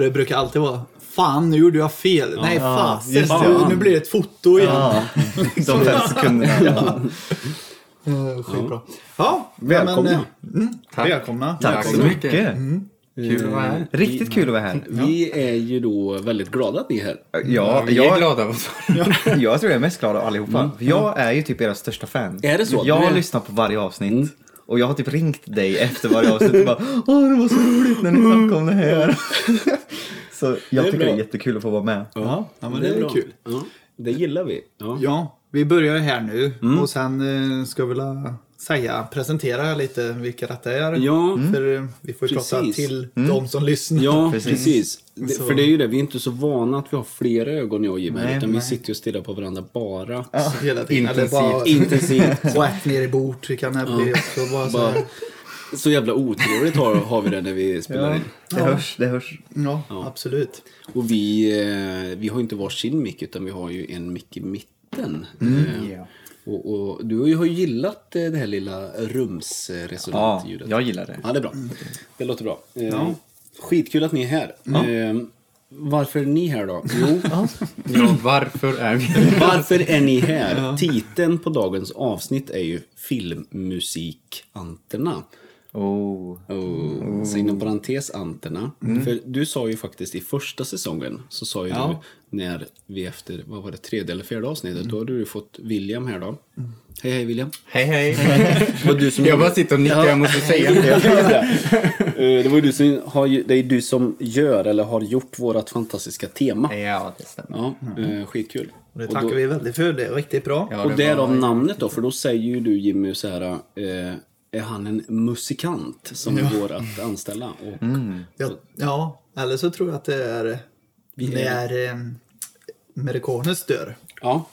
det brukar alltid vara Fan, nu gjorde jag fel. Nej, Ja, fasen. just det. nu- Nu blir det ett foto igen. Ja, de fem sekunderna. Ja. Eh, Skitbra. Ja, Välkomna. Men, eh, mm, välkomna. Tack så mycket. Kul att vara här. Riktigt kul att vara här. Vi är ju då väldigt glada att ni är här. Ja, vi är jag, glada över svaret. jag tror jag är mest glad av allihopa. Jag är ju typ era största fan. Är det så? Jag Du har är- lyssnat på varje avsnitt. Och jag har typ ringt dig efter varje avsnitt och bara Åh det var så roligt när ni snackade om det här. Så jag Det är tycker det är bra. jättekul att få vara med. Ja, ja, men det är bra. kul. Ja, det gillar vi. Ja. Ja, vi börjar här nu och sen eh, ska jag vilja säga, presentera lite vilka detta är. Ja. Mm. För eh, vi får ju prata Precis. till de som lyssnar. Ja, Precis. precis. Det, för det är ju det, vi är inte så vana att vi har flera ögon jag och Jimmy. Utan vi sitter ju och stirrar på varandra bara. Hela tiden. Intensivt. Eller bara, Intensivt. och ett ner i bord kan det bli. Så bara, så Bara, här. så jävla otrevligt har, har vi det när vi spelar in. Det hörs, det hörs. Ja, absolut. Och vi, eh, vi har inte varsin mick utan vi har ju en mick i mitten. Mm. Eh, och, och du har ju- har ju gillat eh, det här lilla Ja, rumsresonantljudet. jag gillar det. Ja, det är bra. Det låter bra. Eh, Skitkul att ni är här. Eh, varför är ni här då? Jo, Ja, varför är vi varför är ni här? Titeln på dagens avsnitt är ju Filmmusikanterna. Oh. Oh. Så inom parentes anterna. Mm. För du sa ju faktiskt i första säsongen, så sa ju du när vi efter, vad var det, tredje eller fjärde avsnittet, Mm. då hade du fått William här då. Hej hej William. Hej hej. Det var du som Jag gjorde- bara sitter och nickar, jag måste säga det. Jag tänkte det. Eh, det var ju du som, har, ju- det är du som gör eller har gjort vårt fantastiska tema. Ja, det stämmer. Ja, eh, skitkul. Mm. Och det Och tackar då- vi väldigt för. Det är riktigt bra. Ja, Och det var- därav namnet då, för då säger ju du Jimmy så här, eh, är han en musikant som går att anställa? Och, Ja, ja, eller så tror jag att det är när eh, Merikones dör. Ja,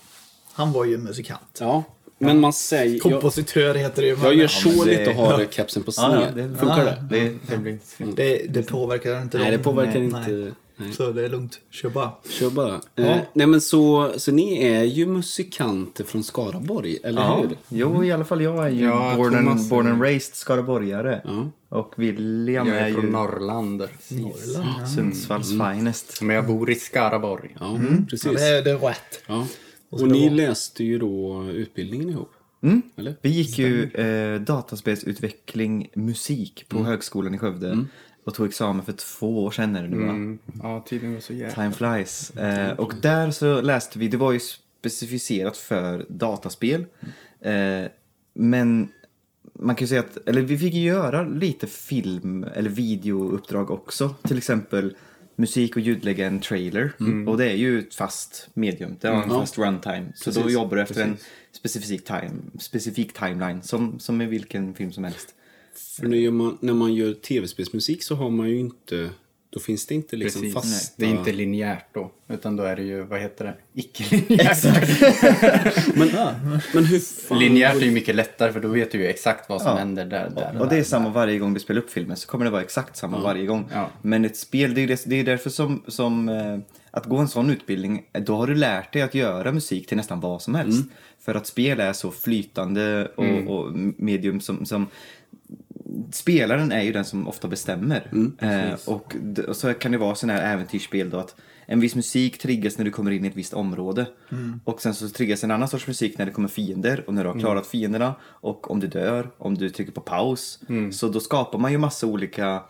Han var ju musikant. ja. Men man säger... Jag, Kompositör heter det ju. men jag gör så men det- lite och har kepsen på sned. Ja, ja, det- Funkar ja, det? Det, Det blir inte så mycket. Det, det påverkar inte Nej, dem. det påverkar Nej. inte. Nej. Så det är lugnt. Kör bara. Kör bara. Eh, nej, men så, så ni är ju musikanter från Skaraborg, eller ja. hur? Jo, i alla fall jag är ju Ja, born, and, Thomas- born and raised skaraborgare. Och William Jag är är ju från Norrland. Sundsvalls finest. Men Mm. jag bor i Skaraborg. Ja, Mm. precis. Det är, det är rätt. Ja. Och ni läste ju då utbildningen ihop. Mm. Eller? Vi gick ju eh, dataspelsutveckling musik på högskolan i Skövde och tog examen för två år sedan är det nu va? Mm. Ja, tiden går så jävla... Time flies. Eh, och där så läste vi, det var ju specificerat för dataspel. Eh, men man kan ju säga att, eller vi fick ju göra lite film eller videouppdrag också. Till exempel musik och ljudlägga en trailer. Och det är ju ett fast medium, det har en fast runtime. Så då jobbar du efter en specifik, time, specifik timeline, som, som med vilken film som helst. För när man, när man gör tv-spelsmusik så har man ju inte... Då finns det inte liksom Precis. fasta... Det är inte linjärt då, utan då är det ju, vad heter det, icke-linjärt. Men, men hur fan... Linjärt är ju mycket lättare för då vet du ju exakt vad som händer där, där. Och det är samma varje gång du spelar upp filmen så kommer det vara exakt samma varje gång. Ja. Men ett spel, det är, ju det, det är därför som, som eh, att gå en sån utbildning, eh, då har du lärt dig att göra musik till nästan vad som helst. Mm. För att spel är så flytande och, och medium som, som Spelaren är ju den som ofta bestämmer. eh, och, d- och så kan det vara sådana här äventyrsspel då att en viss musik triggas när du kommer in i ett visst område. Och sen så triggas en annan sorts musik när det kommer fiender och när du har klarat fienderna. Och om du dör, om du trycker på paus. Så då skapar man ju massa olika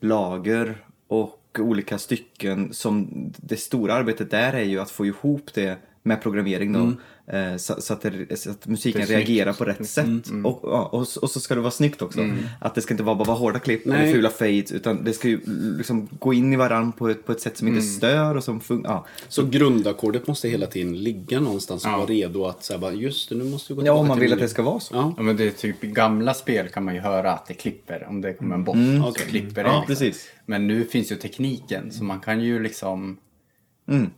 lager och olika stycken. Som det stora arbetet där är ju att få ihop det med programmering då. eh, Så, så, att det, så att musiken reagerar på rätt sätt. Och, ja, och, så- och så ska det vara snyggt också. Att det ska inte vara bara vara hårda klipp eller Nej. fula fades. Utan det ska ju liksom gå in i varandra på ett, på ett sätt som inte stör och som funkar. Ja. Så grundackordet måste hela tiden ligga någonstans och Ja. vara redo att säga bara just det, nu måste vi gå ja, om man till vill att menyn." det ska vara så. Ja. Ja, men det är typ, I gamla spel kan man ju höra att det klipper. Om det kommer en boss så Okej. klipper det. Ja, liksom. precis. Men nu finns ju tekniken så man kan ju liksom Mm.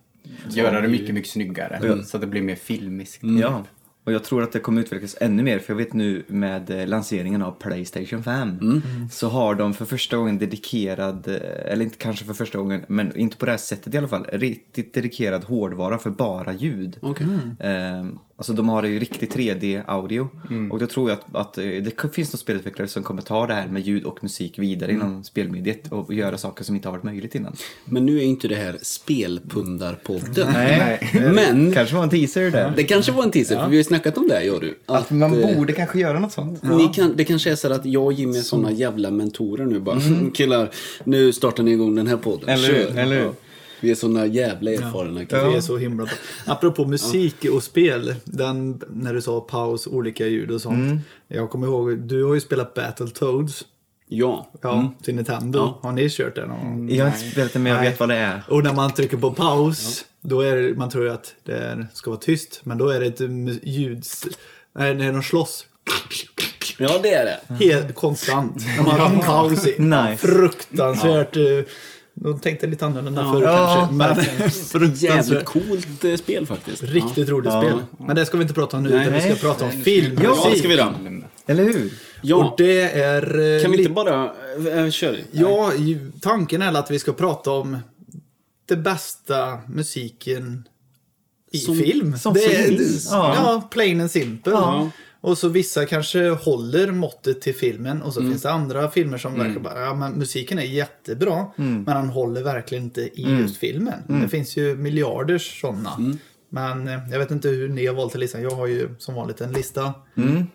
göra det mycket, mycket snyggare. Så att det blir mer filmiskt. Mm. Mm. Ja. Och jag tror att det kommer utvecklas ännu mer för jag vet nu med eh, lanseringen av Playstation 5 Mm. så har de för första gången dedikerad, eh, eller inte kanske för första gången, men inte på det här sättet i alla fall, riktigt dedikerad hårdvara för bara ljud. Okej. Ehm, Alltså de har ju riktig 3D-audio. Mm. Och då tror jag att, att eh, det finns några spelutvecklare som kommer ta det här med ljud och musik vidare Mm. inom spelmediet och göra saker som inte har varit möjligt innan. Men nu är inte det här spelpundarpodden. Nej. Men Kanske var en teaser där. det kanske var en teaser, för vi har ju snackat om det, gör du. Att man eh, borde kanske göra något sånt. Ni kan, det kanske är så här att jag och Jimmy är såna jävla mentorer nu bara. Mm. Killar, nu startar ni igång den här podden. Eller hur, Kör." eller hur? Ja. Vi är såna jävla erfarna killar. Det är så himla bra. Apropå musik och spel, den, när du sa paus, olika ljud och sånt. Mm. Jag kommer ihåg, du har ju spelat Battletoads Ja. ja, till Nintendo. Har ni kört det någon gång? Jag har inte spelat det men jag Nej. vet vad det är. Och när man trycker på paus, då är det, man tror ju att det är, ska vara tyst, men då är det ett mu- ljuds... Nej, när de slåss. Ja, det är det. Helt konstant. När man har paus i. Nice. Fruktansvärt. eh, De tänkte lite annorlunda förr Ja, kanske. Men Jävligt fruktansvärt. coolt eh, spel faktiskt. Riktigt roligt spel. Men det ska vi inte prata om nu, utan vi ska Nej. prata om film. Ja, det ska vi då. Lämna. Eller hur? Och Ja, det är... eh, kan vi lite- inte bara... Äh, kör. Ja, ju- tanken är att vi ska prata om det bästa musiken i Som- film. som det finns. Är, ja. Ja. plain and simple. Och så vissa kanske håller måttet till filmen och så finns det andra filmer som verkar bara, ja men musiken är jättebra men han håller verkligen inte i just filmen. Det finns ju miljarder sådana. Men eh, jag vet inte hur ni har valt till listan. Jag har ju som vanligt en lista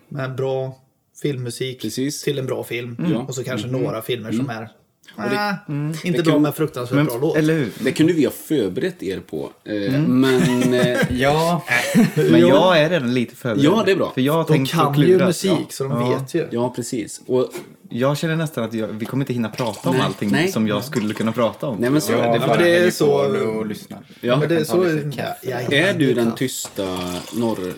med bra filmmusik Precis. Mm. till en bra film. Ja. Och så kanske några filmer som är äh, inte det bra kan- men fruktansvärt bra låt. Eller hur? Det kunde vi ha förberett er på. eh, Men... eh, Ja, Men jag är redan lite förberedd. Ja, det är bra. För jag har de tänkt på kan ju klurat. musik Ja. så de Ja. vet ju. Ja, precis. Och, Jag känner nästan att jag, vi kommer inte hinna prata om Nej, allting nej. som jag skulle kunna prata om. nej, men så är ja, det. men bara det är hänger så- på och lyssnar. Ja, men det är Jag kan ta så... lite Ja, kaffe. ja, Är du ja. den tysta norr... eh,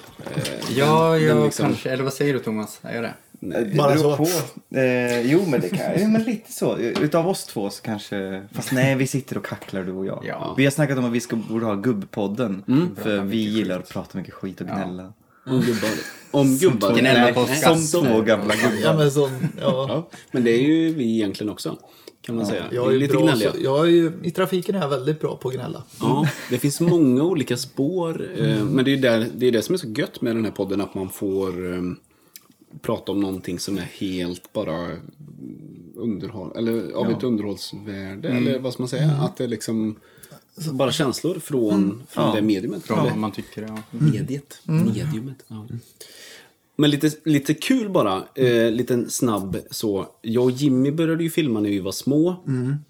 Ja, den- jag den liksom- kanske. Eller vad säger du Thomas? Är jag det? Det Bara Eh, beror så. På. Eh, jo, men det kan jo, men lite så. Utav oss två så kanske... Fast nej, vi sitter och kacklar du och jag. Ja. Vi har snackat om att vi ska, borde ha gubbpodden. Mm. För vi gillar att prata mycket skit och gnälla. Om gubbar. Om gubbar. Gnälla Nej, på nej. skatter. Som två gamla gubbar. Ja, men som, ja. Ja, men det är ju vi egentligen också. Kan man säga. Jag vi är är ju lite bra, gnälliga. så, jag är ju, I trafiken är jag väldigt bra på att gnälla. Ja, det finns många olika spår. eh, Men det är ju där, det, är det som är så gött med den här podden. Att man får eh, prata om någonting som är helt bara underhåll, eller av ett underhållsvärde. Eller vad ska man säga? Att det är liksom bara känslor från, Mm. från det mediumet. Bra Eller- vad man tycker. Ja. Mediet. Mediumet. Ja. Men lite, lite kul bara, eh, liten snabb så. Jag och Jimmy började ju filma när vi var små.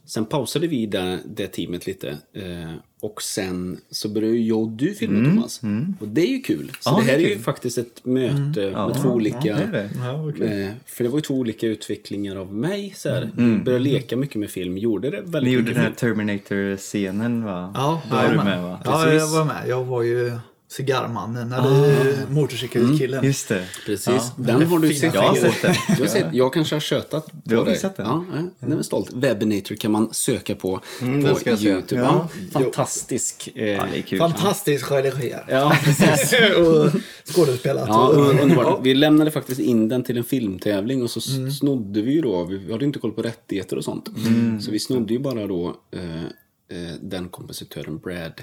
Sen pausade vi det, det teamet lite. Eh, och sen så började ju jag och du filma Thomas. Och det är ju kul. Så Ja, det här är det är ju faktiskt ett möte med två olika... det är det. Ja, vad kul. Eh, för det var ju två olika utvecklingar av mig. Så här. Började leka mycket med film, gjorde det väldigt Ni mycket. gjorde den här Terminator-scenen va? Ja, Då jag är du var med va? Ja, Precis. Ah. jag var med. Jag var ju cigarrmannen, eller motorcykelkillen. Mm. Just det. Precis. Den har du fina sett. Jag har sett den. Jag, har sett, jag kanske har tjötat på Du har dig. sett den? Ja, ja, den är stolt. Webinator kan man söka på den på ska jag se. YouTube. Ja. Fantastisk. Eh, Ja, det är kul. Fantastisk redigerare. ja, precis. och skådespelat. Ja, och, underbart. Vi lämnade faktiskt in den till en filmtävling och så s- snodde vi ju då, vi hade ju inte koll på rättigheter och sånt. Så vi snodde ju bara då eh, eh, den kompositören Brad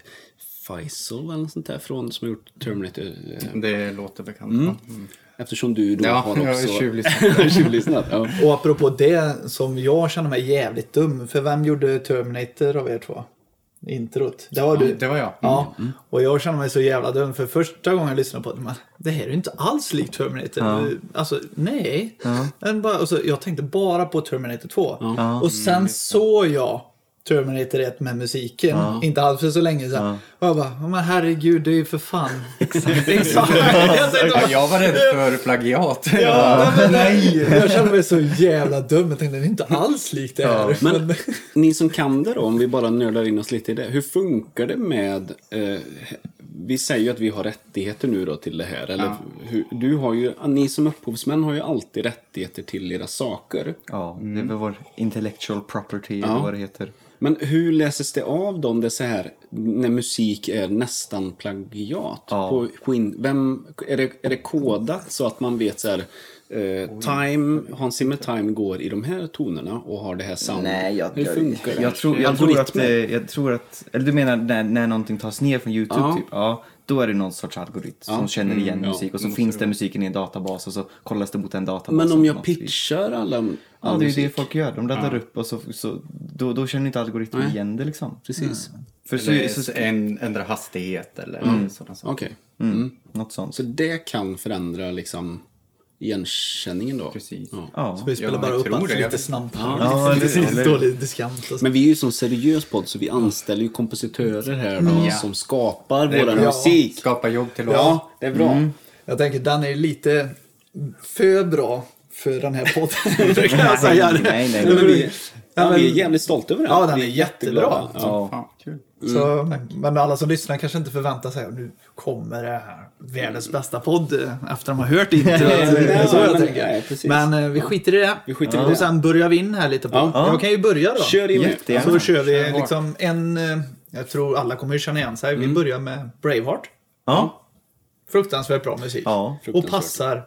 Faisal eller något sånt där från som har gjort Terminator. Eh, Det låter bekant. Mm. eftersom du då Ja, har jag också... har tjuvlyssnat. tjuvlyssnat. ja. och apropå det som jag känner mig jävligt dum. För vem gjorde Terminator av er två? Introt. Det var du. Det var jag. Mm, Ja, och jag känner mig så jävla dum för första gången jag lyssnade på det, men det här är ju inte alls likt Terminator. Alltså, nej. Den bara, alltså, jag tänkte bara på Terminator 2. Och sen Mm. såg jag Terminator 1 med musiken, inte alls för så länge sedan. Och jag bara, men herregud, det är ju för fan exakt exakt. Jag tänkte bara, Ja, jag var rädd för plagiat. Ja, men nej. Jag känner mig så jävla dum. Jag tänkte, det är inte alls likt det här. Men ni som kan det då, om vi bara nördar in oss lite i det. Hur funkar det med... Eh, vi säger ju att vi har rättigheter nu då till det här. Eller hur, du har ju, ni som upphovsmän har ju alltid rättigheter till era saker. Ja, det var vår intellectual property eller vad det heter. Men hur läses det av då om det är så här när musik är nästan plagiat? På, på in, vem, är, det, är det kodat så att man vet så här eh, time, Hans Zimmer Time går i de här tonerna och har det här sound? Nej, jag, hur funkar det? jag, tror, jag, tror att, eh, jag tror att... Eller du menar när, när någonting tas ner från YouTube? Ja. Mm, Typ. ja. Då är det någon sorts algoritm som känner igen musik och så finns den musiken i en databas och så kollas det mot den databasen. Men om på jag Alltså, något vis. pitchar alla Ja, det är ju det folk gör. De laddar upp och så, så, då, då känner inte algoritmen igen det liksom. Precis. För Eller så, så, en, ändra hastighet eller sådana saker. Okej. Mm. något sånt. Så det kan förändra liksom igenkänningen då? Precis. Ja. ja. Vi spelar Ja, bara jag upp tror allt det. lite snabbt. Ja, eller- det är eller- dålig diskant. Och så. Men vi är ju som seriös podd så vi anställer ju kompositörer här Mm. då, Ja. som skapar Det är våran bra. musik. Skapa jobb till oss. Ja, det är bra. Mm. Jag tänker den är lite för bra för den här podden. Det kan jag säga. Nej, nej, nej. Nej, men vi, ja, Ja, vi är men- jävligt stolta över den. Ja, den Vi är jättebra. jätteglada. Ja. Ja. Fan, kul. Mm. Så, men alla som lyssnar kanske inte förväntar sig att nu kommer det här världens Mm. bästa podd eh, efter de har hört introt. Det är så Nej, jag men- tänker. nej, precis. men eh, vi skiter i det. Vi skiter i det. Och sen börjar vi in här lite på. Ja. Jag kan ju börja då. Kör in Jätte- det. Så kör vi Kör hårt. liksom en, eh, jag tror alla kommer ju känna igen sig. Mm. Vi börjar med Braveheart. Ja. Fruktansvärt bra musik. Ja, och fruktansvärt. passar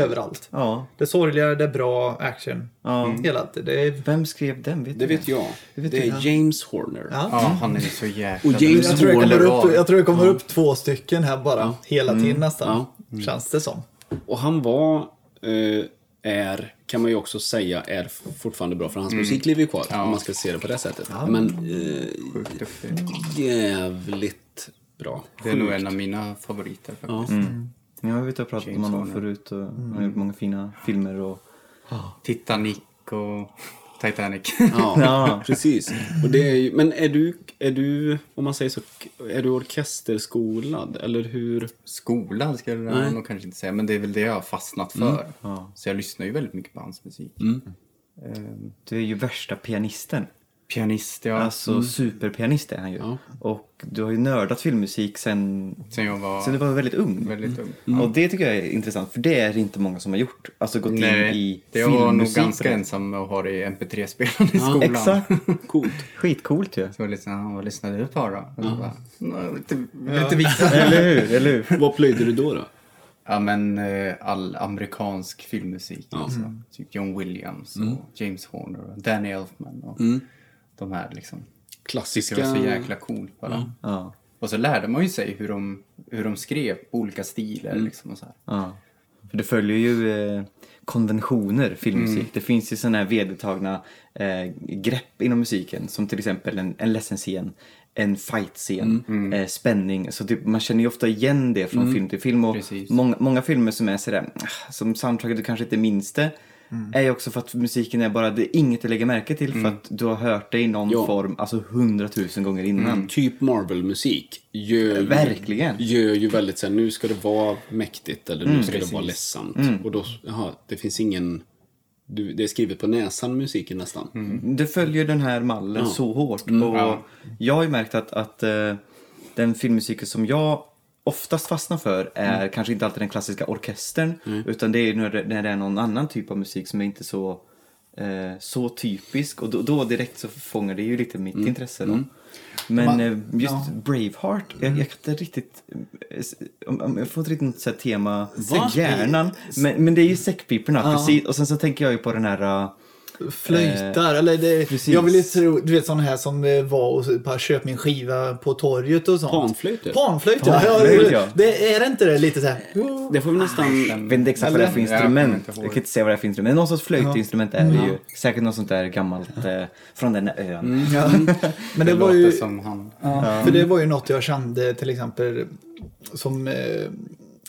överallt. ja. Det sorgliga, det är bra action. Hela tiden. Det är... Vem skrev den? Vet Det du? vet jag. Det, vet är James Horner. Ja. Ja, han är så jäkla Och James- duktig. Jag tror det kommer, Håller upp, jag tror det kommer upp två stycken här bara. Hela tiden nästan. Ja. Känns det som. Och han var, eh, är, kan man ju också säga, är f- fortfarande bra för hans Mm. musik lever ju kvar. Om man ska se det på det sättet. Men eh, Sjukt duktig. jävligt bra. Det är nog en av mina favoriter faktiskt. Ja, jag vet att jag pratat om honom förut. Och Han har gjort många fina filmer och... Titanic och Titanic. Ja, Ja. precis. Och det är ju, men är du, är du, om man säger så, är du orkesterskolad? Eller hur? Skolan skulle jag nog kanske inte säga, men det är väl det jag har fastnat för. Så jag lyssnar ju väldigt mycket på hans musik. Ehm, Du är ju värsta pianisten. pianist, ja. Alltså superpianist är han ju. Ja. Och du har ju nördat filmmusik sen, Sen jag var sen du var väldigt ung. Mm. väldigt ung. Och det tycker jag är intressant för det är det inte många som har gjort. Alltså gått in i Nej, det jag var nog filmmusik. på ganska det. ensam med att ha det i MP3-spelaren i skolan. Exakt. Coolt. Skitcoolt ju. Så jag lyssnade, han bara, lyssnade du på då? Och jag bara, "Nå, lite, lite Eller hur? Eller hur? Vad plöjde du då? då? Ja men eh, all amerikansk filmmusik. Alltså. Mm. Typ John Williams och Mm. James Horner och Danny Elfman och de här liksom. Klassiska... Det var så jäkla coolt bara. Ja. Och så lärde man ju sig hur de, hur de skrev på olika stilar Mm. liksom och så här. Ja. För det följer ju eh, konventioner, filmmusik. Det finns ju sådana här vedertagna eh, grepp inom musiken. Som till exempel en, en ledsenscen, en fight-scen, eh, spänning. Så typ, man känner ju ofta igen det från film till film. Och Precis. många, många filmer som är sådär, ah, som soundtracket du kanske inte minns det. är ju också för att musiken är bara, det är inget att lägga märke till för att du har hört det i någon Ja. form, alltså hundratusen gånger innan. Typ Marvel-musik. Gör, ju- Verkligen. Gör ju väldigt så här, nu ska det vara mäktigt eller nu Mm, ska det vara ledsamt. Och då, jaha, det finns ingen... Du, det är skrivet på näsan musiken nästan. Mm. Det följer den här mallen så hårt. och Jag har ju märkt att, att eh, den filmmusiken som jag oftast fastnar för är kanske inte alltid den klassiska orkestern. Utan det är när det, när det är någon annan typ av musik som är inte så, eh, så typisk. Och då, då direkt så fångar det ju lite mitt intresse. Då. Men eh, just Braveheart, jag, jag kan inte riktigt... eh, s- om- om- Jag får inte riktigt något så här tema Va? i hjärnan. Men, men det är ju säckpiporna, precis. Och sen så tänker jag ju på den här... eh, Flöjtar, eller det, precis. jag vill ju tro, du vet sådana här som eh, var och så- bara köp min skiva på torget och sånt. Panflöjter. Panflöjt, ja. Panflöjt, Ja, ja. Det, är det inte det lite så här? Det får vi nästan... Jag vet inte exakt vad det är för Eller? Jag kommer instrument. inte ihåg. Jag kan inte säga vad det är för instrument. Men någon sorts flöjtinstrument är det ju. Säkert något sånt där gammalt eh, från den där ön. Ja. Men det, Det, var låter ju, som han. ja, för det var ju något jag kände till exempel som eh,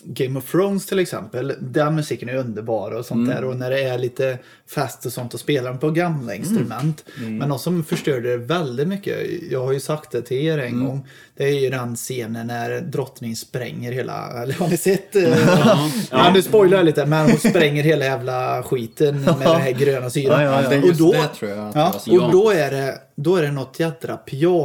Game of Thrones till exempel. Den musiken är underbar och sånt där. Och när det är lite fest och sånt och spelar de på gamla instrument. Men något som förstörde det väldigt mycket, jag har ju sagt det till er en gång. Det är ju den scenen när drottningen spränger hela, eller har ni sett? eh, Ja, nu spoilar jag lite, men hon spränger hela jävla skiten med den här gröna syran. Ja, ja, Det är Och just då, det tror jag. Att Ja, Alltså, det var så. och då är, det, då är det något jädra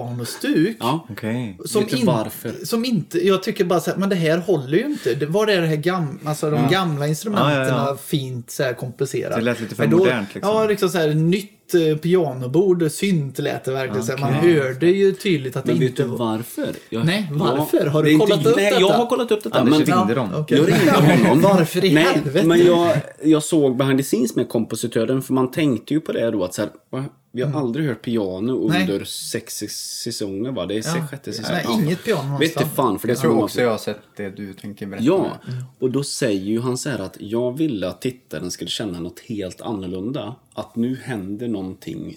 pianostuk. Ja. Okej. Som, vet du in, varför? som inte, jag tycker bara så här, men det här håller ju inte. Det, var är det här gam, alltså de gamla instrumenten Ja, ja, ja. fint så här komplicerat? Det lät lite för Men då, modernt, liksom. Ja, liksom så här nytt vitt eh, pianobord och synt lät det verkligen. så här. Man hörde ju tydligt att det Men vet inte du var... varför? Jag, Nej, varför? Har Det du är inte- kollat upp nej, detta? Jag har kollat upp detta. Anders men- ringde dem. Okej. Jag ringde honom. Varför i Nej, helvete? Men jag, jag såg behind the scenes med kompositören för man tänkte ju på det då att så här, va? vi har aldrig hört piano Mm. Nej. under sex säsonger va? Det är Ja. sjätte Nej, säsongen. inget piano Vet du någonstans. fan för det är Jag så tror många- också jag har sett det du tänker berätta. Ja, Mm. och då säger ju han så här att jag ville att tittaren skulle känna något helt annorlunda. Att nu händer någonting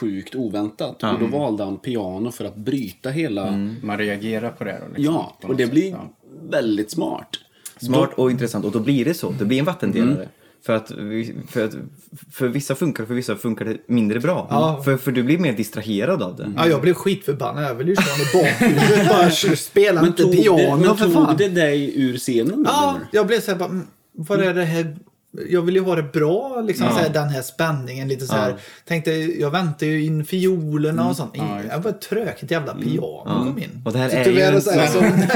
sjukt oväntat. Och då valde han piano för att bryta hela... Mm. Man reagerar på det då. Liksom, Ja, på och något det sätt, blir ja. väldigt smart. Smart och intressant och då blir det så. Det blir en vattendelare. För, att, vi- för, att, för vissa funkar det, för vissa funkar det mindre bra. Ja. Mm. För, för du blir mer distraherad av det. Ja, jag blev skitförbannad. Jag ville ju slå honom i bakhuvudet. Bara, Spela inte tog piano det, men för tog fan. det dig ur scenen? då, Ja, menar du? jag blev så här, bara, mm, vad är det här? Jag vill ju ha det bra, liksom, så här, den här spänningen. Lite så här. Tänkte, jag väntar ju in fiolerna och sånt. Mm. Jag var tråkigt jävla piano kom in. Mm. Och det här så är tyvärr ju en så här,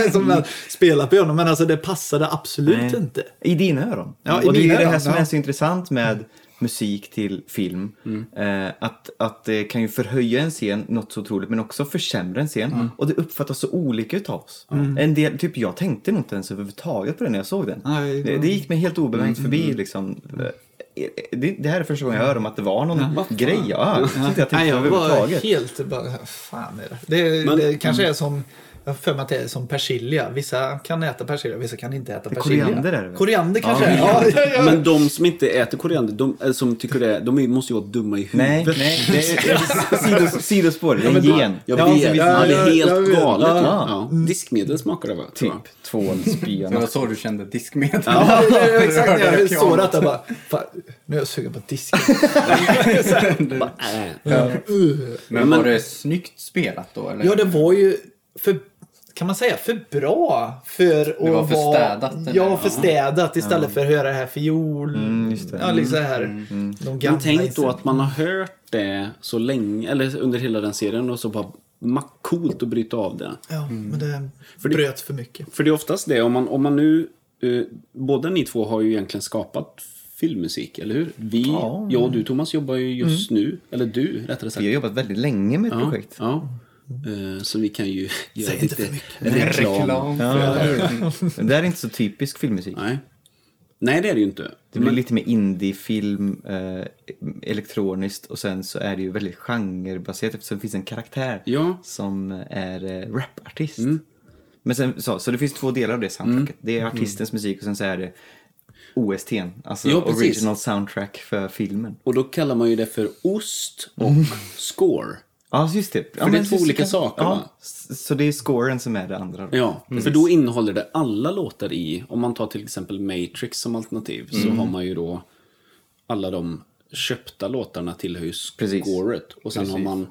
som, som man spelar piano, men alltså det passade absolut Nej. inte. I dina öron. Ja, i och det är ju mina det här öron, som ja. Mm. är så intressant med musik till film. Eh, att, att det kan ju förhöja en scen något så otroligt men också försämra en scen. Mm. Och det uppfattas så olika utav oss. En del, typ jag tänkte nog inte ens överhuvudtaget på det när jag såg den. Nej, Mm, det, det gick mig helt obemärkt förbi liksom. Eh, Det, det här är första gången jag hör om att det var någon grej. Ja, jag inte jag Nej, tänkte jag var överhuvudtaget. Mm. helt bara, fan är det? Det, Men- det kanske är som, jag har för mig att det är som persilja. Vissa kan äta persilja, vissa kan inte äta persilja. koriander är det väl? Koriander kanske är. Ja, ja, ja. Men de som inte äter koriander, de eller som tycker det, de är- måste ju vara dumma i Nej, huvudet. nej, det är sidos- sidospår. Det är en men då- gen. Jag Ja, vet, ja, han är ja, jag helt vet. galet. Ja. Ja. Diskmedel smakar det va? Tror jag. Typ tvål, spya, Det var så du kände diskmedel. Ja, ja, ja, exakt. Rörde När jag pianot. såg detta bara, fan, nu är jag sugen på disken. Nej. Uh. Men var det snyggt spelat då? Eller? Ja, det var ju för, kan man säga, för bra för att Det var för vara- städat, eller? Ja, för städat istället för att höra det här fiol. just det. Ja, liksom så här. De gamla Men tänk då instrumenten. att man har hört det så länge, eller under hela den serien och så bara ma- coolt att bryta av det. Ja, men det För det- bröt för mycket. För det är oftast det, om man, om man nu... Eh, båda ni två har ju egentligen skapat filmmusik, eller hur? Vi, jag och du Thomas jobbar ju just nu, eller du rättare sagt. Vi har jobbat väldigt länge med ett Ja, projekt. ja. Eh, Så vi kan ju göra Säg inte lite för reklam. Reklam. Men Det här är inte så typisk filmmusik. Nej. Nej, det är det ju inte. Det blir lite mer indiefilm, eh, elektroniskt och sen så är det ju väldigt genrebaserat eftersom det finns en karaktär Ja. Mm. som är eh, rapartist. Men sen, så, så det finns två delar av det soundtracket. Det är artistens musik och sen så är det OST'n, alltså Ja, precis. original soundtrack för filmen. Och då kallar man ju det för ost och score. Ja, just det. Ja, det är men två just olika kan- saker, va? Ja, s- så det är scoren som är det andra. då. Ja, Mm. för då innehåller det alla låtar i. Om man tar till exempel Matrix som alternativ så Mm. har man ju då alla de köpta låtarna tillhör ju Precis. scoret. Och sen har man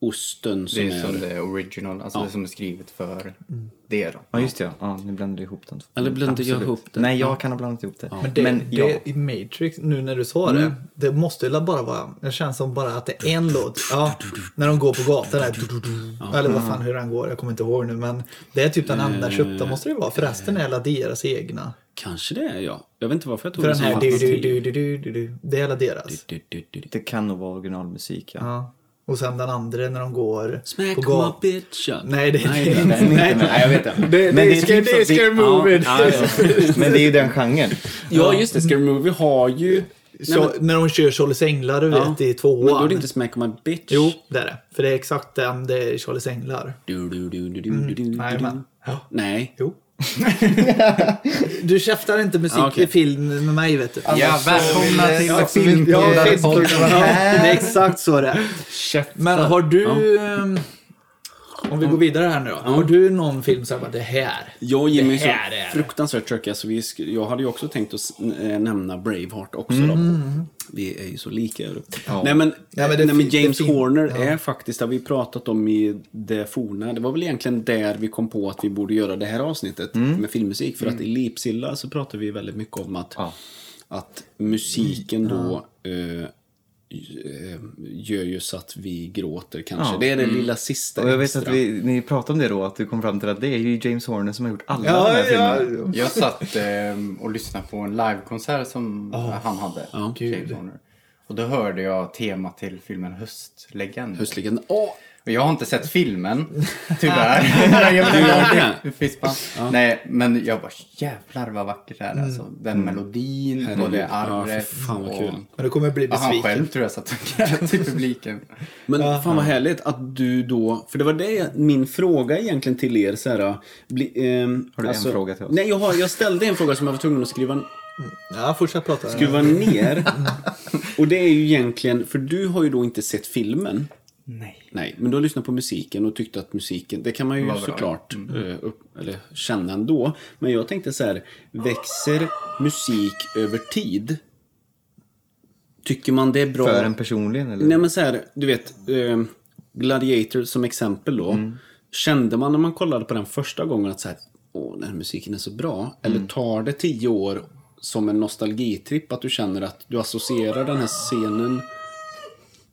osten som Det är är... som det är original, alltså det som är skrivet för det då. Ja, just det. Ja. Ja, nu blandade jag ihop de två. Eller blandade jag Absolut. ihop det? Nej, jag kan ha blandat ihop det. Men det, det i Matrix, nu när du sa Mm. det, det måste väl bara vara, det känns som bara att det är en låt. Ja, när de går på gatan där. Eller Mm. vad fan hur han går, jag kommer inte ihåg nu. Men det är typ den Eh, enda köpta måste det vara. För resten är alla deras egna. Kanske det är jag. Jag vet inte varför jag tog För det Typ. den som här du, du, alternativ. du, du, du, du, du, det är alla deras. Du, du, du, du. Det kan nog vara originalmusik, ja. Ja. Och sen den andra när de går Smack på my gatan. bitch up. Nej, det Nej, är nej, nej, nej, jag vet inte. det. Men Det är det är scary- typ det är som- scary movie. Ja, ja. Men det är ju den genren. Ja, just det. Scary Movie har ju... Så, När de kör Charlies Änglar, du vet, i tvåan. Men då är det inte Smack My Bitch. Jo, det är det. För det är exakt den, det är Charlies Änglar. Du, du, du, du, du, du, du, Mm. Nej, du. men. Ja. Nej. Jo. du käftar inte musik Ja, okej. i film med mig vet du. Ja, välkomna till Ja, filmpodden. filmpodden. Ja, det är exakt så det är. Men har du... ehm, Om vi går vidare här nu då. Har du någon film som bara det här? Jag och Jimmy är så här är- fruktansvärt tråkiga så vi sk- jag hade ju också tänkt att s- eh, nämna Braveheart också då. Vi är ju så lika. är du. Nej, men, Mm. eh, Ja, men det nej, men fin- det James fin- Horner är faktiskt, det har vi pratat om i det forna, det var väl egentligen där vi kom på att vi borde göra det här avsnittet Mm. med filmmusik. För att i Lipsilla så pratar vi väldigt mycket om att, Ja. att musiken då eh, eh, gör ju så att vi gråter kanske. Ja. Det är det Mm. lilla sista Och jag vet extra. att vi, ni pratade om det då, att du kom fram till att det är ju James Horner som har gjort alla de här filmerna. Jag ehm, satt eh, och lyssnade på en livekonsert som han hade. James Horner. Och då hörde jag tema till filmen Höstlegend. Höstligen. Åh! Och jag har inte sett filmen, tyvärr. jag Du menar, har det? det finns bara- Nej, men jag bara jävlar vad vackert det är alltså. Den melodin och det Mm. Ja, arret. fy fan vad och- kul. Men du kommer bli Ja, han besviken. själv tror jag satt och grät i publiken. Men fan vad härligt att du då, för det var det jag- min fråga egentligen till er så här, bli, ehm, Har du en fråga till oss? Nej, jag, har, jag ställde en fråga som jag var tvungen att skriva, Ja, fortsätt prata. skruva ner. Och det är ju egentligen, för du har ju då inte sett filmen. Nej. Nej, men du har lyssnat på musiken och tyckt att musiken, det kan man ju bra. såklart Mm. eh, upp, eller känna ändå. Men jag tänkte så här, växer musik över tid? Tycker man det är bra? För en personligen eller? Nej men så här, du vet, eh, Gladiator som exempel då. Kände man när man kollade på den första gången att så här, åh den här musiken är så bra. Eller tar det tio år som en nostalgitripp att du känner att du associerar den här scenen.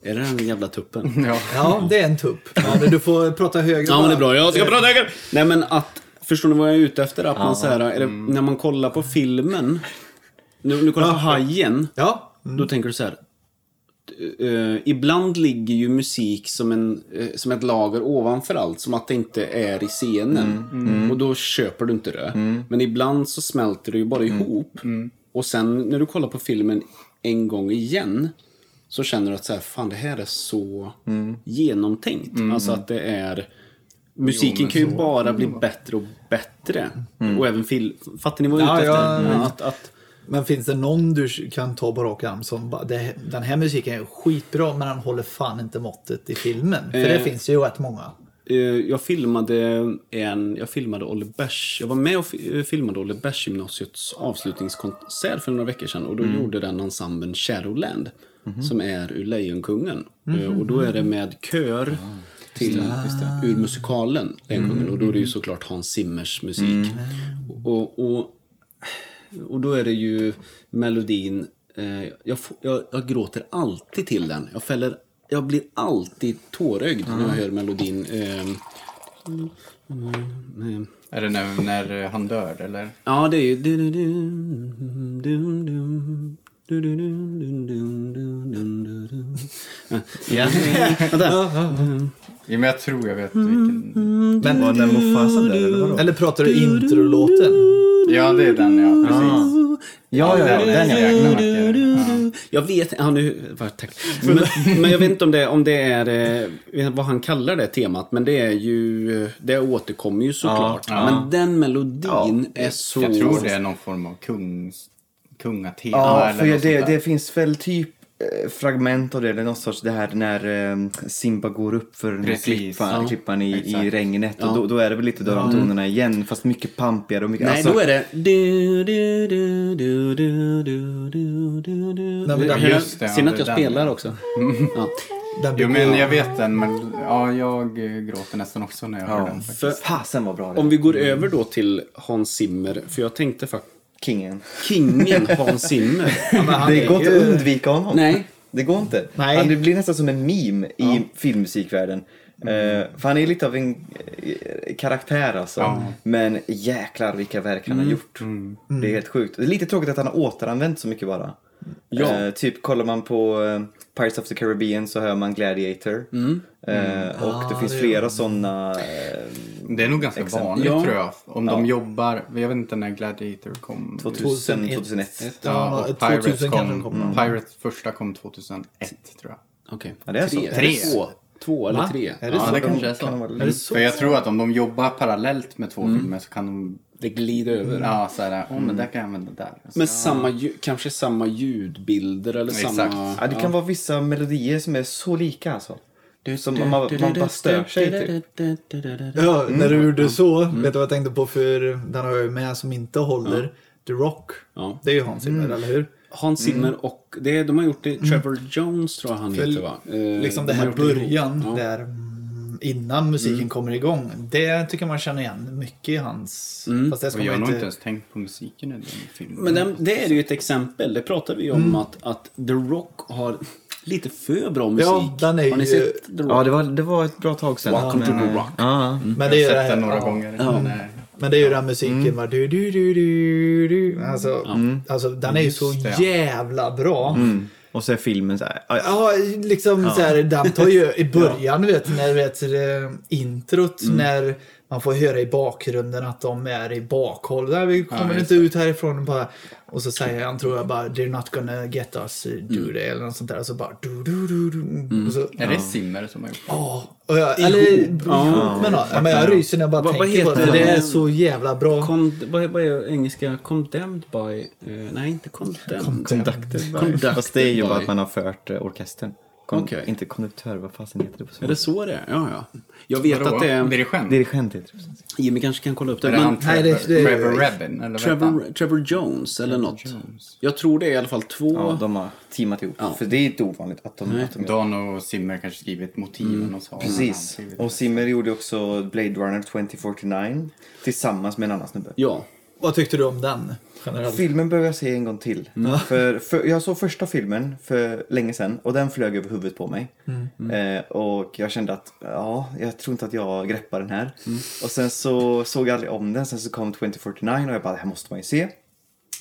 Är det den jävla tuppen? Ja. Ja, det är en tupp. Ja, du får prata högre. Ja, men det är bra. Jag ska prata högre. Nej, men att... Förstår ni vad jag är ute efter? Att man så här, eller, när man kollar på filmen. Nu, nu kollar jag på Hajen. Ja, Då tänker du så här. eh, ibland ligger ju musik som, en, eh, som ett lager ovanför allt, som att det inte är i scenen. Och då köper du inte det. Men ibland så smälter det ju bara ihop. Och sen när du kollar på filmen en gång igen så känner du att så här, fan det här är så genomtänkt. Alltså att det är... Musiken kan ju bara bli bättre och bättre. Och även film... Fattar ni vad jag är ute Ja, efter? ja, att, att, Men finns det någon du kan ta på rak arm som bara, det, den här musiken är skitbra men den håller fan inte måttet i filmen? För det finns ju rätt många. Eh, jag filmade en, jag filmade Olle Bärs, jag var med och fi- eh, filmade Olle Bärs gymnasiets avslutningskonsert för några veckor sedan och då gjorde den ensemblen Shadowland som är ur Lejonkungen. Eh, Och då är det med kör till, ur musikalen Lejonkungen och då är det ju såklart Hans Zimmers musik. Och, och, och då är det ju melodin, eh, jag, får- jag, jag gråter alltid till den. Jag fäller, jag blir alltid tårögd när jag hör melodin. ehm. Mm, eh. Är det när, när han dör eller? Ja, det är ju... dun-dun-dun, dun-dun, dun-dun-dun, dun-dun-dun, dun-dun-dun. Eh, Ja, vänta. Ja, men jag tror jag vet vilken. Men, Var det Mufasa där eller vadå? eller pratar du introlåten? Ja, det är den ja. Ah. Precis. Ja, ja, ja. Den Den ja. är jäkla vacker. Jag vet ja, nu, va, tack. Men, men jag vet inte om det, om det är eh, jag vet inte vad han kallar det temat. Men det är ju, eh, det återkommer ju såklart. Men den melodin är så... Jag tror det är någon form av kungs, kungatema Ja, eller för något det, sånt där. det finns väl typ eh, fragment av det, eller någon sorts det här när eh, Simba går upp för den här Precis. klippan, Ja. klippan i, i Exakt. regnet. Och då, då är det väl lite då de tonerna igen, fast mycket pampigare och mycket... Nej, alltså, då är det... Du, du, du, du, du, du, du, du, du. Nej, men den- just det, ja, Synd att det jag är den, spelar ja. också. Ja. Den Jo, brukar men jag vet den. Men ja, jag eh, gråter nästan också när jag hör den. För, fasen vad bra det är. Om vi går över då till Hans Zimmer, för jag tänkte faktiskt... Kingen. Kingen Hans Zimmer. men han Det är går inte ju- att undvika honom. Nej. Det går inte. Nej. Han, det blir nästan som en meme i filmmusikvärlden. Mm. Eh, för han är lite av en eh, karaktär alltså. Men jäklar vilka verk han Mm. har gjort. Mm. Det är helt sjukt. Det är lite tråkigt att han har återanvänt så mycket bara. Ja. Eh, typ kollar man på eh, Pirates of the Caribbean så hör man Gladiator. Mm. Eh, och Ah, det finns flera sådana. eh, Det är nog ganska vanligt Ja. tror jag. Om de jobbar, jag vet inte när Gladiator kom. 2000, 2001. 2001. Ja, och 2000 Pirates kanske kom, den kommer. Mm. Pirates första kom 2001 tror jag. Okej. Ja, det är så. Tre. Tre. Två. Två eller Va? tre. Är det Ja, så? det kanske är Kan de vara så. Är det så? För jag tror att om de jobbar parallellt med två filmer så kan de, Det glider över. Mm. ja såhär, åh men där kan jag använda där. Mm. Alltså, Men samma, ljud- kanske samma ljudbilder eller Exakt. samma... Ja, det kan vara vissa melodier som är så lika alltså. Som man, man bara typ. stör sig typ. Ja, när du gjorde så, Mm. vet du vad jag tänkte på för den har jag ju med som inte håller? The Rock. Ja. Det är ju Hans Mm. Zimmer, eller hur? Hans Mm. Zimmer och... Det, de har gjort det... Trevor Jones tror jag han heter va? Eh, Liksom de det har här gjort ihop. början där mm, innan musiken kommer igång. Det tycker man känner igen mycket i hans... Mm. Fast det ska Och jag man har nog inte... inte ens tänkt på musiken i den filmen. Men den, det är ju ett exempel. Det pratar vi om Mm. att, att The Rock har lite för bra musik. Ja, den är har ni ju- sett The Rock? Ja, det var, det var ett bra tag sedan. eh, Welcome to the Rock. Ja. Men det är jag ju det har sett här- den några ja. gånger. Men, eh, Men det är ju Mm. den musiken bara du, Mm. du, du, du, du. Alltså, alltså den är ju så jävla bra. Mm. Och så är filmen så här. ja, ja. Ja, liksom så här, den tar ju i början, du vet, när vet, eh, introt, Mm. när man får höra i bakgrunden att de är i bakhåll. Där, vi kommer just inte ut härifrån. Och, bara, och så säger han, tror jag, bara they're not gonna get us, uh, do Mm. det, eller något sånt där. Och så bara du, du, du, du. Och så, Är det Zimmer som har gjort det? åh. Och jag, eller, ihop. Ja. men, ja, men jag ryser när jag bara Vad- vad tänker på det. heter för Det den? är så jävla bra. Con, vad, vad är engelska? Condemned by... eh, nej, inte condemned. Conducted by. Conducted Fast det är ju bara by. att man har fört eh, orkestern. Kon- Okej. Inte konduktör, vad fasen heter det på Är svenska? det så det är? Ja, ja. Jag vet Vadå? att det är... Dirigent? Dirigent heter det. på svenska. Jimmy kanske kan kolla upp det. Är det Men han nej, det- Trevor, det- Trevor Rabin? Eller vad heter Trevor, Trevor Jones eller något. Jones. Jag tror det är i alla fall två... Ja, de har teamat ihop. För det är inte ovanligt att de, att de han? Dan och Zimmer kanske skrivit motiven och så. har han Precis. skrivit det. Och Zimmer gjorde också Blade Runner 2049 tillsammans med en annan snubbe. ja. Vad tyckte du om den? Generellt? Filmen behöver jag se en gång till. För, för, jag såg första filmen för länge sedan och den flög över huvudet på mig. Eh, och jag kände att ja, jag tror inte att jag greppar den här. Och sen så såg jag aldrig om den. Sen så kom 2049 och jag bara, det här måste man ju se.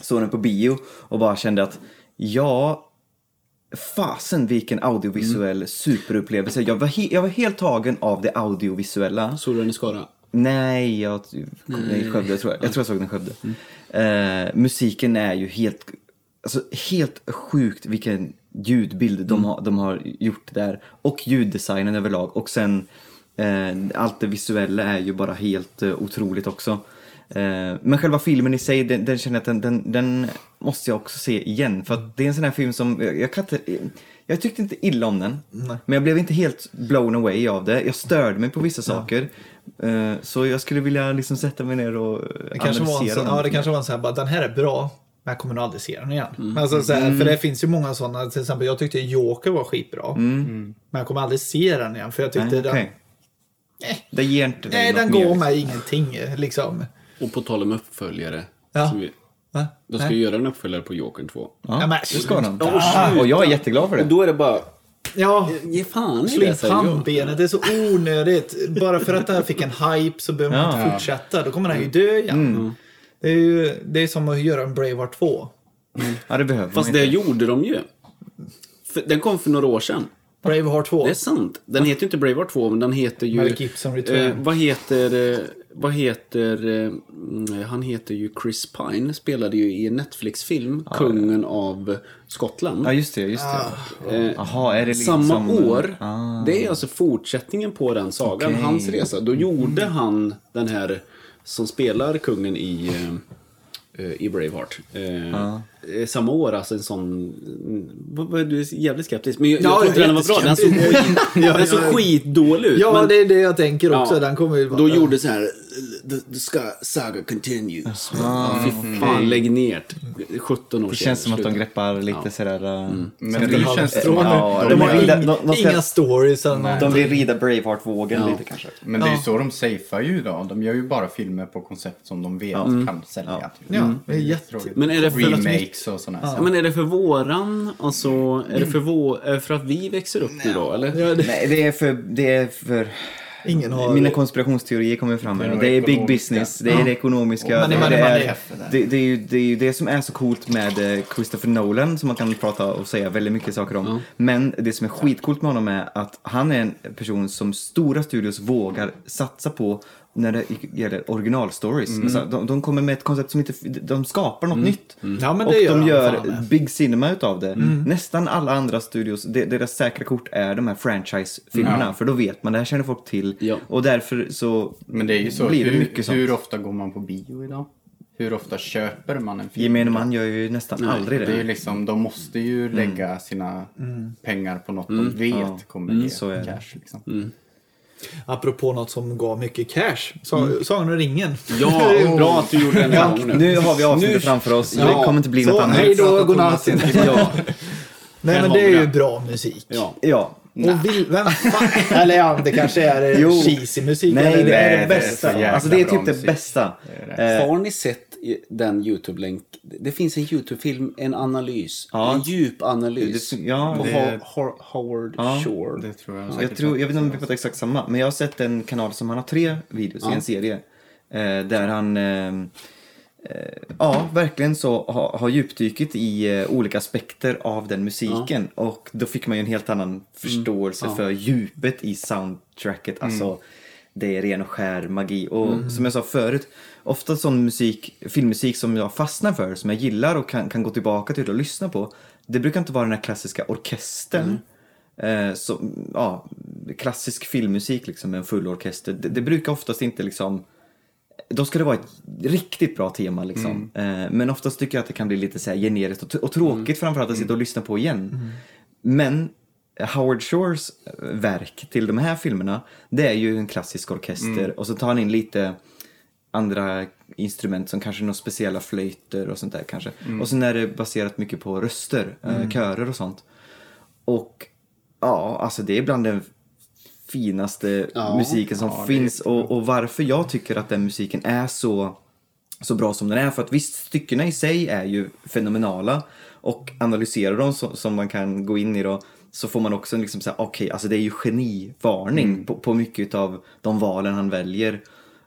Såg den på bio och bara kände att ja, fasen vilken audiovisuell superupplevelse. Jag var, he- jag var helt tagen av det audiovisuella. Såg du den i Skara? Nej, jag kom i Skövde tror jag. Jag tror jag såg den i Skövde. Eh, musiken är ju helt, alltså, helt sjukt vilken ljudbild de, har, de har gjort där. Och ljuddesignen överlag. Och sen eh, allt det visuella är ju bara helt eh, otroligt också. Eh, men själva filmen i sig, den, den känner jag att den, den, den måste jag också se igen. För att det är en sån här film som, jag, jag kan inte, jag tyckte inte illa om den. Men jag blev inte helt blown away av det. Jag störde mig på vissa saker. Eh, Så jag skulle vilja liksom sätta mig ner och Det kanske, var en analysera sån, den. ja, det kanske var en sån här, bara, den här är bra, men jag kommer nog aldrig se den igen. Alltså, så här, För det finns ju många sådana, till exempel jag tyckte Joker var skitbra. Men jag kommer aldrig se den igen, för jag tyckte Nej, den, okej. Det ger inte dig nej, den något gav mer, liksom. mig ingenting. Liksom. Och på tal om uppföljare. Ja. som vi, Va? de ska ju göra en uppföljare på Jokern 2. Ja, Ja, men- det ska den. Ah, och jag är jätteglad för det. Och då är det bara... Ja, Ge fan i slå in det, säger jag. pannbenet, det är så onödigt. Bara för att det här fick en hype så behöver man inte fortsätta, då kommer den ju dö igen. Det, är ju, det är som att göra en Braveheart 2. Ja, det behöver Fast man det inte. gjorde de ju. För, den kom för några år sedan. Braveheart 2. Det är sant. Den heter ju inte Braveheart 2, men den heter ju... Mel Gibson Return. Eh, vad heter... Eh, vad heter... Eh, mm, han heter ju Chris Pine. Spelade ju i en Netflix-film, Kungen av Skottland. Ja, just det. Just Ah, det. Eh, Jaha, är det liksom... Ah. Samma år, det är alltså fortsättningen på den sagan, hans resa. Då gjorde han den här som spelar kungen i, eh, eh, i Braveheart. Eh, Ah. eh, Samma år, alltså en sån... mm, vad- vad- Du är jävligt skeptisk, men jag, Ja, jag tror inte jag är den var bra. Den såg, skit, den såg skitdålig ut. Ja, men- det är det jag tänker också. Ja. Den kommer ju Då gjorde så här, the, the ska- saga continues. Ah, Fy fan, lägg ner. 17 år Det känns som att de sluta. greppar lite sådär... eh, Men nu känns det som Ja, att de De de har är inga, vilda- de- de ska- inga stories eller någonting. De vill rida Braveheart-vågen lite kanske. Men det är ju så de safear ju idag. De gör ju bara filmer på koncept som de vet kan sälja. typ. Ja, det är jätte... Tråkigt. Men är det för att- Remakes och sådana här Ja, saker. men är det för våran, alltså, är det för, vår, är det för att vi växer upp nu då, eller? Ja, det, Nej, det är för... Det är för... ingen har... Mina konspirationsteorier kommer fram Det är här. nog Det är big ekonomiska. business, det är det ekonomiska. Men det, det- men det, det- men är, det- det, det, är ju, det är ju det som är så coolt med eh, Christopher Nolan som man kan prata och säga väldigt mycket saker om. Men det som är skitcoolt med honom är att han är en person som stora studios vågar satsa på när det gäller originalstories. Alltså, de, de kommer med ett koncept som inte... De skapar något nytt. Ja, men och det gör de han gör fan med. big cinema utav det. Mm. Nästan alla andra studios, de, deras säkra kort är de här franchise-filmerna. För då vet man, det här känner folk till. Ja. Och därför så Men det är ju så. blir det hur, mycket sånt. hur ofta går man på bio idag? Hur ofta köper man en film? Gemene man gör ju nästan aldrig det. Mm. Det är ju liksom, de måste ju lägga sina Mm. pengar på något de vet kommer ge Mm, så är det. Mm. cash. Liksom. Apropå något som gav mycket cash. Så, Sagan om ringen. Ja, bra att du gjorde den här gången nu. Nu har vi avsnittet framför oss. Ja. Det kommer inte bli Så, något annat. hej då, godnatt. Ja, Nej, men har det vi är ju det. bra musik. ja. Ja. Och vill, vem fan... Eller ja, det kanske är Jo. eh, cheesy musik. Nej, eller, det är det det är så bästa. jävla alltså det är bra typ det musik. bästa. Eh. Har ni sett i- den YouTube-länk? Det finns en YouTube-film, en analys, en djup analys Det- ja, på det- Ho- Ho- Howard Shore. Det tror jag. Jag, tror, jag vet inte om vi pratar exakt samma, men jag har sett en kanal som han har tre videos i en serie. Eh, där han eh, Ja, verkligen så har ha djupdykt i eh, olika aspekter av den musiken och då fick man ju en helt annan förståelse för djupet i soundtracket. Alltså, det är ren och skär magi. Och som jag sa förut, ofta sån musik, filmmusik som jag fastnar för, som jag gillar och kan, kan gå tillbaka till och lyssna på, det brukar inte vara den här klassiska orkestern. Eh, så, ja, klassisk filmmusik liksom, med en full orkester, det, det brukar oftast inte liksom då ska det vara ett riktigt bra tema liksom. Eh, Men oftast tycker jag att det kan bli lite så här generiskt och, och tråkigt framförallt att sitta och lyssna på igen. Men Howard Shores eh, verk till de här filmerna, det är ju en klassisk orkester och så tar han in lite andra instrument som kanske några speciella flöjter och sånt där kanske. Och sen är det baserat mycket på röster, eh, körer och sånt. Och ja, alltså det är bland den finaste musiken som finns och, och varför jag tycker att den musiken är så, så bra som den är. För att visst, styckena i sig är ju fenomenala och analyserar dem så, som man kan gå in i då så får man också en liksom säga okej, alltså det är ju genivarning på, på mycket av de valen han väljer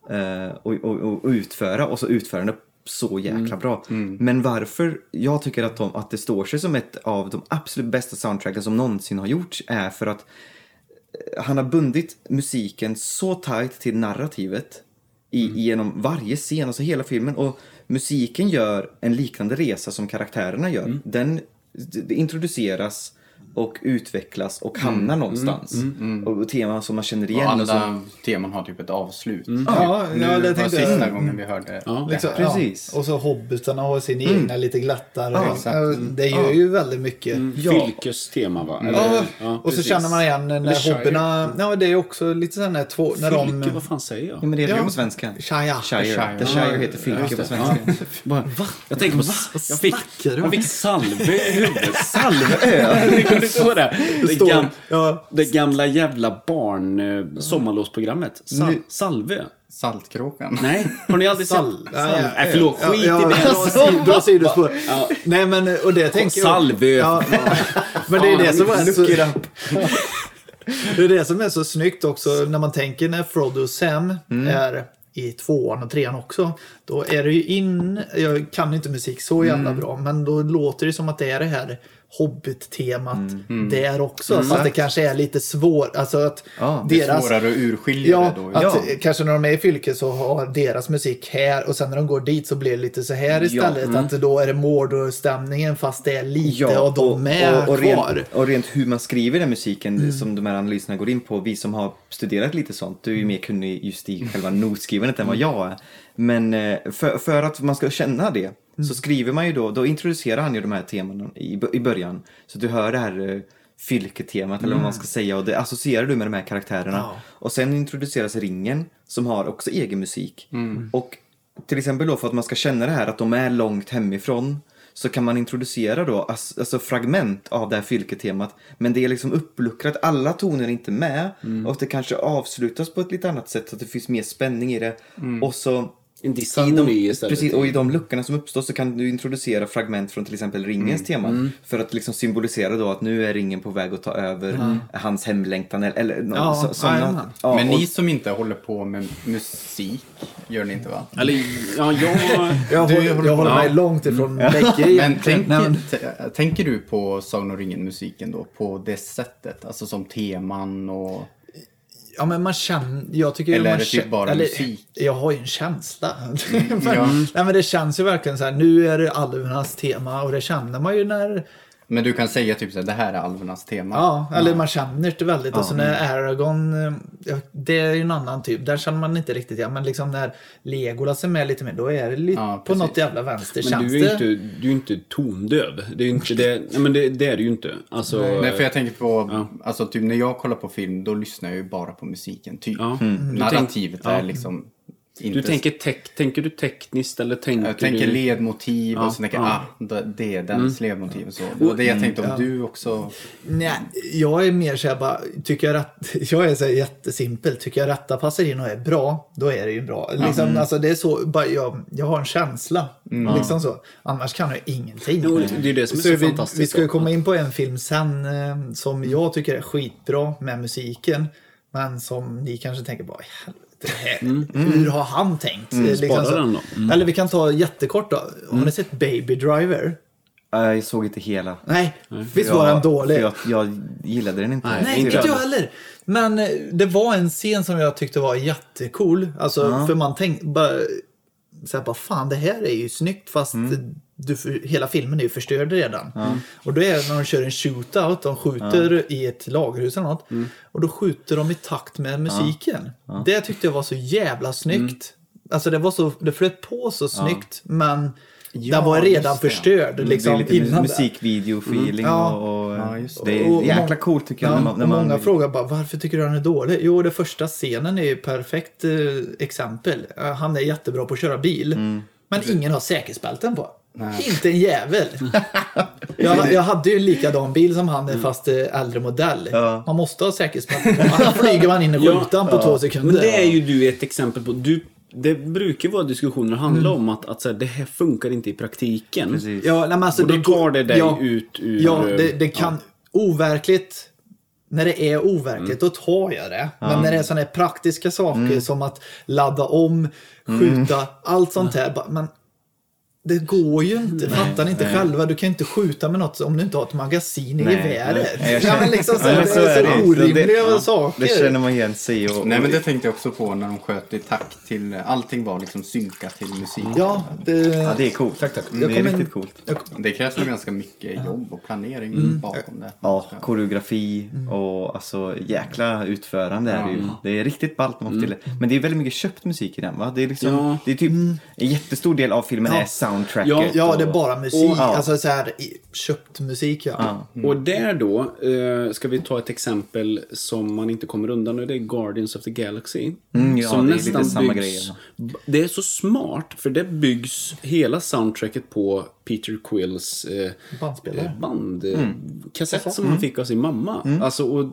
eh, och, och, och utföra och så utförande så jäkla bra. Men varför jag tycker att, de, att det står sig som ett av de absolut bästa soundtracken som någonsin har gjorts är för att han har bundit musiken så tight till narrativet i, genom varje scen, alltså hela filmen. Och musiken gör en liknande resa som karaktärerna gör. Den d- d- introduceras och utvecklas och hamnar någonstans. Och, och teman som man känner igen. Och och som- alla teman har typ ett avslut. Mm. Ja, Nu ja, det var tänkte jag. Mm. sista gången vi hörde det. Liksom, Precis. Ja. Och så hobbitarna har sin egna lite glattare. Mm. Ja, det gör ju väldigt mycket. Fylkes tema va? Mm. Eller- Ja, ja, och så precis. känner man igen när Shire. hobbyna... Ja, det är också lite sådär när två... När Fylke, de... vad fan säger jag? Ja, men det heter Ja. ju på svenska. Shire. Shire. The Shire heter fylke på svenska. Bara, Jag tänker på... Jag fick, snackar du om? jag fick salve i huvudet. Salveö! Ni kunde inte få det. Det, Står- gam, ja. det gamla jävla barn... eh, Sommarlovsprogrammet. Sal, salve. Saltkråkan. Nej, har ni aldrig sett? Sal- ja, ja. Nej, förlåt. Skit i ja, det. det. Bra sidospår. Nej, men och det tänker jag... Salvö. Ja, men det är det som är Look it så... up. Det är det som är så snyggt också när man tänker när Frodo och Sam är i tvåan och trean också. Då är det ju in, jag kan inte musik så jävla bra, men då låter det som att det är det här hobbit-temat där också. Fast det kanske är lite svårt, alltså att Ja, Det är svårare att urskilja Ja, det då. att Ja. eh, kanske när de är i fylke så har deras musik här och sen när de går dit så blir det lite så här istället. mm. Att då är det Mordor-stämningen fast det är lite av dem med och, och, kvar. Mm. rent, och rent hur man skriver den musiken som de här analyserna går in på. Vi som har studerat lite sånt, du är ju Mm. mer kunnig just i själva notskrivandet än vad jag är. Men eh, för, för att man ska känna det Mm. så skriver man ju då, då introducerar han ju de här temana i, bö- i början. Så du hör det här eh, fylketemat eller vad man ska säga och det associerar du med de här karaktärerna. Mm. Ja. Och sen introduceras ringen som har också egen musik. Mm. Och till exempel då för att man ska känna det här att de är långt hemifrån så kan man introducera då as- alltså fragment av det här fylketemat men det är liksom uppluckrat, alla toner är inte med och det kanske avslutas på ett lite annat sätt så att det finns mer spänning i det. Och så En disharmoni istället. Precis, och i de luckorna som uppstår så kan du introducera fragment från till exempel ringens tema för att liksom symbolisera då att nu är ringen på väg att ta över hans hemlängtan eller, eller nå- Ja, så, jajamän. sådana. Ja, Men och- ni som inte håller på med musik, gör ni inte va? Eller, ja, jag... Jag, Du håller, håller jag håller på. Mm. mig långt ifrån bägge Men egentligen. tänker, Nej, men- t- tänker du på Sagan om ringen-musiken då, på det sättet? Alltså som teman och... Ja, men man känner... Jag tycker ju Eller är man det typ kä- bara musik? Mm, Jag har ju en känsla. men, ja. nej, men det känns ju verkligen så här, nu är det alvernas tema och det känner man ju när... Men du kan säga typ så här, det här är alvernas tema. Ja, eller man känner det väldigt. Och så när mm. Aragorn, eh, ja, det är ju en annan typ. Där känner man inte riktigt igen. Men liksom när Legolas är med lite mer, då är det lite Ja, på precis. något jävla vänster Men känns du är ju det. inte, du är ju inte tondöv. Det är ju inte det. Nej, men det, det är du ju inte. Alltså, Nej, för jag tänker på, alltså typ när jag kollar på film, då lyssnar jag ju bara på musiken, typ. Ja. Mm. Narrativet är liksom inte... du tänker, tek, tänker du tekniskt eller tänker jag tänker du... ledmotiv och så tänker jag, ja. Mm. ah, det- det är dens ledmotiv och så. Och det jag tänkte om du också. Nej, jag är mer så här bara, tycker jag, rätt, jag är så här jättesimpel. Tycker jag rätta passar in och är bra, då är det ju bra. Liksom, Mm. alltså, det är så, bara, jag, jag har en känsla. Liksom så. Annars kan jag ingenting. Jo, det- det är det som är så vi, fantastiskt Vi ska ju då. komma in på en film sen eh, som jag tycker är skitbra med musiken. Men som ni kanske tänker bara, "I helvete, det här, Mm. hur har han tänkt? Liksom Spara så. den då. Eller vi kan ta jättekort då. Har Mm. ni sett Baby Driver? Jag såg inte hela. Nej, visst var Jag- den dålig? för Jag, jag gillade den inte. Nej, inte jag heller. Men eh, det var en scen som jag tyckte var jättecool. Alltså, för man tänkte bara, så här, bara, fan det här är ju snyggt fast du, för- hela filmen är ju förstörd redan. Och då är det när de kör en shootout, de skjuter i ett lagerhus eller något. Och då skjuter de i takt med musiken. Det tyckte jag var så jävla snyggt. Alltså det var så, det flöt på så snyggt men den var redan just det. förstörd det är liksom, lite mu- innan det. musikvideo-feeling Ja. och, och Ja, just det Och- och är jäkla mång- coolt tycker jag. Ja, när man, när och man, många frågar bara varför tycker du han är dålig? Jo, det första scenen är ju perfekt eh, exempel. Eh, han är jättebra på att köra bil. Mm. Men ingen har säkerhetsbälten på. Inte en jävel. jag, jag hade ju en likadan bil som han, är fast eh, äldre modell. Mm. Ja. Man måste ha säkerhetsbälten på. Annars flyger man in i Ja, rutan på två sekunder. Men det är ju du ett exempel på. Du, det brukar vara diskussioner handla om att, att så här, det här funkar inte i praktiken. Precis. Ja, nej, men alltså, Och då går- tar det dig ja, ut ur- Ja, det, eh, det kan... Overkligt. När det är Mm. overkligt, då tar jag det. Men när det är sådana här praktiska saker som att ladda om, Mm. skjuta, allt sånt här. bara, Men det går ju inte. Fattar ni inte själva? Du kan inte skjuta med något om du inte har ett magasin i geväret. Nej, jag Ja, känner- men liksom, så, Ja, här, men det är så det. orimliga ja, saker. Det känner man igen sig och, och Nej men det tänkte jag också på när de sköt i takt till, allting var liksom synkat till musik. Ja, det... ja, det är coolt. Mm, Jag Det är kommer- riktigt coolt. Det krävs nog ganska mycket jobb och planering bakom det. Ja, koreografi Mm. och alltså jäkla utförande är det ju. Det är riktigt ballt man får Mm. till det. Men det är väldigt mycket köpt musik i den va? Det är liksom, Ja. det är typ, en jättestor del av filmen är soundtracket. Ja, Mm. ja, det är och- bara musik. ja. Alltså så här, i- köpt musik ja. Mm. Och där då eh, ska vi ta ett exempel som man inte kommer undan och det är Guardians of the Galaxy. Mm, ja, som det är lite samma grejer. Det är så smart för det byggs hela soundtracket på Peter Quills eh, Bandspelare. eh, band, eh, Mm. kassett som han fick av sin mamma. Alltså, och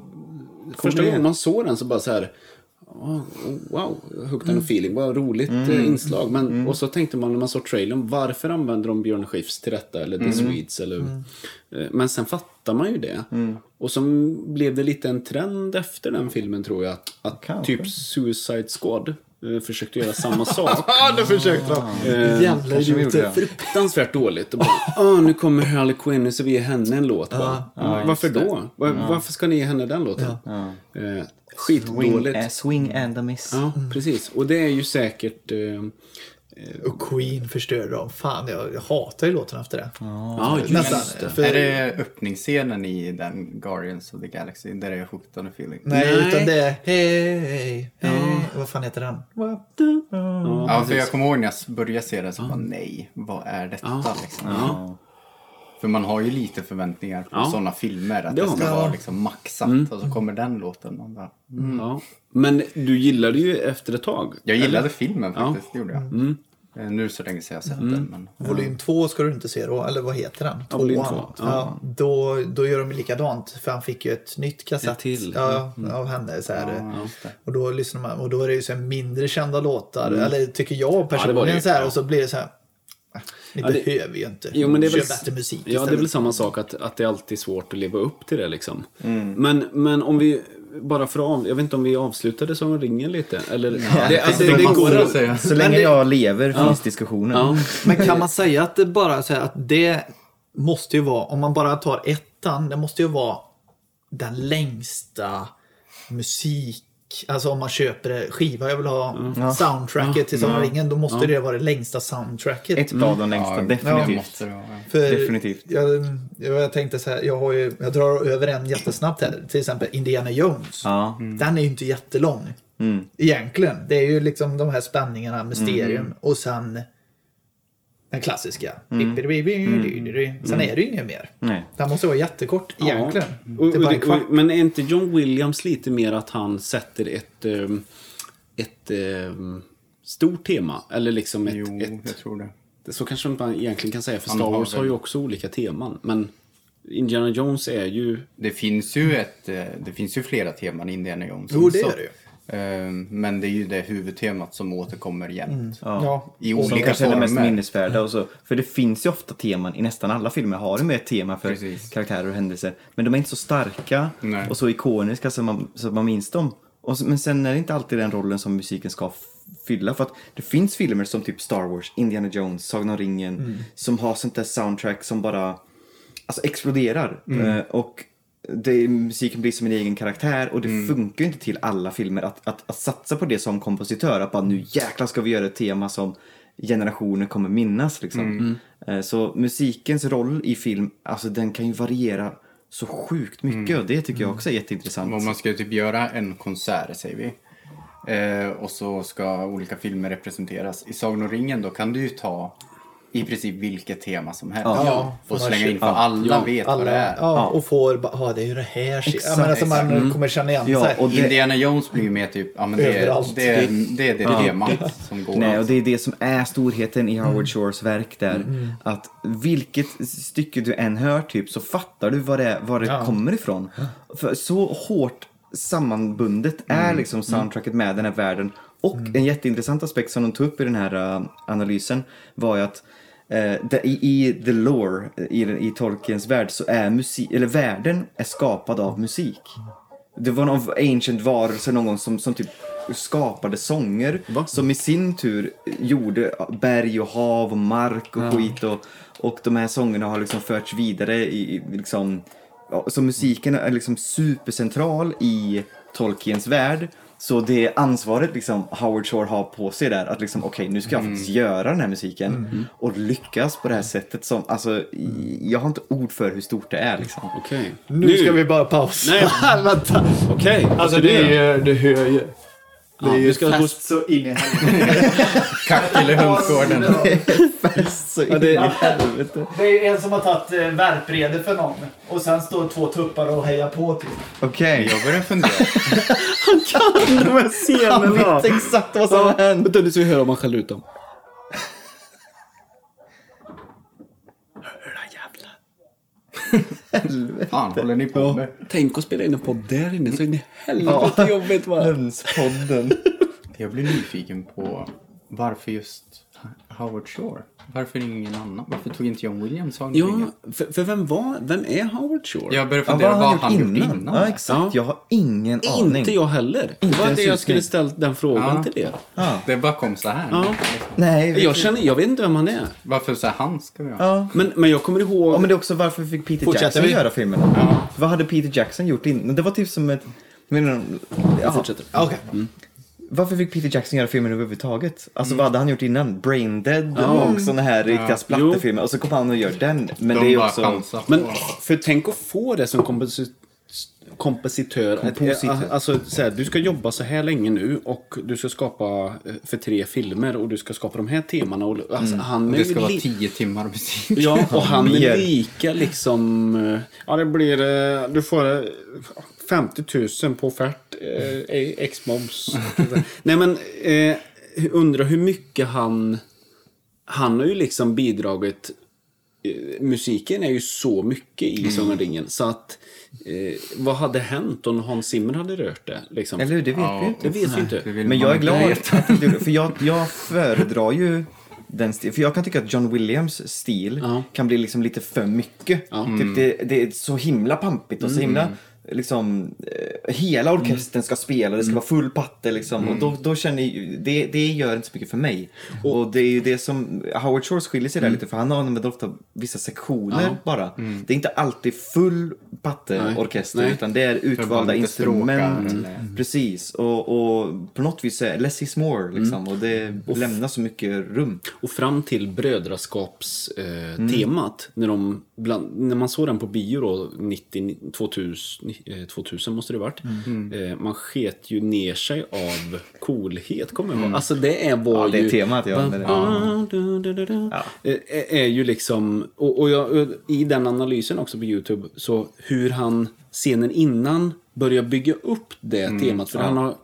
första gången man såg den så bara så här "Ah, Wow, hooked Mm. on a feeling, vad roligt eh, inslag. Men, Och så tänkte man när man såg trailern, varför använder de Björn Skifs till detta eller Mm. The Swedes? Eller, Eh, Men sen fattar man ju det. Mm. Och så blev det lite en trend efter den filmen tror jag. Att, att Kanske. typ Suicide Squad eh, försökte göra samma sak. Ja, det försökte de. Eh, Jävla kanske vi gjorde idioter. det. fruktansvärt dåligt. Och bara, "Ah, nu kommer Harley Quinn, nu ska vi ge henne en låt. Bara, Varför då? Var, Varför ska ni ge henne den låten? Eh, Swing, skitdåligt. eh, swing and a miss. Ja, precis. Och det är ju säkert... Eh, Och Queen förstörde dem. Fan, jag, jag hatar ju låten efter det. ja, just Nästan. det. För, Är det öppningsscenen i den Guardians of the Galaxy där det är Hooked on a feeling? Nej, Nej. utan det är hej, hej, hej. Vad fan heter den? Ja, för jag kommer ihåg när jag började se det så bara nej, vad är detta liksom? Ja. För man har ju lite förväntningar på sådana filmer att Det det, har ska man. vara liksom maxat och så kommer den låten. Man bara, mm. Ja. Men du gillade ju efter ett tag. Jag gillade filmen faktiskt, det gjorde jag. Eh, Nu är det så länge sedan jag sett den men Volym 2 ska du inte se då, eller vad heter den? Ja, volym Tvåan. två. Ja. Ja, då, då gör de likadant, för han fick ju ett nytt kassett Ett till. Mm. Ja, mm. av henne. Så här. och då lyssnar man, och då är det ju så här mindre kända låtar, eller tycker jag det personligen. var det ju. så här, Mm. Ja. Och så blir det så här, "Ah, ni det- behöver ju inte. Jo, men det är Kör väl, bättre musik ja, det är väl samma sak att, att det är alltid svårt att leva upp till det liksom. Mm. Men, men om vi, bara för att av, jag vet inte om vi avslutade som ringen lite. Eller, det, alltså, det, det går att säga. Så länge jag lever finns diskussionen. Ja. Men kan man säga att det bara så här, att det måste ju vara, om man bara tar ettan, det måste ju vara den längsta musik, alltså om man köper en skiva, jag vill ha soundtracket till Sagan om ringen, då måste det vara det längsta soundtracket. Ett av de längsta, det definitivt. måste det vara. För definitivt. Jag, jag, jag tänkte så här, jag, har ju, jag drar över en jättesnabbt här, till exempel Indiana Jones. Ja. Den är ju inte jättelång. Egentligen. Det är ju liksom de här spänningarna, mysterium och sen den klassiska. Sen är det ju inget mer. Nej. Den måste vara jättekort egentligen. Mm. Och, Det är bara en och, kvart. och, men är inte John Williams lite mer att han sätter ett, ehm, ett ehm, stort tema? Eller liksom ett, Jo, jag ett... tror det. Så kanske man egentligen kan säga, för Star har Wars har väl- ju också olika teman. Men Indiana Jones är ju... Det finns ju, ett, eh, det finns ju flera teman i Indiana Jones. Jo, det också. är det ju. Eh, Men det är ju det huvudtemat som återkommer jämt. Mm. Ja. I Och som olika kanske är det mest former. minnesvärda. Och så. För det finns ju ofta teman i nästan alla filmer. Har de ju ett tema för Precis. karaktärer och händelser. Men de är inte så starka Nej. och så ikoniska så man, så man minns dem. Och, så- men sen är det inte alltid den rollen som musiken ska f- fylla. För att det finns filmer som typ Star Wars, Indiana Jones, Sagan om ringen. Mm. Som har sånt där soundtrack som bara alltså, exploderar. Mm. Eh, och det, musiken blir som en egen karaktär och det funkar ju inte till alla filmer att, att, att satsa på det som kompositör. Att bara nu jäklar ska vi göra ett tema som generationer kommer minnas. Liksom. Eh, Så musikens roll i film, alltså den kan ju variera så sjukt mycket och det tycker jag också är jätteintressant. Om man ska typ göra en konsert, säger vi. Eh, och så ska olika filmer representeras. I Sagan om ringen då kan du ju ta i princip vilket tema som helst. Ja. Och slänga in för alla vet vad Alla, det är. ja, och får bara, ja det är ju det här. shit." ja, men alltså, man kommer känna igen Ja, sig. och det- Indiana Jones blir ju mer typ, ja men det, är- Överallt. det, är- det är det temat som går. Nej, och det är det som är storheten i Howard Shores verk där. Att vilket stycke du än hör typ så fattar du var det, är- var det kommer ifrån. För så hårt sammanbundet är liksom soundtracket med den här världen. Och en jätteintressant aspekt som de tog upp i den här äh, analysen var ju att eh, det- i, I the lore, i, i Tolkiens värld, så är musik, eller världen är skapad av musik. Det var någon ancient varelse någon gång som, som typ skapade sånger som i sin tur gjorde berg och hav och mark och skit och, och de här sångerna har liksom förts vidare i, i liksom, ja, så musiken är liksom supercentral i Tolkiens värld. Så det ansvaret liksom Howard Shore har på sig där, att liksom okej nu ska jag faktiskt göra den här musiken och lyckas på det här sättet som, alltså i- jag har inte ord för hur stort det är liksom. Okej. nu, ska vi bara pausa. Nej. Vänta. Okej. Alltså det är ju, du hör ju. Ja, vi ska gå... så in i helvete. Kackele Hunsgården. Så in Ja, det- i helvete. Det är ju en som har tagit eh, värprede för någon och sen står två tuppar och hejar på typ. Okej. Jag börjar fundera. Jag vet exakt vad som hände. Vänta, nu ska vi höra om han skäller ut dem. Fan, håller ni på med? Tänk att spela in en podd där inne så in i helvete jobbigt va? Hönspodden. Jag blir nyfiken på varför just Howard Shore? Varför ingen annan? Varför tog inte John Williams Sagan om Ja, ringen? för, för vem var, vem är Howard Shore? Jag börjar Ja, fundera vad han gjort innan. Ja, exakt. Ja. Jag har ingen aning. Inte jag heller. Det var ens det jag husning. skulle ställt den frågan Ja. till er. Det bara kom så här. Ja. Nej, vet Jag, du- känner, jag vet inte vem han är. Varför så här han ska vi ha? Ja. Men, men jag kommer ihåg... ja, men det är också varför fick Peter Fortsätter Jackson vi? göra filmen? Ja. Vad hade Peter Jackson gjort innan? Det var typ som ett... Jag menar, ja, Fortsätter. Okej. varför fick Peter Jackson göra filmen överhuvudtaget? Alltså vad hade han gjort innan? Brain Dead och sådana här riktiga splatterfilmer. Och så kommer han och gör den. Men det De är bara också... chansar på. Men för tänk att få det som komposi- kompositör. Kompositör. Att, alltså, så här, du ska jobba så här länge nu och du ska skapa eh, för tre filmer och du ska skapa de här temana. Och, alltså, han är det ska ju vara li- tio timmar musik. Ja, och han är Mer. lika liksom... eh, Ja, det blir... eh, Du får eh, 50 000 på offert. eh, Ex-moms. Nej, men eh, undrar hur mycket han... Han har ju liksom bidragit... eh, Musiken är ju så mycket i Sagan om ringen. Så att... Eh, vad hade hänt om Hans Zimmer hade rört det? Liksom? Eller hur? Det vet vi inte. det vet vi Det inte. vill Men man jag är inte glad veta. att du gjorde det, för jag, jag föredrar ju den stilen. För jag kan tycka att John Williams stil kan bli liksom lite för mycket. Typ det, det är så himla pampigt och så himla liksom eh, hela orkestern ska spela, det Mm. ska vara full patte liksom. Och då, då känner jag, ju- det, det gör inte så mycket för mig. Och det är ju det som, Howard Shores skiljer sig där Mm. lite för han använder ofta vissa sektioner bara. Det är inte alltid full patte orkester Nej. utan det är utvalda lite stråkar Mm. instrument. eller- Precis, och, och på något vis är less is more Mm. liksom. Och det lämnar så mycket rum. Och fram till brödraskapstemat, eh, temat, när, de bland, när man såg den på bio då, 90, 2000, eh, 2000 måste det varit. Mm. Eh, man sket ju ner sig av coolhet, kommer jag ihåg. Alltså det är var Mm. Ja, det är ju... temat, ja, men- Ah, du, du, du, du. Eh, är- Är ju liksom, och, och jag, och i den analysen också på Youtube, så hur han scenen innan börjar bygga upp det Mm. temat. För han har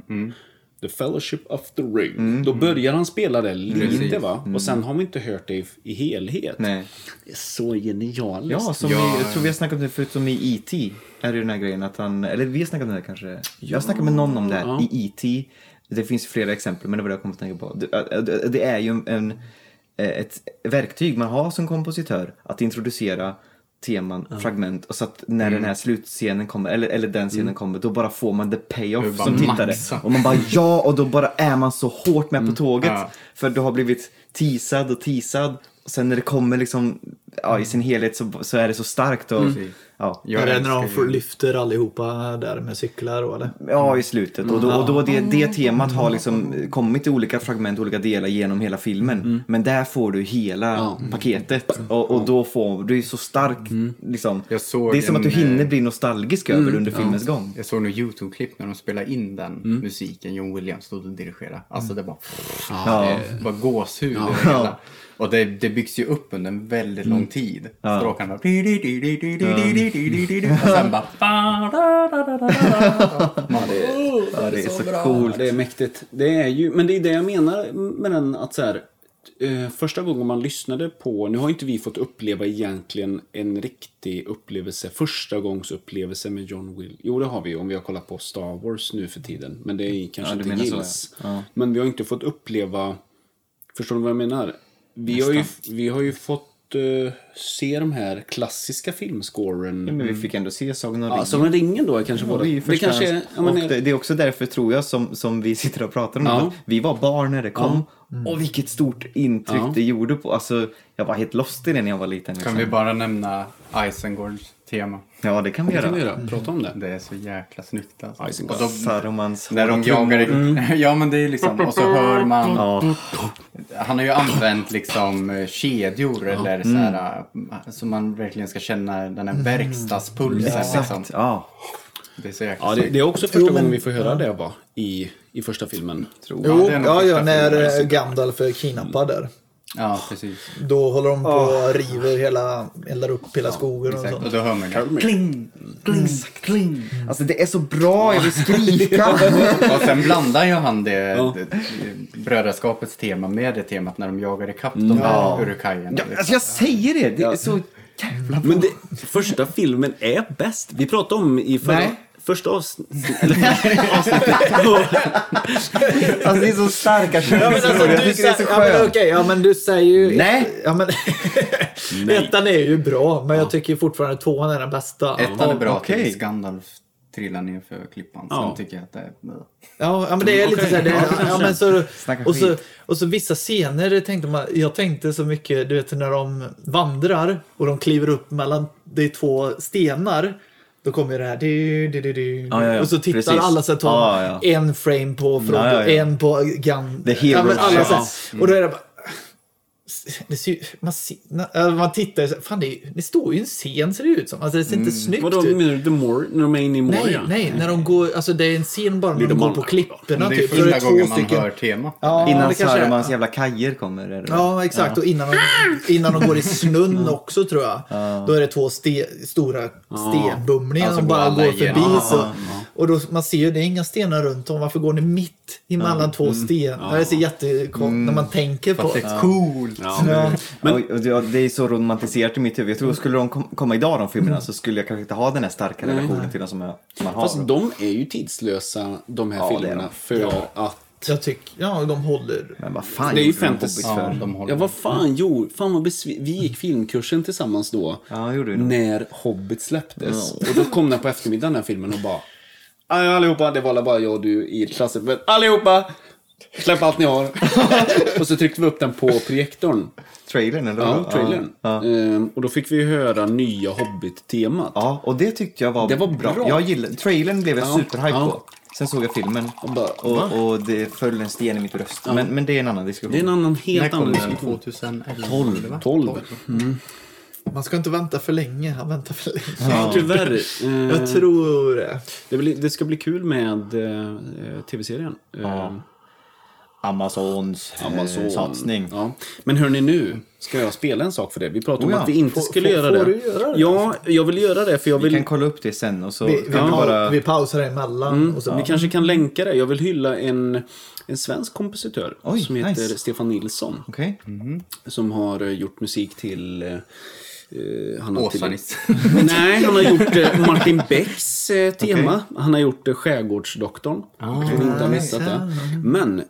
The Fellowship of the Ring. Mm. Då börjar han spela det lite va? Och sen har vi inte hört det i, i helhet. Nej. Det är så genialiskt. Ja, som Ja, vi, jag tror vi har snackat om det förut, som i E.T. Är det den här grejen att han, eller vi har snackat om det här kanske. Jag har snackat med någon om det här i E.T. Det finns flera exempel, men det var det jag kom att tänka på. Det, äh, det- det eh, är ju en, ett verktyg man har som kompositör att introducera teman, fragment och så att när Mm. den här slutscenen kommer, eller, eller den scenen kommer, då bara får man the Du payoff bara som tittare. Mm. maxar. Och man bara ja, och då bara är man så hårt med på tåget. Mm. Ja. För du har blivit teasad och teasad. Och sen när det kommer liksom, ja, i sin helhet så, så är det så starkt. Och, Mm. ja. är det när de älskar får, ju- lyfter allihopa där med cyklar och eller? Ja, i slutet. Och Mm. då, och då det, det temat har liksom kommit i olika fragment, olika delar genom hela filmen. Mm. Men där får du hela paketet. Och, och då får du är så stark. Liksom. Mm. Jag såg det är som att du en, hinner eh, bli nostalgisk över det under filmens gång. Jag såg nog YouTube-klipp när de spelade in den Mm. musiken John Williams stod och dirigerade. Alltså det var Ja. det var gåshud över hela. Och det, det byggs ju upp under en väldigt lång Mm. tid. Så då kan man... Och sen bara... Man bara Ja, det är så bra. coolt. Det är mäktigt. Det är ju, men det är det jag menar med den att så här, eh, första gången man lyssnade på, nu har ju inte vi fått uppleva egentligen en riktig upplevelse, första gångs upplevelse med John Will. Jo, det har vi ju, om vi har kollat på Star Wars nu för tiden, men det är kanske du inte menar så, gills. Men vi har ju inte fått uppleva, förstår du vad jag menar? Vi, har ju, vi har ju fått eh, se de här klassiska filmscoren. Men Mm. vi fick ändå se Sagan om Ja, ringen. som en ringen då kanske var Och det, är ju det. Det första kanske är... hans- ja, men- och det, det är också därför tror jag som, som vi sitter och pratar om det. Ja. att Vi var barn när det kom. Och vilket stort intryck Ja. det gjorde på... Alltså, jag var helt lost i det när jag var liten. Liksom. Kan vi bara nämna Isengårds tema? Ja, det kan vi Det kan vi göra. göra. Prata om det. Det är så jäkla snyggt alltså. Isengard. Och då- Sarumans När de jagar Ja men det är liksom, och så hör man. Ja, Han har ju använt liksom eh, kedjor eller så här. eh, Så man verkligen ska känna den här verkstadspulsen liksom. exakt. Ja. Det är så jäkla Ja, det, snyggt. det är också första men- gången vi får höra det va? I, i första filmen. Tror Ja, Jo, det är nog ja, ja, första filmen, när eh, alltså. Gandalf är kidnappad där. Ja, precis. Då håller de på och river hela, eldar upp hela skogen och Exakt. sånt. Och då hör man det. Kling, kling, kling. Alltså det är så bra, jag vill skrika. Och sen blandar ju han det, det, det brödraskapets tema med det temat när de jagar ikapp de här urukajerna. Ja, liksom. alltså jag säger det, det är så jävla bra. Men det, första filmen är bäst. Vi pratade om i förra... Nej. Första avsnittet, eller första avsnittet på- Alltså det är så starka Ja, men alltså, känslor, jag du, tycker det är så säger, ja, men, skönt. okej, ja, men du säger ju... Nej. Ja, men, ettan är ju bra, men jag tycker fortfarande tvåan är den bästa. Ettan är bra okej. tills Gandalf trillar ner för klippan. Sen Ja. tycker jag att det är... Ja, ja men det är lite så här, det, ja, men så, Snacka och, så, skit. och så vissa scener, det tänkte man, jag tänkte så mycket, du vet när de vandrar och de kliver upp mellan de två stenar. Då kommer det här du, du, du, du. Ja, ja, ja. och så tittar Precis. alla så här, tar Ja, en frame på Frodo, Ja, ja, ja. en på Gun. The ja, men heroes, alla, så här, ja. Och då är det bara... Det ser, ju- man, ser, när man tittar så här, fan det, är ju- det står ju en scen ser det ut som. Alltså det ser inte Mm. snyggt Vadå, ut. menar du The More? När de är inne i Nej, Moria? nej, när de går, alltså det är en scen bara när de Little går Monarch. på klipporna. Det är typ. Så det första är två gången man stycken- hör temat. Ja, Innan det kanske är- Sarumans jävla kajer kommer. Är det Ja, exakt. Och innan de, innan de går i snön också tror jag. Då är det två ste, stora stenbumlingar Alltså, som går bara alla går förbi. igenom. så, Och då, man ser ju, det är inga stenar runt om. Varför går ni mitt emellan två stenar? Det är så jättekonstigt när man tänker på Fast det är coolt. Ja. Men, och, och, det- det är så romantiserat i mitt huvud. Jag tror skulle de kom, komma idag de filmerna så skulle jag kanske inte ha den här starka relationen till dem som jag som man har. Mm. Fast de är ju tidslösa de här det är filmerna. de. För att... Jag tycker, ja de håller. Men vad fan Det är ju gjorde de fantasy. Hobbit för? Ja, de håller. Ja, vad fan gjorde... Fan vad besvi... Vi gick filmkursen tillsammans då. Ja, gjorde vi nog. när Hobbit släpptes. Och då kom den på eftermiddagen den här filmen och bara... "Aj, Allihopa, det var alla bara jag och du i klassen. Men allihopa! Släpp allt ni har. och så tryckte vi upp den på projektorn. Trailern eller? Ja, trailern. Ja. Ehm, och då fick vi höra nya Hobbit-temat. Ja, och det tyckte jag var, Det var bra. Jag gillade, trailern blev jag Ja, superhype ja. på. Sen såg jag filmen och, bara, och, det föll en sten i mitt bröst. Men, men det är en annan diskussion. Det är en annan, När helt kom annan den? diskussion. 2011? 12. Man ska inte vänta för länge. Han väntar för länge. Ja. Tyvärr. Eh, Jag tror det. Ehm, Det, blir, det ska bli kul med eh, eh, tv-serien. Eh, Amazons eh, Amazon. satsning. Ja. Men hörni nu, ska jag spela en sak för det? Vi Oh pratade om ja. att vi inte Får- skulle får- göra får det. du göra det? Ja, jag vill göra det för jag Vi vill... kan kolla upp det sen och så Vi, vi, kan pa- vi bara... vi pausar emellan. och så, Vi kanske kan länka det. Jag vill hylla en, en svensk kompositör Oj, som heter nice. Stefan Nilsson. Okej. Mm. Som har eh, gjort musik till... eh, Eh, han har till Åsa-Nisse. Nej, han har gjort eh, Martin Becks eh, tema. Han har gjort eh, Skärgårdsdoktorn. som vi inte har missat det. Men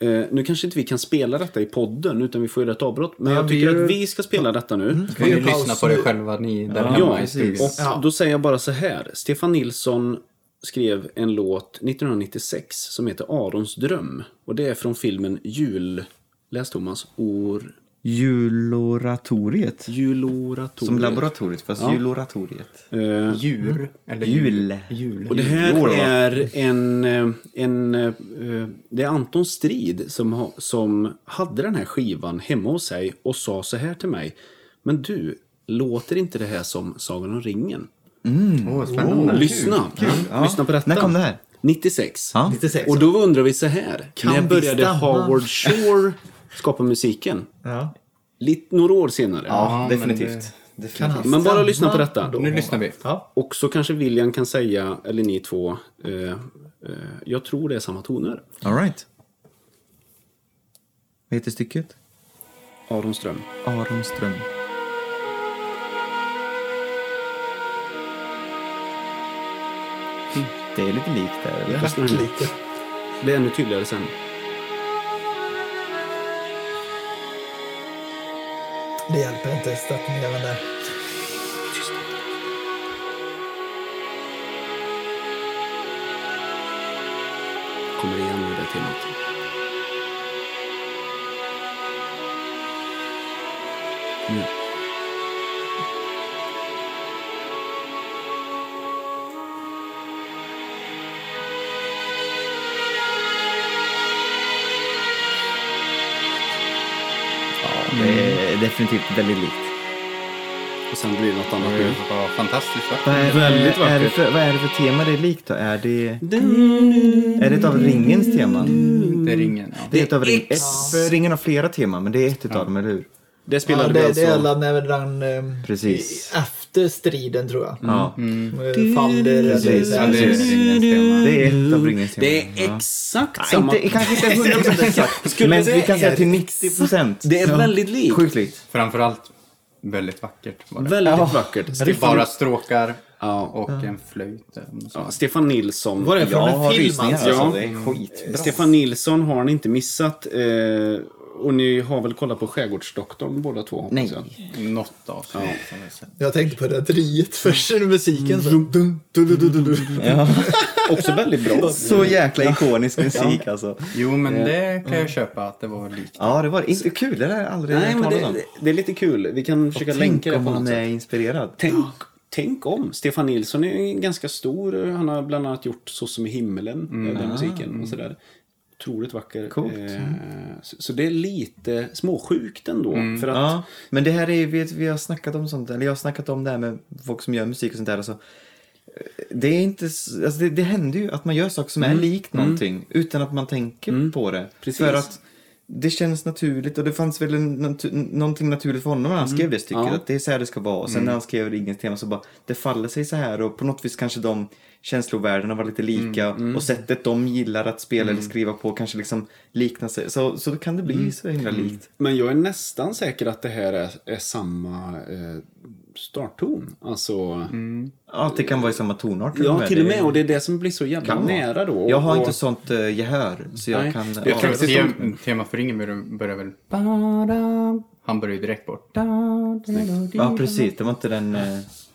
Eh, nu kanske inte vi kan spela detta i podden, utan vi får ju rätt avbrott. Men Ja, jag vi tycker gör- att vi ska spela detta nu. Kan ni Vi paus lyssna på det nu. själva ni där Ja, hemma i precis. studion? och då säger jag bara så här. Stefan Nilsson skrev en låt 1996 som heter Arons dröm. Och det är från filmen Jul... Läs Thomas. Or... Juloratoriet. Juloratoriet. Som laboratoriet, fast juloratoriet. Eh, Djur? Eller Jul. Jul. och det här Jul, va? är en... eh, en eh, eh, det är Anton Strid som, ha, som hade den här skivan hemma hos sig och sa så här till mig. Men du, låter inte det här som Sagan om ringen? Åh, spännande. Lyssna. Ja. Lyssna på detta. När kom det här? 96. Ja. 96. Och då undrar vi så här. Kan när vi började stanna? Howard Shore skapa musiken? Ja. Lite, några år senare. Ja, men definitivt. definitivt. Kan han Men bara stanna lyssna på detta. då? Nu lyssnar vi. Ja. Och så kanske William kan säga, eller ni två, eh, eh, jag tror det är samma toner. All right. Vad heter stycket? Aron Ström. Aronström. Det är lite likt där, eller? Fast nu- Lite. Det är ännu tydligare sen. Det hjälper inte stationären där. Kommer igen nu det temat. Nu. Ja, det är definitivt väldigt likt. Och sen blir det något annat nu. Det var fantastiskt va? Vad är, Väldigt vad är, det vackert. för, vad är det för tema det är likt då? Är det, är det ett av ringens teman? Det är ringen. Ja. Det är ett av ring, ett, för ringen har flera teman, men det är ett utav dem, eller hur? Det Ja, spelade vi det, alltså... det är alla när vi rann ehm, Precis. i- efter striden tror jag. Ja, Mm. Fander eller precis. så Ja, det här. är ringens tema. Det är ett av ringens teman. Det är exakt Ja, samma... inte, kanske inte 100 procent exakt, men vi kan säga till 90 procent. Det är väldigt likt. Sjukt likt. Framförallt väldigt vackert var det. Väldigt vackert. Det är bara stråkar Ja. och en flöjt. eller något sånt. Ja, Stefan Nilsson. Var det från en film alltså? Ja. Det är skitbra. Stefan Nilsson har ni inte missat. Eh, och ni har väl kollat på Skärgårdsdoktorn båda två? hoppas Nej. jag. Något av som är så. Jag tänkte på det där riet först, när musiken så. Mm. Dun, dun, dun, dun, dun, dun. Också väldigt bra. Så jäkla ikonisk musik alltså. Jo, men det kan jag köpa att det var likt. Ja, det var inte kul. Det har jag aldrig Nej, hört men talas om. det, det är lite kul. Vi kan försöka Tänk länka det om eh, på något man är sätt. inspirerad. Tänk, tänk om. Stefan Nilsson är ju ganska stor. Han har bland annat gjort Så som i himmelen, eh, den musiken och sådär. Otroligt vacker. Mm. Coolt. Mm. Eh, så, så det är lite småsjukt ändå. För att, Ja, men det här är vi, vi har snackat om sånt, eller jag har snackat om det här med folk som gör musik och sånt där. Alltså, det är inte, s- alltså det, det händer ju att man gör saker som är likt någonting utan att man tänker på det. Mm. Precis. För att det känns naturligt och det fanns väl en natu någonting naturligt för honom när han skrev det stycket. Mm. Ja. Mm. Att det är så här det ska vara. Och sen när han skrev Ringens tema så bara, det faller sig så här och på något vis kanske de känslovärdena var lite Mm. lika och sättet de gillar att spela eller skriva på kanske liksom liknar sig. Så, så då kan det bli Mm. så himla likt. Men jag är nästan säker att det här är, är samma eh, startton. Alltså, Ja, att det kan vara i samma tonart. ja till och Mm. Det med. Och det är det som blir så jävla kan vara. nära då. Jag har och, inte sånt uh, gehör, så jag Nej. kan... Jag ja. kan- Te- te- Tema för ringen börjar- börjar väl... Han börjar ju direkt bort. ja, precis. Det var inte den... eh,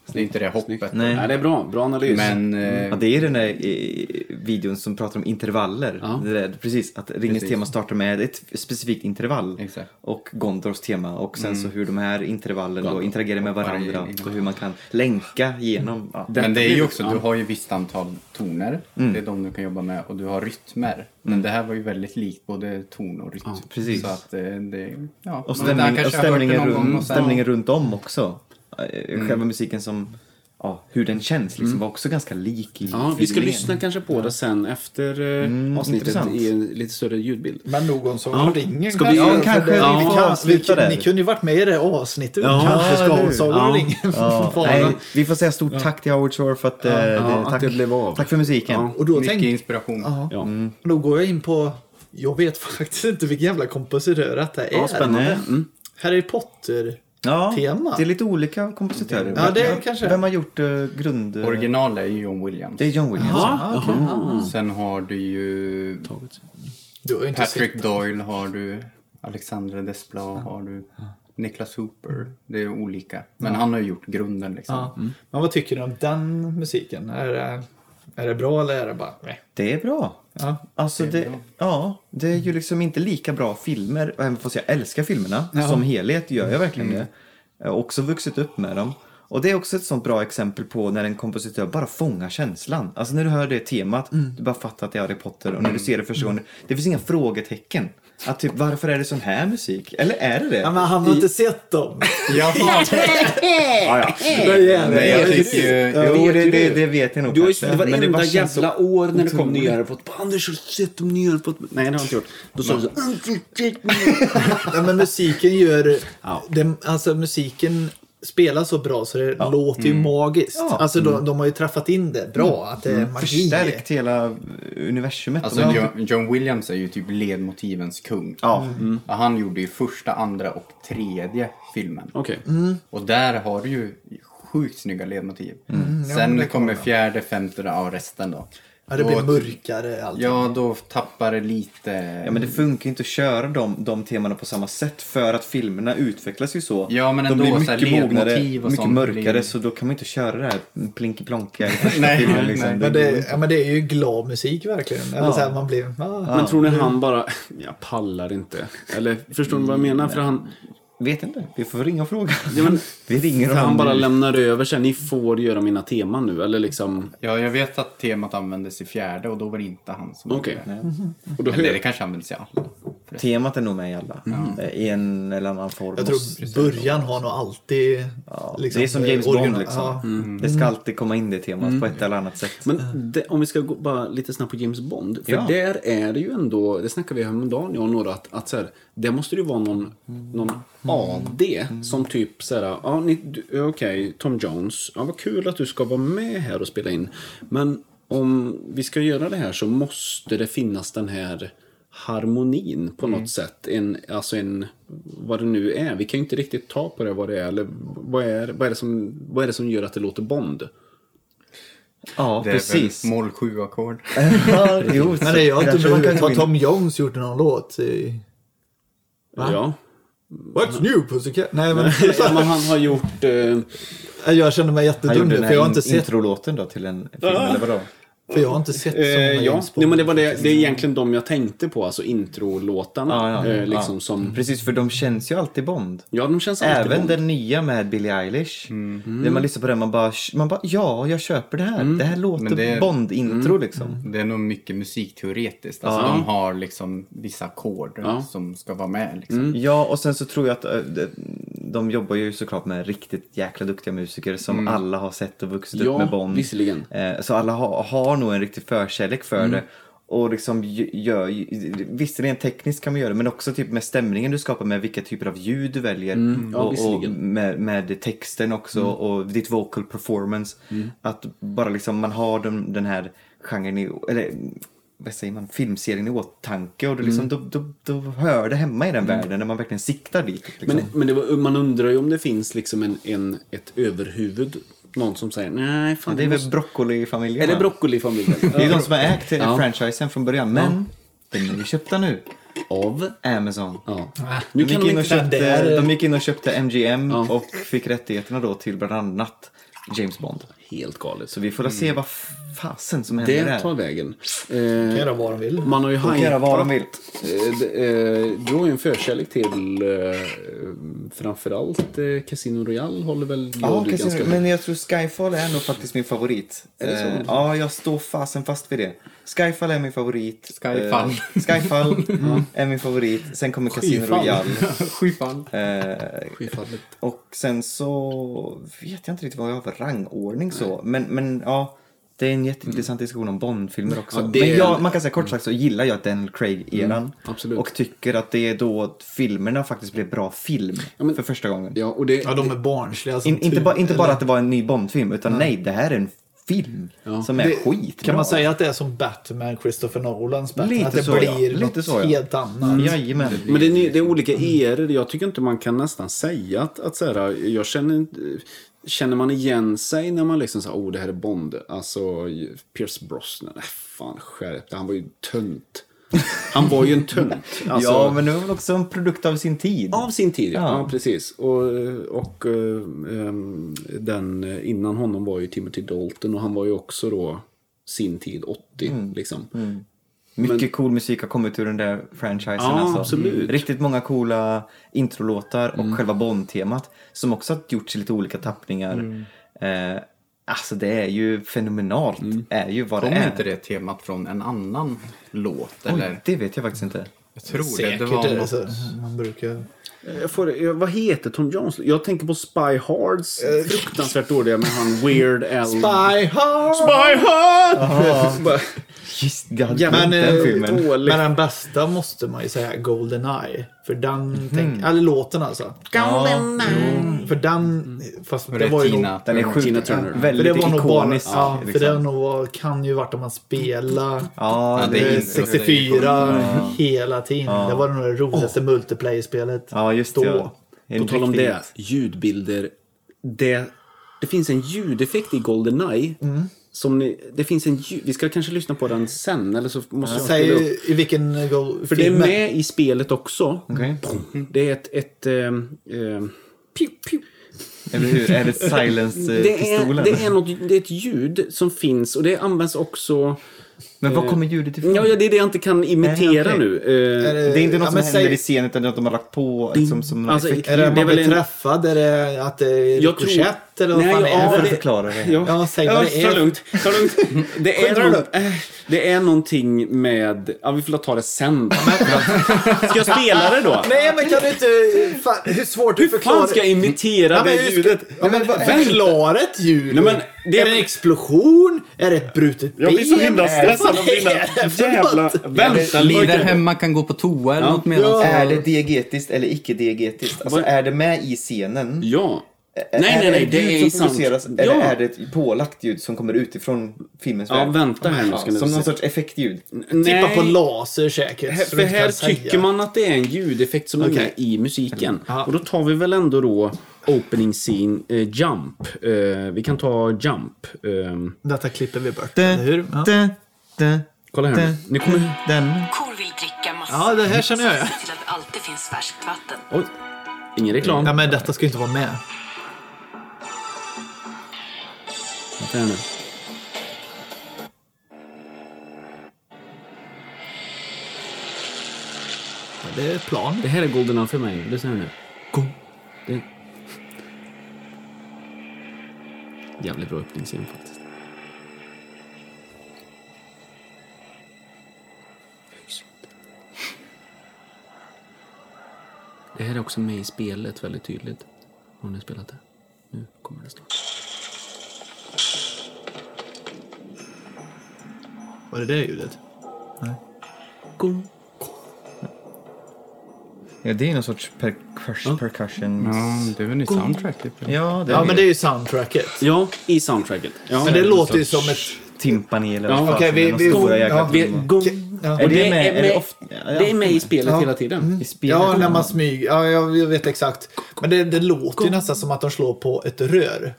Så det är inte det hoppet. nej. Nej, det är bra. Bra analys. Men eh, Ja, det är den där eh, videon som pratar om intervaller. Ja. Det där, precis, att ringens tema startar med ett specifikt intervall. Exakt. Och Gondors tema. Och sen så hur de här intervallen då interagerar med varandra. Varje- Mm. Och hur man kan länka genom. Ja. Mm. Men det är ju också, du har ju visst antal toner. Det är de du kan jobba med och du har rytmer. Men det här var ju väldigt likt både ton och rytm. precis. Så att eh, det, ja. Och, man- stämning, han kanske och har hört det stämningen, någon gång runt, och sen- stämningen runt om också. Eh, Själva musiken som, ja, hur den känns liksom, var också ganska lik i ja, vi ska feelingen. lyssna kanske på det sen efter eh, avsnittet Mm, intressant. i en lite större ljudbild. Men någon som ringer Ska vi- ja, För kanske det- vi kan ni- sluta där. Ni kunde ju varit med i det avsnittet. Ja, kanske ska eller hur? ha Sagan om Ja. ringen. Ja, Fan. nej, vi får säga stort tack till Howard Shore för att, eh, det, Ja, att tack, det blev av. tack för musiken. Ja. Och då Mycket tänkte inspiration. Ja. då går jag in på, jag vet faktiskt inte vilken jävla kompositör att det är. Ja, spännande. Mm. Harry Potter. Ja, Tema. Det är lite olika kompositörer. Ja, det Vem- kanske. Vem har gjort eh, grund... eh, Original är ju John Williams. Det är John Williams. Ja, okej. Sen har du ju Du har ju inte Patrick sett Doyle har du, Alexandra Desplat har du, Niklas Hooper. Det är olika. Men han har ju gjort grunden liksom. ja. Men vad tycker du om den musiken? Är det, är det bra eller är det bara... Nej. Det är bra. Ja. Alltså det, Ja, det är ju liksom inte lika bra filmer, även fast jag älskar filmerna som helhet, gör jag verkligen det. Jag har också vuxit upp med dem. Och det är också ett sånt bra exempel på när en kompositör bara fångar känslan. Alltså när du hör det temat, du bara fattar att det är Harry Potter och när du ser det första gången, det finns inga frågetecken. Att typ, varför är det sån här musik? Eller är det det? Ja, men han har inte sett dem. Ja, ja. Det är Nej, jag tycker ju... Jo, det, det, det vet jag nog Du har ju kanske, sett men det varenda bara känns så jävla år när det kom nya Airpod. Bara, Anders har du sett de nya Airpod. Nej, det har jag inte gjort. Då sa du så här, Ja, men musiken gör... Det, alltså musiken spelar så bra så det låter ju magiskt. Alltså de, de har ju träffat in det bra, att det är magi. förstärkt hela universumet. Alltså, Ja. John, John Williams är ju typ ledmotivens kung. Ja. Och Han gjorde ju första, andra och tredje filmen. Okej. Och där har du ju sjukt snygga ledmotiv. Sen kommer fjärde, femte och resten då. Ja, det blir Och- mörkare allt. Ja, då tappar det lite... Ja, men det funkar ju inte att köra de, de temana på samma sätt för att filmerna utvecklas ju så. Ja, men de ändå, blir så här, mycket mognare, ledmotiv och mycket sånt mörkare blir- så då kan man inte köra det här plinky-plonkiga i första Nej, filmen. nej, Liksom. nej. Men det, ja, men det är ju glad musik verkligen. Eller så här, man blir... Ah. Men tror ni han bara, jag pallar inte. Eller förstår ni vad jag menar? För han, Vet inte, vi får ringa och fråga. ja, men, Vi ringer för han honom bara nu. lämnar över sen. Ni får göra mina teman nu. Eller liksom, Ja, jag vet att temat användes i fjärde och då var det inte han som okej. gjorde det. Och då Eller det hör, kanske användes i alla. Temat är nog med i alla. Eh, I en eller annan form. Jag Måste- tror början har nog alltid... ja, liksom, det är som James Bond original- liksom. Ja. Mm. Det ska alltid komma in det temat på ett eller annat sätt. men det, om vi ska gå bara lite snabbt på James Bond. För Ja. där är det ju ändå, det snackade vi häromdagen jag och några, att, att så här, det måste ju vara någon, någon AD som typ så här, ja, ni- du- okej, Tom Jones, ja, vad kul att du ska vara med här och spela in. Men om vi ska göra det här så måste det finnas den här harmonin på något sätt. En, alltså en, vad det nu är. Vi kan ju inte riktigt ta på det vad det är. Eller vad är, vad är, det, som, vad är det som gör att det låter Bond? Ja, Det är precis. väl moll 7-ackord. Ja, jo, så Men det är ju alltid kanske man kan möjligt. gå Har in- Tom Jones gjort någon låt? I... Va? Ja. What's new Pussycat? Nej, men... ja, men han har gjort... Eh, jag känner mig Han jättedum gjorde nu, den för jag har här inte in- sett... introlåten då till en film, eller vadå? För jag har inte sett så många eh, ja, James Bond. Nej, men det, var det, det är egentligen de jag tänkte på, alltså introlåtarna. Ja, ja, ja. eh, liksom Som, Precis, för de känns ju alltid Bond. ja, Mm. de känns alltid Även Bond. den nya med Billie Eilish. När man lyssnar på den, man bara, man bara ja, jag köper det här. Mm. Det här låter Men det- Bond-intro liksom. Det är nog mycket musikteoretiskt. Alltså, De har liksom vissa ackord Ja. som ska vara med. Liksom. Ja, och sen så tror jag att eh, de- de jobbar ju såklart med riktigt jäkla duktiga musiker som alla har sett och vuxit Mm. Ja, upp med Bond. visserligen. Mm. Eh, Så alla har, har nog en riktig förkärlek för det. Och liksom ju- gör, ju- visst rent tekniskt kan man göra det men också typ med stämningen du skapar med vilka typer av ljud du väljer. Mm. ja, och och visserligen. med, med texten också Mm. och ditt vocal performance. Att bara liksom man har den, den här genren i, eller vad säger man, filmserien i åtanke och då, liksom, Mm. då, då, då hör det hemma i den världen när man verkligen siktar dit. Liksom. Men, men det var, man undrar ju om det finns liksom en, en, ett överhuvud. Någon som säger nej, fan, det är vi väl måste- broccolifamiljen? Är det va? broccolifamiljen? Det är de som har ägt eh, Ja. franchisen från början men den är ju köpta nu. Av? Amazon. Ja. De Nu gick, kan de in och inte... eh. köpte, där. de gick in och köpte MGM och fick rättigheterna då till bland annat James Bond. Helt galet. Så vi får väl se vad fasen som händer Mm. Det där. tar vägen. Eh, Kan göra vad de vill. man har ju De kan göra vad de vill. Eh, d- eh, Du har ju en förkärlek till eh, framförallt eh, Casino Royale håller väl Ja, ja, du ganska men jag tror Skyfall är nog faktiskt min favorit. Eh, ja, jag står fasen fast vid det. Skyfall är min favorit. Skyfall. Eh, Skyfall är min favorit. Sen kommer Casino Royale. Skyfall. Eh, och sen så vet jag inte riktigt vad jag har för rangordning så. Men, men ja, det är en jätteintressant diskussion om Bondfilmer också. Ja, det Men är- Mm, jag, man kan säga kort sagt så gillar jag Daniel Craig-eran. absolut. och tycker att det är då filmerna faktiskt blev bra film men- för första gången. Ja, och det, Ja, de är barnsliga. som In, inte, tur- ba, inte bara att det var en ny Bondfilm, utan nej, det här är en film som är Det- skitbra. Kan man säga att det är som Batman, Christopher Nolans Batman? Lite att det så, ja. blir Lite något så, ja. Mm. helt annat. Jajamän. Men det är, ny- det är olika eror. Jag tycker inte man kan nästan säga att, att så här, jag känner inte- Känner man igen sig när man liksom säger oh det här är Bond. Alltså Pierce Brosnan, äh, fan skärp dig. Han var ju tönt. Han var ju en tönt. Alltså, ja, men det var väl också en produkt av sin tid. Av sin tid, ja. ja precis. Och, och eh, ehm, den innan honom var ju Timothy Dalton och han var ju också då sin tid 80. Liksom. Mycket cool musik har kommit ur den där franchisen. Ja, alltså. absolut. Riktigt många coola introlåtar och själva Bond-temat som också har gjorts i lite olika tappningar. Eh, alltså det är ju fenomenalt, är ju vad det Kommer är. inte det temat från en annan låt? Oj, Eller? det vet jag faktiskt inte. Jag tror Säkert det. det alltså, Det var är det något... så. Man brukar... Jag Eh, får, jag, vad heter Tom Jones? Jag tänker på Spy Hards fruktansvärt dåliga med han Weird Al... Spy Hard! Spy Hard! Bara- Just det, jag hade Jävla glömt Men, den eh, filmen. dåligt. Men den bästa måste man ju säga Goldeneye. För den, Mhm. tänk, eller låten alltså. Goldeneye. För den, fast det var ju nog, Tina. Den är Tina sjukt, Turner. för Mm. väldigt det var nog bara, ikonisk. ja, för liksom. det var nog var, kan ju varit om man spelar Ja, det är eh, inte- 64 hela tiden. Det var nog det roligaste multiplayer-spelet. Oh. ja, just då. det. Ja. En På tal om riktig- det, ljudbilder. Det, det finns en ljudeffekt i Goldeneye. Som ni, det finns en, ljud- vi ska kanske lyssna på den sen, eller så måste jag Säg spela upp. i vilken go- För det är med i spelet också. Okej. Det är ett... ett ehm, ehm, pew, pew. Eller hur? Är det Det, är, silence-pistolen? det, är något, det är ett ljud som finns och det används också... Men var kommer ljudet ifrån? Ja, ja, det är det jag inte kan imitera okej. nu. Eh, Det är inte något Ja, som men händer säg- i scenen utan det är att de har lagt på liksom, som någon alltså, effekt. Är det Det är man väl blir en- träffad? Är det att det är Jag tror- rikoschett? Eller vad Nej, fan ja, är För det? att det- förklara det. Ja, Ja, säg vad det Ta är. lugnt. Ta lugnt. Det, är Skynda någon, dig äh, det är någonting med... Ja, vi får ta det sen. då. Ska jag spela det då? Nej, men kan du inte... Fan, hur svårt hur Fan ska jag imitera Ja, men det hur ska- ljudet? Ja, men vad- förklara ett ljud. Nej, men det- Är det en explosion? Är det ett brutet ben? Jag blir så himla Är det- stressad av Vad är det för mina jävla... något? Vänta Ni lite. där hemma kan gå på toa eller något medan. Ja. Är det diegetiskt eller icke diegetiskt? Alltså, Vad- är det med i scenen? Ja. Nej, Är- nej, är nej. Det är ljud ju som sant. produceras eller Ja. är det ett pålagt ljud som kommer utifrån filmens Ja, värld? vänta här nu ska Ja, ni som någon se. sorts effektljud. Tippa Nej. på laser säkert. Här- så För du inte här kan säga. tycker man att det är en ljudeffekt som är med i musiken. Ja. Och då tar vi väl ändå då opening scene, eh, Jump. Eh, vi kan ta Jump. Ehm, Detta klipper vi bort, eller hur? Ja. kolla här nu. Ni kommer... Kor vill dricka massa. Ja, det här känner jag, ja. Se till att det alltid finns färskt vatten. Oj. Ingen reklam. Ja, men detta ska ju inte vara med. Vänta här nu. Ja, Det är ett plan. Det här är Goldeneye för mig. Lyssna här nu. Go. Det... Jävligt bra öppningsscen faktiskt. Det här är också med i spelet väldigt tydligt. Om ni har spelat det. Nu kommer det snart. Var det det ljudet? Go. Ja, det är någon sorts percussion. percussion. Ja, det är väl nytt soundtracket? Ja, det är Ja, men det är ju soundtracket. Ja, i soundtracket. Ja. Men det låter ju som ett... timpani eller Ja, vad okej, fan, vi- någon vi- stora jäkla ja. Vi- trumma. Go. Ja. Mm. Är Och det med- är det ofta- det är med i spelet hela tiden. I spelet? Ja, när man smyger. Ja, jag vet exakt. Men det, det låter ju nästan som att de slår på ett rör.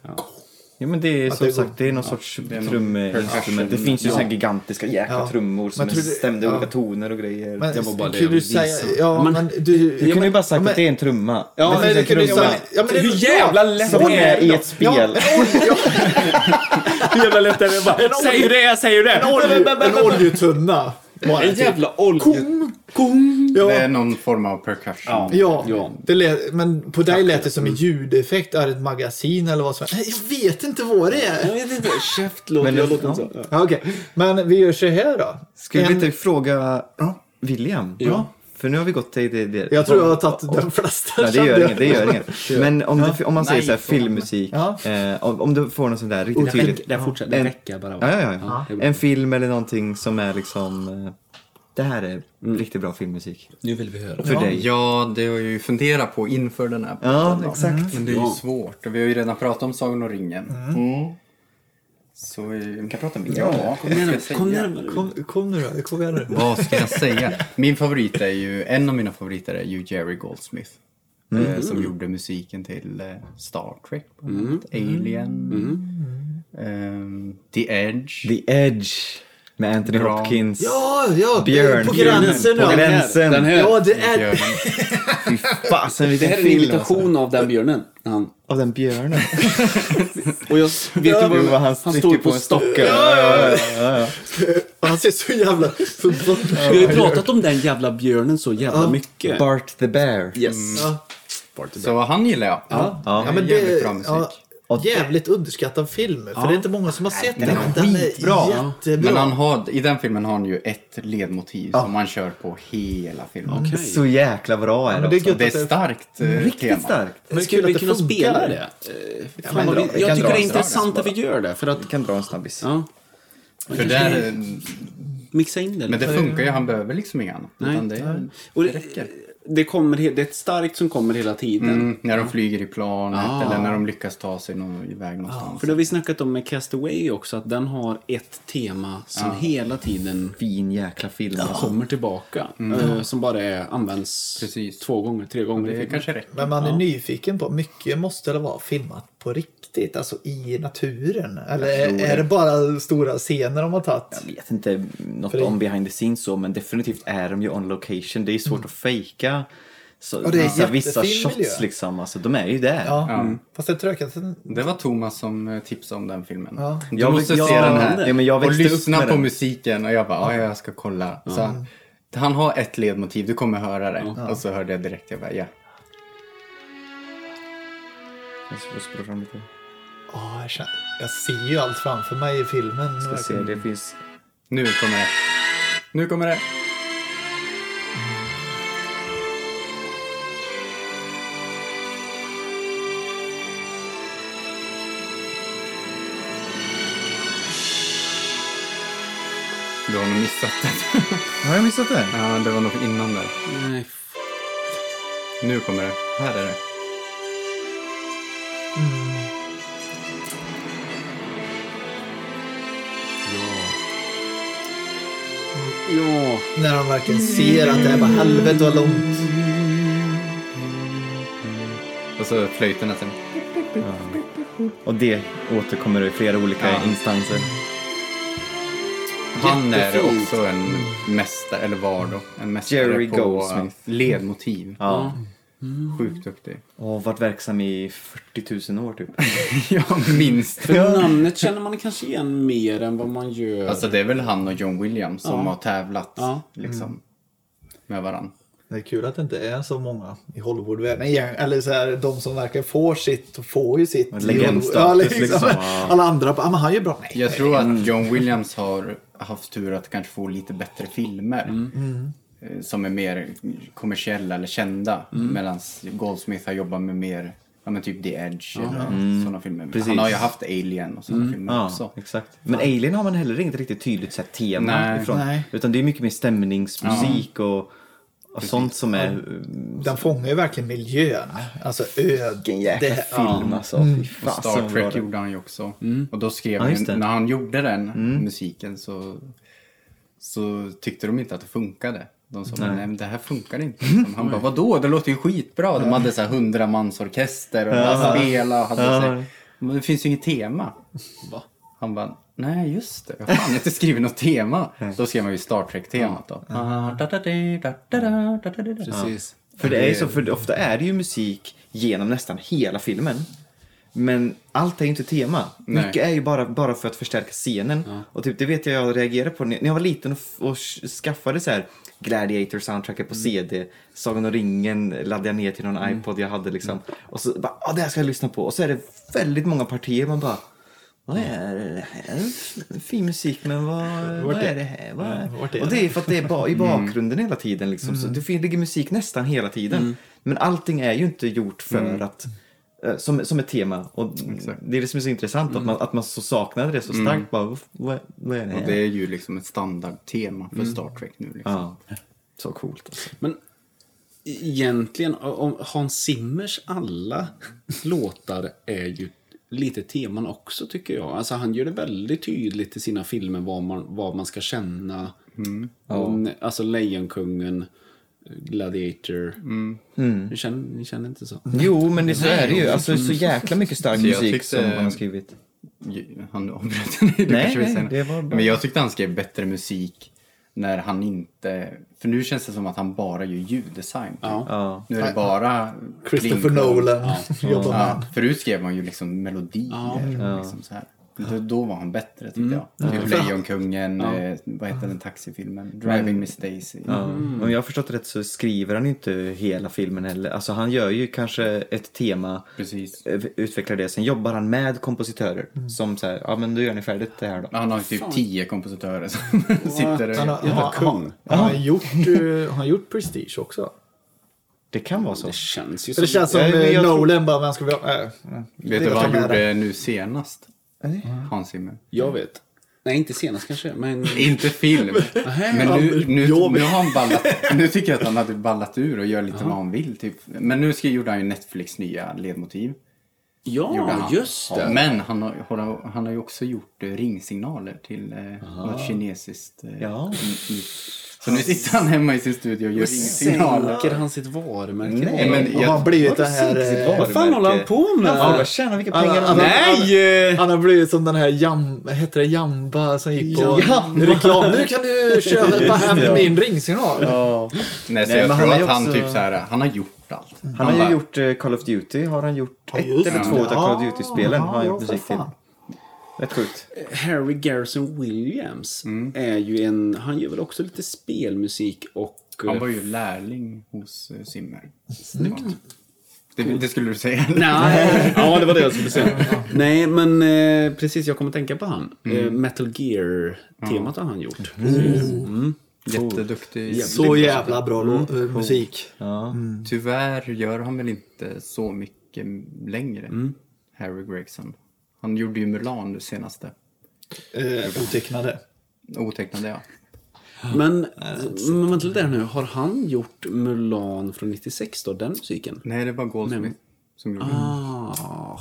Ja, men det är som det går- sagt, det är någon sorts truminstrument. Det finns ju så här gigantiska jäkla Ja. trummor som Men tror du- stämde ja. olika toner och grejer. Men, det var bara... det kan jag du ville säga, visa. ja, Men- men, du, Du kunde ju bara sagt men- att det är en trumma. Ja, men det finns en kunde ju trumma. säga... Ja, men det, Hur jävla ja, lätt Som är i Ja, ett spel. Ja, Hur jävla lätt är det? Bara, Säg hur det är, säg hur det en, olje, är! en oljetunna. Bara, En typ. jävla olje... Det är ja, någon form av percussion. ja, Ja. det lät, men på dig lät det som en ljudeffekt av ett magasin eller vad som helst. Jag vet inte vad det är. Jag vet inte, käft låter Men jag det- låter inte så. Ja, Okej, men vi gör så här då. Skulle En- vi inte fråga William? Ja. För nu har vi gått till det. det. Jag tror jag har tagit den flesta. Nej, det kände gör jag. inget, det gör inget. Men om, du, om man säger Nej, så här fråga filmmusik, Ja. eh, om om du får någon sån där riktigt tydligt. Det här fortsätter, det En- räcker bara. Ja, va? ja, ja. det blir En bra. film eller någonting som är liksom, eh, det här är riktigt bra filmmusik. Nu vill vi höra. För dig. Ja, det har jag ju funderat på inför den här podden. Ja, exakt. Men det är ju svårt och vi har ju redan pratat om Sagan och ringen. Så eh, vi kan prata mer ja, Kom närmare, kom närmare. Kom, kom nu då, kom igen nu. Vad ska jag säga? Min favorit är ju, en av mina favoriter är ju Jerry Goldsmith. Eh, som gjorde musiken till eh, Star Trek, bland annat, Alien, ehm, The Edge. The Edge. Med Anthony Bra. Hopkins. Ja, ja! Björn. På gränsen På ja. gränsen. Den här. Ja, det är... Fy fasen Det vilken här är en film, alltså. imitation av den björnen. Han, Av den björnen. och jag, vet du vad, Jo, han, han står sticker på på en stocken. Han ser så jävla förbannad Vi har ju pratat om den jävla björnen så jävla mycket. Bart the Bear. Yes. Ja, Mm. Så han gillar jag. Ja. Ja. ja, men det, Jävligt bra musik. ja, jävligt underskattad film, för det är inte många som har sett den. Den är skitbra. jättebra. Men han har, i den filmen har han ju ett ledmotiv som han kör på hela filmen. Så jävla bra är men det det är också. gött. Det är starkt eh, tema. Riktigt starkt. Men Skulle kul vi att det kunna funkar. spela det? Eh, Fan, vad dra- vi, vi jag kan tycker dra det är oss dra intressant att vi gör det. För att, Vi kan dra en snabbis. ja, För där, eh, mixa in det men lite. det funkar ju, han behöver liksom inget annat. Nej. Utan det, Och det det, räcker. det, kommer, he- det är ett starkt som kommer hela tiden. Mm, när de flyger i planet eller när de lyckas ta sig någon, iväg någonstans. För det har vi snackat om med Castaway också, att den har ett tema som Ah. hela tiden Fin jäkla film. alltså. kommer tillbaka. eh, Som bara är, används Mm. Precis. två gånger, tre gånger. Typ. i det filmen. kanske räcker. Men man är nyfiken på, mycket måste det vara filmat på riktigt, alltså i naturen? Eller tror är det bara stora scener de har tagit? Jag vet inte något det- om behind the scenes så, men definitivt är de ju on location. Det är ju svårt att fejka. Så, det är vissa, vissa jättefin shots miljö. liksom, alltså, de är ju där. Ja, fast det trökas en Det var Thomas som eh, tipsade om den filmen. Ja. Du Jag- måste jag- se den här. Ja, men jag och växte upp lyssna med på den. musiken. Och jag bara, ja, jag ska kolla. Så han, han har ett ledmotiv, du kommer höra det. Och så hörde jag direkt, jag bara, ja. Jag ska spola fram lite. Ja, jag, känner, jag ser ju allt framför mig i filmen. Jag ser, det finns... Nu kommer det. Nu kommer det. Du har nog missat den. Har jag missat det? ja, det var nog innan där. Nej, f- Nu kommer det. Här är det. ja. När de verkligen ser att det är bara helvete vad långt. Och så flöjterna sen. Och det återkommer i flera olika instanser. Han är Jättefint. också en mästare, eller var då, en mästare Jerry på eh, Goldsmith. ledmotiv. Ja. Sjukt duktig. Och varit verksam i 40 000 år typ. ja, minst. För namnet känner man kanske igen mer än vad man gör. Alltså det är väl han och John Williams som har tävlat Ja. Mm. liksom med varann. Det är kul att det inte är så många i Hollywoodvärlden. igen. Eller så här, de som verkligen får sitt, får ju sitt. i Legendstatus, Hollywood. liksom. liksom. Alla andra bara, "Ah, men han är ju bra. Nej. Jag tror att John Williams har haft tur att kanske få lite bättre filmer. Mm. eh, Som är mer kommersiella eller kända. Mm. Medan Goldsmith har jobbat med mer, ja men typ The Edge eller Mm. sådana filmer. Han har ju haft Alien och sådana filmer Ja, också. exakt. Men Alien har man heller inte riktigt tydligt sett tema Nej. ifrån. Nej. Utan det är mycket mer stämningsmusik och, och sånt som är... eh, Den fångar ju verkligen miljön. Alltså öd. Vilken jäkla Det- ja. film alltså. Fy fasen Star vad Trek bra gjorde han ju också. Och då skrev Mm. Ja, han, just ju- det. Mm. när han gjorde den musiken så, så tyckte de inte att det funkade. De sa, nej men det här funkar inte. Mm. Liksom. Han bara, vadå? Det låter ju skitbra. De hade så här hundramansorkester och alla spelade och hade så här, men det finns ju inget tema. Han bara, nej just det, jag har fan inte skrivit något tema. Då skrev man ju Star Trek-temat då. Ah, da, da, di, da, da, da, da, da, da. Precis. För det är ju så, för ofta är det ju musik genom nästan hela filmen. Men allt är ju inte tema. Nej. Mycket är ju bara, bara för att förstärka scenen. Och typ, det vet jag jag reagerade på när när jag var liten och, f- och sh- skaffade så här Gladiator-soundtracket på CD. Sagan om ringen laddade jag ner till någon iPod jag hade liksom. Och så bara, ah, det här ska jag lyssna på. Och så är det väldigt många partier man bara, vad är det här? Fin musik, men vad, vad är det här? Vad är... vart är och det är för att det är ba- i bakgrunden hela tiden. Liksom. Så det fin- ligger musik nästan hela tiden. Men allting är ju inte gjort för att eh, som, som ett tema. Och Det är det som är så intressant, att, man, att man så saknade det så starkt. Bara, "Vad- vad, vad är Mm. det Och här? det är ju liksom ett standardtema för Star Trek nu. Liksom. Mm. Ja. Så coolt. Alltså. Men egentligen, om Hans Zimmers alla låtar är ju lite teman också tycker jag. Alltså han gör det väldigt tydligt i sina filmer vad man, vad man ska känna. Mm. Om, alltså Lejonkungen, Gladiator. Mm. Mm. Ni, känner, ni känner inte så? Jo, men det, så är det ju. Alltså, så jäkla mycket stark jag musik tyckte- som han har skrivit. Han avbröt mig. Du Nej, kanske vill nej, säga något. det var bra. Men jag tyckte han skrev bättre musik när han inte... För nu känns det som att han bara gör ljuddesign. typ. Ja. Nu är det bara... Christopher pling- Nolan jobbar med. Ja, förut skrev man ju liksom melodier. Mm. och Liksom så här. Då, då var han bättre tyckte Mm. jag. Typ Lejonkungen, eh, vad hette den taxifilmen? Driving Miss Daisy. Ja. Om jag har förstått rätt så skriver han ju inte hela filmen heller. Alltså han gör ju kanske ett tema, Precis. eh, utvecklar det. Sen jobbar han med kompositörer som säger, ja men då gör ni färdigt det här då. Han har ju typ tio kompositörer som sitter Han har, och... han har, kung. han har, gjort, eh, han har gjort Prestige också. Det kan vara så. Det känns ju Så som... det känns som Ja, men eh, jag tror- Nolan bara, vem ska vi ha? Äh, Vet du vad han tar med gjorde nu senast? Hans Zimmer. Jag vet. Nej, inte senast kanske, men... Inte film. Men nu, nu, nu har han ballat, nu tycker jag att han hade ballat ur och gör lite vad han vill. Typ. Men nu ska, gjorde han ju Netflix nya ledmotiv. gjorde Ja, han. just Ja, det. Men han har, har- han har ju också gjort eh, ringsignaler till eh, något kinesiskt. Eh, Ja. i- i- Så nu sitter han hemma i sin studio och gör ringsignaler. Sänker han sitt varumärke? Nej, men Han har jag, blivit det här... eh, Vad fan håller han på med? Ja, vad tjänar vilka Han, pengar han, han Alltså, Nej! Han, han har blivit som den här jam, vad heter det, Jamba som gick på Jamba. reklam. Nu kan du köpa hem min ringsignal. nej, så Nej, men jag tror han har att han också- typ så här, han har gjort allt. Han har bara- ju gjort eh, Call of Duty, har han gjort ett just eller det. två utav Call of Ja, Duty-spelen har han ja, gjort för musik till. fan. Rätt sjukt. Harry Garrison Williams är ju en... Han gör väl också lite spelmusik och... eh, Han var ju lärling hos eh, Zimmer. Snyggt. Det, det skulle du säga? Nej. ja, det var det jag skulle säga. Nej, men eh, precis, jag kommer tänka på han. Eh, Metal Gear-temat har han gjort. Jätteduktig. Så jävla bra lå- eh, musik. Tyvärr gör han väl inte så mycket längre, Mm. Harry Gregson. Han gjorde ju Mulan det senaste. Eh, otecknade. Otecknade, ja. Men, men vänta lite där nu. Har han gjort Mulan från 96 då, den musiken? Nej, det var Goldsmith som gjorde det. Ah,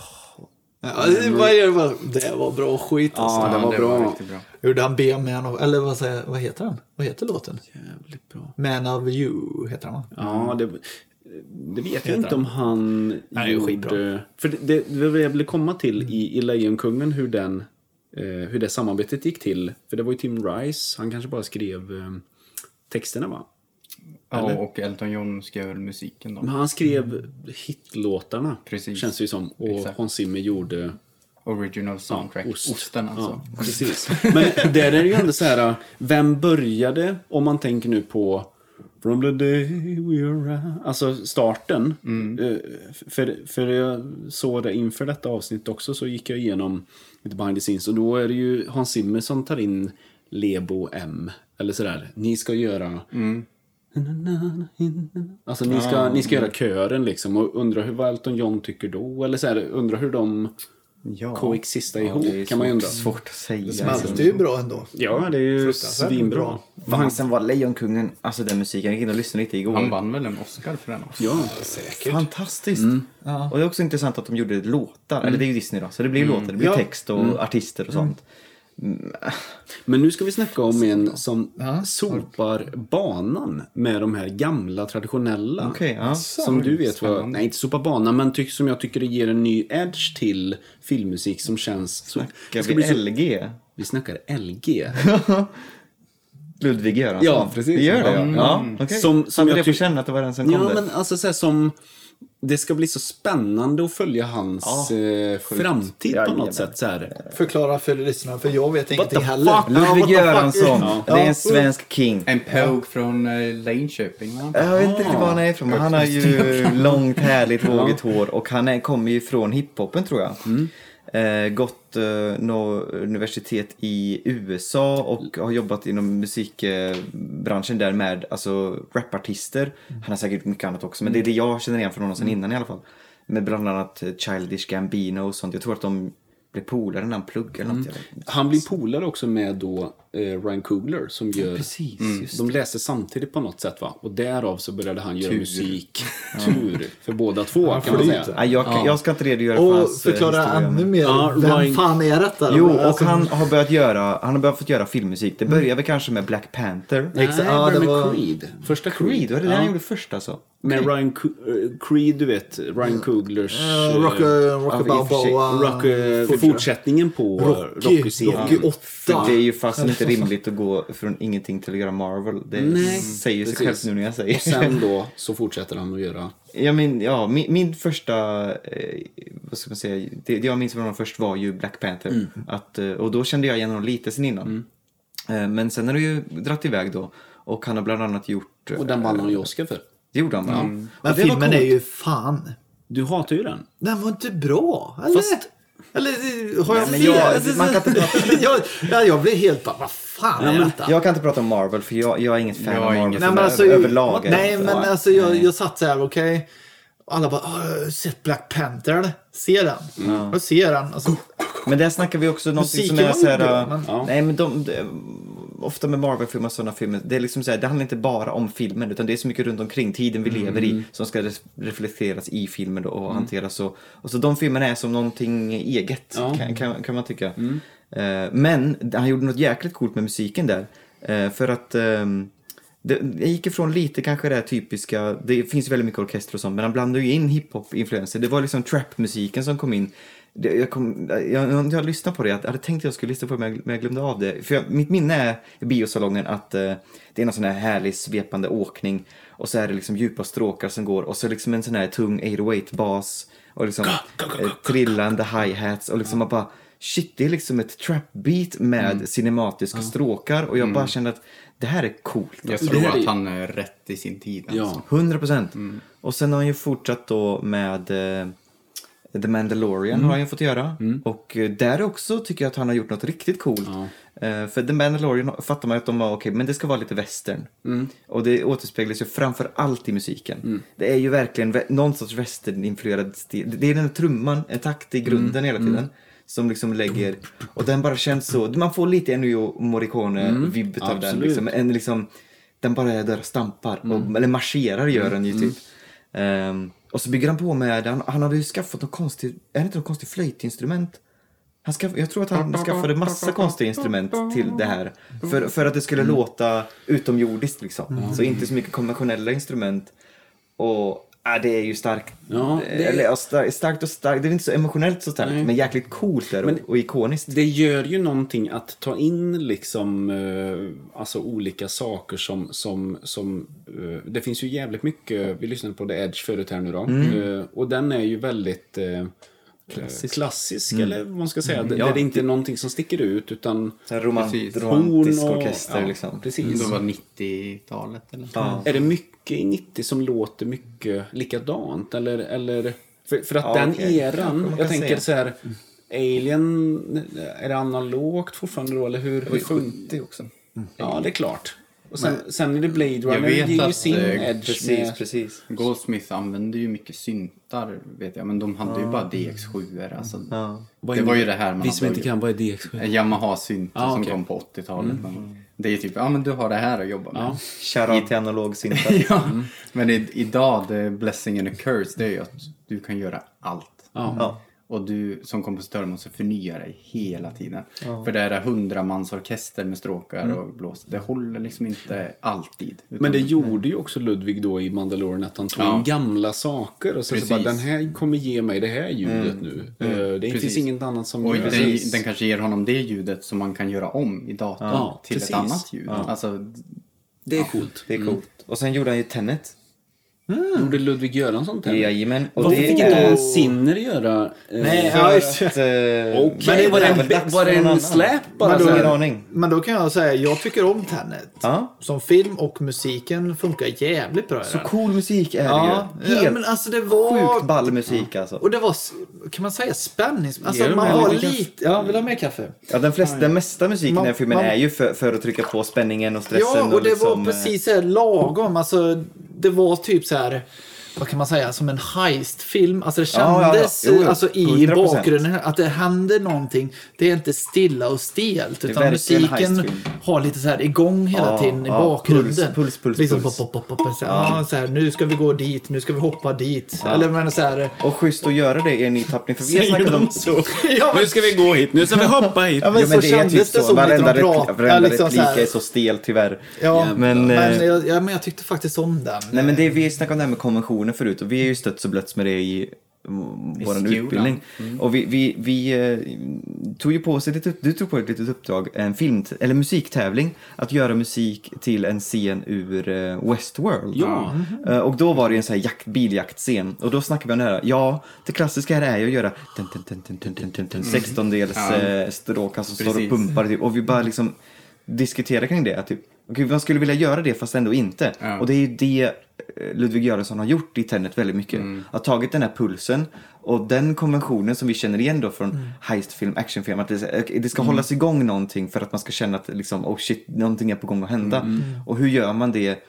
Ja, det, var, det, var, det var bra skit alltså. ja, det var det bra. var riktigt bra. Gjorde han Be Man of, eller vad, säger, vad heter den? Vad heter låten? Jävligt bra. Man of You heter den va? Ja, det, det vet jag inte om han Mm. Nej, det är skitbra. För det, det, det var det jag ville komma till i, i Lejonkungen, hur, den, eh, hur det samarbetet gick till. För det var ju Tim Rice, han kanske bara skrev eh, texterna va? Ja, och Elton John skrev väl musiken då. Men han skrev Mm. hitlåtarna, Precis. känns det ju som. Och Exakt. Hans Zimmer gjorde Original soundtrack. ost. Osten alltså. Ja, precis. Men där är det ju ändå så här, vem började, om man tänker nu på From the day we were out", Alltså starten. Mm. Eh, För, för jag såg det inför detta avsnitt också så gick jag igenom lite behind the scenes och då är det ju Hans Zimmer som tar in Lebo M. Eller sådär, ni ska göra... Mm. Alltså ni ska, Ah. ni ska göra kören liksom och undra hur, vad Elton John tycker då. Eller såhär, undra hur de Ja. koexista ihop Det är kan man ju svårt- undra. svårt att säga. Smälte ju bra ändå. Ja, det är ju svinbra. Vad han sen var Lejonkungen, alltså den musiken, jag gick in och lyssnade lite igår. Han vann väl en Oscar för den också? Ja. Fantastiskt! Mm. Och det är också intressant att de gjorde låtar, eller Mm. det är ju Disney då, så det blir ju låtar, det blir text och artister och sånt. Men nu ska vi snacka om en som sopar banan med de här gamla traditionella. Okej, ja. Som du vet vad, nej inte sopa banan, men tyck, som jag tycker det ger en ny edge till filmmusik som känns... Ska Så, det bli ska bli så- LG? vi snackar LG. Ludvig Göransson? Ja, precis. Det gör det ja. Mm. ja okej. Som- som Hade jag jag på tyck- känn att det var den som kom Ja, där. men alltså så här, som... Det ska bli så spännande att följa hans Ja, eh, framtid på Jajamän. något sätt. Så här. Förklara för lyssnarna, för jag vet ingenting the heller. fuck? Ja, what Ludvig the fuck? Göransson, Ja. det är en svensk king. En pög från eh, Linköping, va? Äh, Jag vet inte riktigt var han är ifrån, men han har ju långt härligt vågigt hår och han är, kommer ju från hiphopen tror jag. Eh, gått eh, nå universitet i USA och har jobbat inom musikbranschen där med alltså, rapartister. Han har säkert mycket annat också, men det är det jag känner igen från honom sen innan i alla fall. Med bland annat eh, Childish Mm. Gambino och sånt. Jag tror att de blev polare när han pluggade eller något. jag vet inte. Han blir polare också med då eh, Ryan Coogler som gör... Mm. Precis, just De läser samtidigt på något sätt va? Och därav så började han göra Tur. musik. Tur. För båda två kan man flyter. säga. Nej, jag, kan- jag ska inte redogöra för Och hans eh, förklara historia, men- ännu mer. Ja, Vem Ryan- fan är detta? Jo, och Alltså, han har börjat göra, han har börjat fått göra filmmusik. Det började väl kanske med Black Panther? Nej, Exakt, ja, ja, det med var- Creed. Första Creed, Creed. var det det han gjorde först alltså? Med Ryan Co- eh, Creed, du vet. Ryan Cooglers... eh, eh, Rocky, Rocky ja, i och för sig. Balboa. Rock, eh, fortsättningen på eh, Rocky, Rocky-serien. Rocky 8. För det är ju fast inte rimligt att gå från ingenting till att göra Marvel. Det säger sig precis. självt nu när jag säger Och sen då så fortsätter han att göra... Jag min, ja, min, min första, eh, vad ska man säga, det, det jag minns från honom först var ju Black Panther. Att, eh, och då kände jag igen honom lite sen innan. Eh, men sen har det ju dratt iväg då. Och han har bland annat gjort... eh, Och den vann han ju Oscar för. Det gjorde han va? Men Och det var filmen är coolt. ju fan. Du hatar ju den. Den var inte bra. Eller? Fast- Eller eh, har jag Nej, men fel? jag- Alltså, man kan jag, ja, jag blir helt bara, vad fan är detta? Jag kan inte prata om Marvel för jag, jag är inget fan Jag är av Marvel inget som Nej men alltså, över- överlag. eh, är nej, jag men inte. alltså jag, jag satt så här, okej. Alla bara, "Åh, har du sett Black Panther eller? Ser den? Jag ser den. Alltså, Men där snackar vi också någonting som Musiken är var så här... bra, äh, men- Ja. Nej, men de, de, ofta med Marvel-filmer och sådana filmer, det, är liksom så här, det handlar inte bara om filmen utan det är så mycket runt omkring tiden vi lever i som ska res- reflekteras i filmen då och hanteras. Och, och så de filmerna är som någonting eget, kan, kan, kan man tycka. Eh, men han gjorde något jäkligt coolt med musiken där. eh, för att... ehm, det, jag gick ifrån lite kanske det här typiska, det finns ju väldigt mycket orkester och sånt, men han blandade ju in hiphop-influenser. Det var liksom trap-musiken som kom in. Det, jag, kom, jag, jag, jag lyssnade på det, jag hade tänkt att jag skulle lyssna på det men jag, men jag glömde av det. För jag, mitt minne är i biosalongen att eh, det är någon sån här härlig svepande åkning och så är det liksom djupa stråkar som går och så liksom en sån här tung 808-bas och liksom eh, trillande hi-hats och liksom man bara shit, det är liksom ett trap-beat med cinematiska stråkar och jag bara kände att det här är coolt. Jag Det tror här är- att han är rätt i sin tid. Alltså. Ja. 100 procent. Och sen har han ju fortsatt då med eh, The Mandalorian har han ju fått göra. Och eh, där också tycker jag att han har gjort något riktigt coolt. Eh, för The Mandalorian fattar man ju att de var okej, men det ska vara lite western. Och det återspeglas ju framför allt i musiken. Det är ju verkligen vä- någon sorts western-influerad stil. Det är den här trumman, en takt i grunden hela tiden. Som liksom lägger, och den bara känns så, man får lite Ennio Morricone-vibbet av den. absolut. Liksom, en liksom, den bara är där och stampar, Mm. och, eller marscherar gör den ju typ. Ehm, och så bygger han på med, han, han hade ju skaffat något konstigt, är det inte något konstigt flöjtinstrument? Han skaff, jag tror att han skaffade massa konstiga instrument till det här. För, för att det skulle Mm. låta utomjordiskt liksom. Så inte så mycket konventionella instrument. Och äh, det är ju starkt. Ja, det- Eller, ja, starkt, starkt och starkt. Det är inte så emotionellt så starkt. Men jäkligt coolt där och, och ikoniskt. Det gör ju någonting att ta in liksom eh, alltså olika saker som, som, som eh, det finns ju jävligt mycket, vi lyssnade på The Edge förut här nu då, Mm. Eh, och den är ju väldigt eh, klassisk, klassisk Mm. eller vad man ska säga, där där det inte är någonting som sticker ut utan Så här romant, Precis. romantisk horn och- orkester ja, liksom. Precis. Det var 90-talet eller? Ja. Är det mycket i 90 som låter mycket likadant? Eller, eller, för, för att Ja, den okej. Kanske eran, man kan jag tänker säga. så här, Alien, är det analogt fortfarande då? Eller hur, hur funkar Det också. Ja, det är klart. Och sen, sen är det Blade Runner, vet ger ju att, sin eh, edge Precis, med... precis. Goldsmith använde ju mycket syntar, vet jag. Men de hade ju bara DX7. Alltså, Vad Det är- var ju det här man Vi som hade- inte kan, vad är DX7? En Yamaha-synt Ah, som okej. Mm. kom på 80-talet. Men Det är typ, ja men du har det här att jobba med. Shoutout till analog syntar. Ja. Men i, idag, det blessing and a curse, det är ju att du kan göra allt. Ja. Och du som kompositör måste förnya dig hela tiden. För det är hundramansorkester med stråkar och blås. Det håller liksom inte alltid. Utan Mm. Men det gjorde ju också Ludvig då i Mandalorian att han tog Ja. in gamla saker och sen så Precis. bara den här kommer ge mig det här Mm. ljudet nu. Eh, Det finns Precis. inget annat som Och gör den, det. den kanske ger honom det ljudet som man kan göra om i datorn Ja, till precis. ett annat ljud. Alltså, Det är coolt. Det är Mm. coolt. Och sen gjorde han ju Tenet. Mm. Gjorde Ludvig Göransson det? Jajamän. Och Varför det fick inte är... han Sinner göra? eh, Nej, ja, just det. Okej, Men det var, en, var det en släp bara? Hade så här? ingen aning. Men då kan jag säga, jag tycker om Tenet. Ja. Som film och musiken funkar jävligt bra i Så den. cool musik är Ja, det ju. Helt ja, men alltså det var... sjukt ball musik alltså. Och det var, s- kan man säga spänning? Alltså Ger du man mig har lite kaffe? lite... Ja, vill du ha mer kaffe? Ja, den, flesta, den mesta musiken i den här filmen Man- man- är ju för, för att trycka på spänningen och stressen. Ja, och det liksom, var eh, precis så här lagom. Alltså, det var typ så här... vad kan man säga, som en heistfilm. Alltså det Ja, ja, ja. kändes Jo, jo. Alltså, i 100%. bakgrunden att det händer någonting. Det är inte stilla och stelt utan verkligen musiken heistfilm. har lite så här igång hela Ja, tiden i ja. bakgrunden. Puls, puls, puls, liksom, puls. Pop, pop, pop, pop, så här, ja. så här, nu ska vi gå dit, nu ska vi hoppa dit. Eller men så här, Och schysst att göra det i en tappning för vi har snackat om... så? ja, men, Nu ska vi gå hit, nu ska vi hoppa hit. ja, men Jo, så kändes det som lite typ Varenda, de repli- pratade. varenda liksom, så replik här. är så stel tyvärr. Ja, men, Men, eh, jag, ja, men jag tyckte faktiskt om den. Nej men det, vi snackade om det här med konventioner förut och vi är ju stött och blötts med det i mm, vår skolan. utbildning. Och vi, vi, vi eh, tog ju på oss ett litet, du tog på dig ett litet uppdrag, en film, eller musiktävling, att göra musik till en scen ur eh, Westworld. Ja. Eh, Och då var det en sån här jakt, biljaktscen och då snackade vi om det här, ja, det klassiska här är ju att göra dun, dun, dun, dun, dun, dun, dun, dun, 16-dels eh, stråkar som står och Precis. pumpar typ. och vi Mm. bara liksom diskuterade kring det, att typ, okej, man skulle vilja göra det fast ändå inte. Ja. Och det är ju det eh, Ludvig Göransson har gjort i Tenet väldigt mycket. Mm. Har tagit den här pulsen och den konventionen som vi känner igen då Mm. från heistfilm, actionfilm, att det, eh, det ska hållas igång någonting för att man ska känna att liksom, oh shit, någonting är på gång att hända. Mm. Och hur gör man det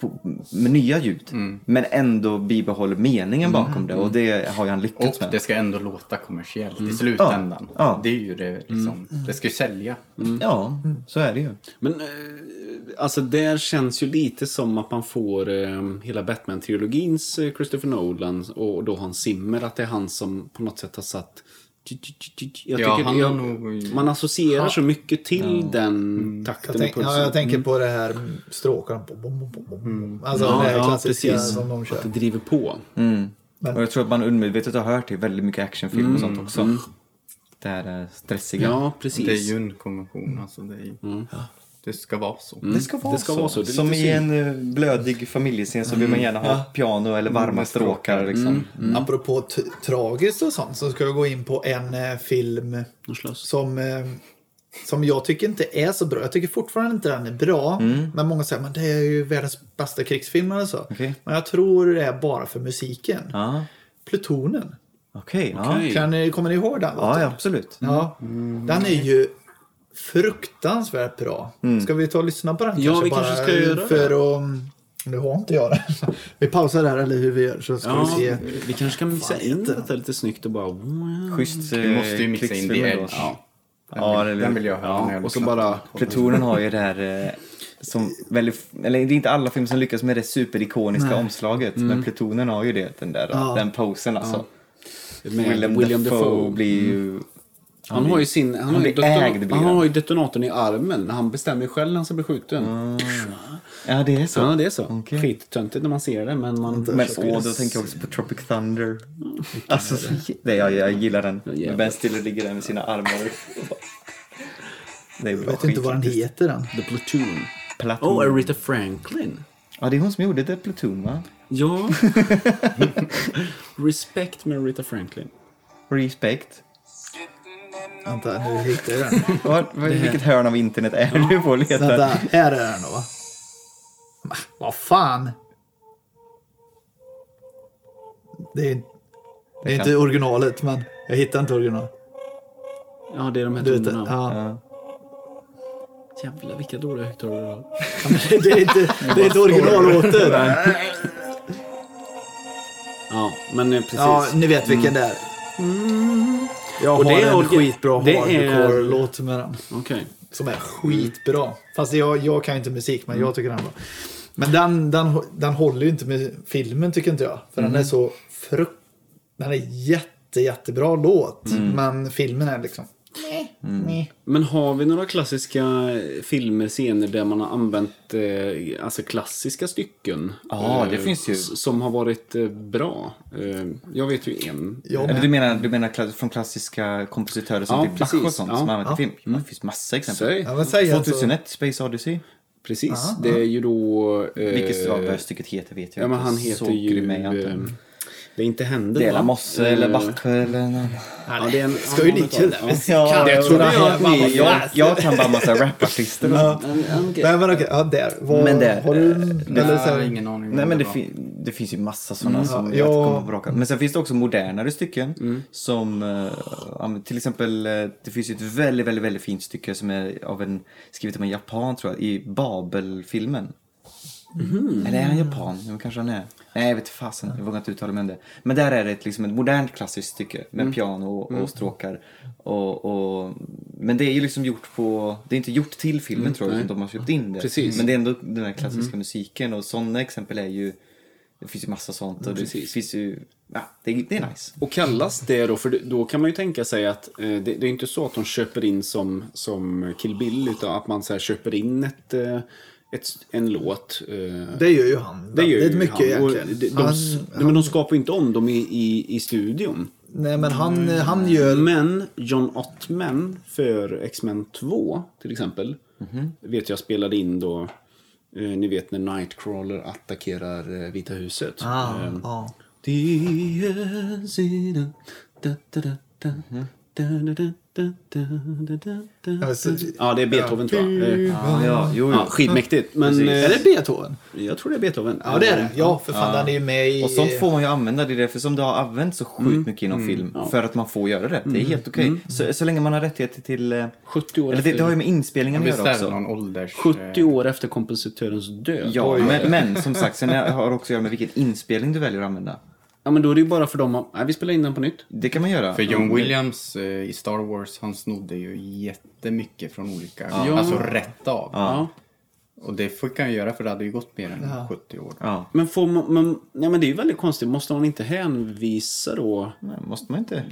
på, med nya ljud, Mm. men ändå bibehåller meningen bakom det och det har ju han Och lyckats med. det ska ändå låta kommersiellt i slutändan. Ja, ja. Mm. Det är ju det liksom. Det ska ju sälja. Ja, Mm. så är det ju. Men eh, alltså där känns ju lite som att man får eh, hela Batman-trilogins eh, Christopher Nolan och då Hans Zimmer, att det är han som på något sätt har satt jag Ja, tycker- han har jag- nog- Mm. Man associerar så mycket till den takten Jag, tänk, och ja, pulsen. jag tänker på det här stråkarna. Bom, bom, bom, bom, bom. Alltså Ja, det här ja, klassiska precis. som de kör. Att det driver på. Mm. Och jag tror att man undermedvetet har hört det i väldigt mycket actionfilm och sånt också. Det här eh, stressiga. Ja, precis. Det är ju en konvention. Alltså, det, är ju, det ska vara så. Det ska vara Det ska så. vara så, det är Som lite i en eh, blödig familjescen så vill man gärna ha piano eller varma stråkar. Liksom. Apropå t- tragiskt och sånt så ska jag gå in på en eh, film som, eh, som jag tycker inte är så bra. Jag tycker fortfarande inte den är bra. Men många säger att det är ju världens bästa krigsfilm eller så. Okej. Men jag tror det är bara för musiken. Ja, Plutonen. okej. Okej. Kan ni, kommer ni ihåg den? Ja. ja, ja, absolut. Ja, Mm. den är ju fruktansvärt bra. Ska vi ta och lyssna på den Ja, kanske? vi bara kanske ska göra för att... Nu har inte jag den. Vi pausar där eller hur vi gör så ska vi Ja, se. vi kanske kan mixa in detta lite snyggt och bara... Schysst Du måste ju mixa in The Edge. Ja. Den, Ja, det är vill, det. den vill jag höra när jag Och så lyssnar. bara... Plutonen har ju det här eh, som väldigt, eller det är inte alla filmer som lyckas med det superikoniska omslaget men Plutonen har ju det, den där, Ja. den posen alltså. Med William, Dafoe, blir ju... Han har ju sin... Han, har, ju blir deton- ägd, blir han han. har ju detonatorn i armen. Han bestämmer ju själv när han ska bli skjuten. Ja, det är så. Ja, det är så. Ah. Okej. Skittöntigt när man ser det, men man... Men åh, då tänker jag också på Tropic Thunder. Alltså, så, nej, jag, jag gillar den. jävlar. Men Ben Stiller ligger där med sina armar upp. Det är bra Jag vet inte vad den heter den. The Platoon. Platoon. Oh, Aretha Franklin. Ja, det är hon som gjorde The Platoon, va? Ja. Respect med Aretha Franklin. Respect. Vänta, nu hittar jag den. Var, var, vilket hörn av internet är du på och Vänta, letar? här är den då. Va, Vad fan? Det är, det är kan- inte originalet, men jag hittar inte originalet. Ja, det är de här Du vet, tonerna. ja. Jävlar, vilka dåliga högtalare du har. Det är inte, det är inte originallåten. Ja, men eh, precis. Mm. Ja, ni vet vilken det är. Jag Och har det är en orgi- skitbra det är- hardcore-låt med den. Okej. Som är skitbra. Fast jag, jag kan ju inte musik, men Mm. jag tycker den är bra. Men den, den, den håller ju inte med filmen tycker inte jag. För Mm. den är så frukt... Den är jätte, jättebra låt. Mm. Men filmen är liksom... Nej. Men har vi några klassiska filmer, scener där man har använt eh, alltså klassiska stycken? eh, Ja, det finns ju. s- Som har varit eh, bra. Eh, jag vet ju en. Jag Eller med. du menar, du menar kla- från klassiska kompositörer som Ja, typ Bach och precis. sånt Ja. Mm. som använt i film? Ja, det finns massa exempel. Säg. Ja, men säg alltså. 2001, Space Odyssey. Precis. det är ju då... Eh, Vilket av stycket heter vet jag Ja, men han Så heter ju... grym är jag inte. eh, Det är inte händer Dela va? Mosse Eh, eller Bach eller någon. Ja, det är en, Ska ju ni kunna. Ja, det tror jag. jag, jag, jag kan bara massa rapartister. Ja. Nej men okej, ja, där. Vad, Men det- har du Nej, eller, så jag har här, ingen aning om Nej men det, var. fin- det finns ju massa sådana som Ja, jag jag- inte kommer på raka. Men sen finns det också modernare stycken som eh, ja, men till exempel eh, det finns ju ett väldigt, väldigt, väldigt fint stycke som är av en skrivet av en japan tror jag i Babelfilmen. Mm. Eller är han japan? Jo, kanske han är. Nej, jag vet fasen. Jag vågar inte uttala mig om det. Men där är det ett, liksom ett modernt klassiskt stycke med Mm. piano och, och stråkar. Och, och, men det är ju liksom gjort på... Det är inte gjort till filmen tror jag, utan de har köpt in det. Mm. Precis. Mm. Men det är ändå den här klassiska musiken och sådana exempel är ju... Det finns ju massa sånt och det finns ju... Ja, det, är- det är nice. Och kallas det då, för då kan man ju tänka sig att eh, det, det är inte så att de köper in som, som Kill Bill, utan att man så här köper in ett, eh, ett, en låt. eh, Det gör ju han. det gör väldigt ju mycket han. Och egentligen. de, de, han, nej, men de skapar ju inte om dem i, i, i studion. nej, men han, han gör... Men John Ottman för X-Men 2 till exempel. Mhm. Vet jag spelade in då. Eh, ni vet när Nightcrawler attackerar eh, Vita huset. Ah, Ehm, ah. Alltså, Ja, det är Beethoven tror jag. Eh, Ja, ja, jo, Ja, jo. skitmäktigt. Men Är eh, det Beethoven? jag tror det är Beethoven. Ja, det är det. Ja, för fan, han är ju med i... Och sånt får man ju använda, det är därför som det har använts så sjukt mycket inom film. För att man får göra det. Det är helt okej. Så, så länge man har rättigheter till... eh, 70 år Eller det, det har ju efter, med inspelningen att Visst göra är det också. någon ålders... eh, 70 år efter kompositörens död. Ja, men, men som sagt, sen har det också att göra med vilken inspelning du väljer att använda. Ja, men då är det ju bara för dem att... Nej, vi spelar in den på nytt. Det kan man göra. För John Williams eh, i Star Wars, han snodde ju jättemycket från olika, Ja. alltså rätt av. Ja. Och det fick han ju göra för det hade ju gått mer än 70 år. Ja, Men får man... Men, nej, men det är ju väldigt konstigt. Måste man inte hänvisa då? nej, måste man inte.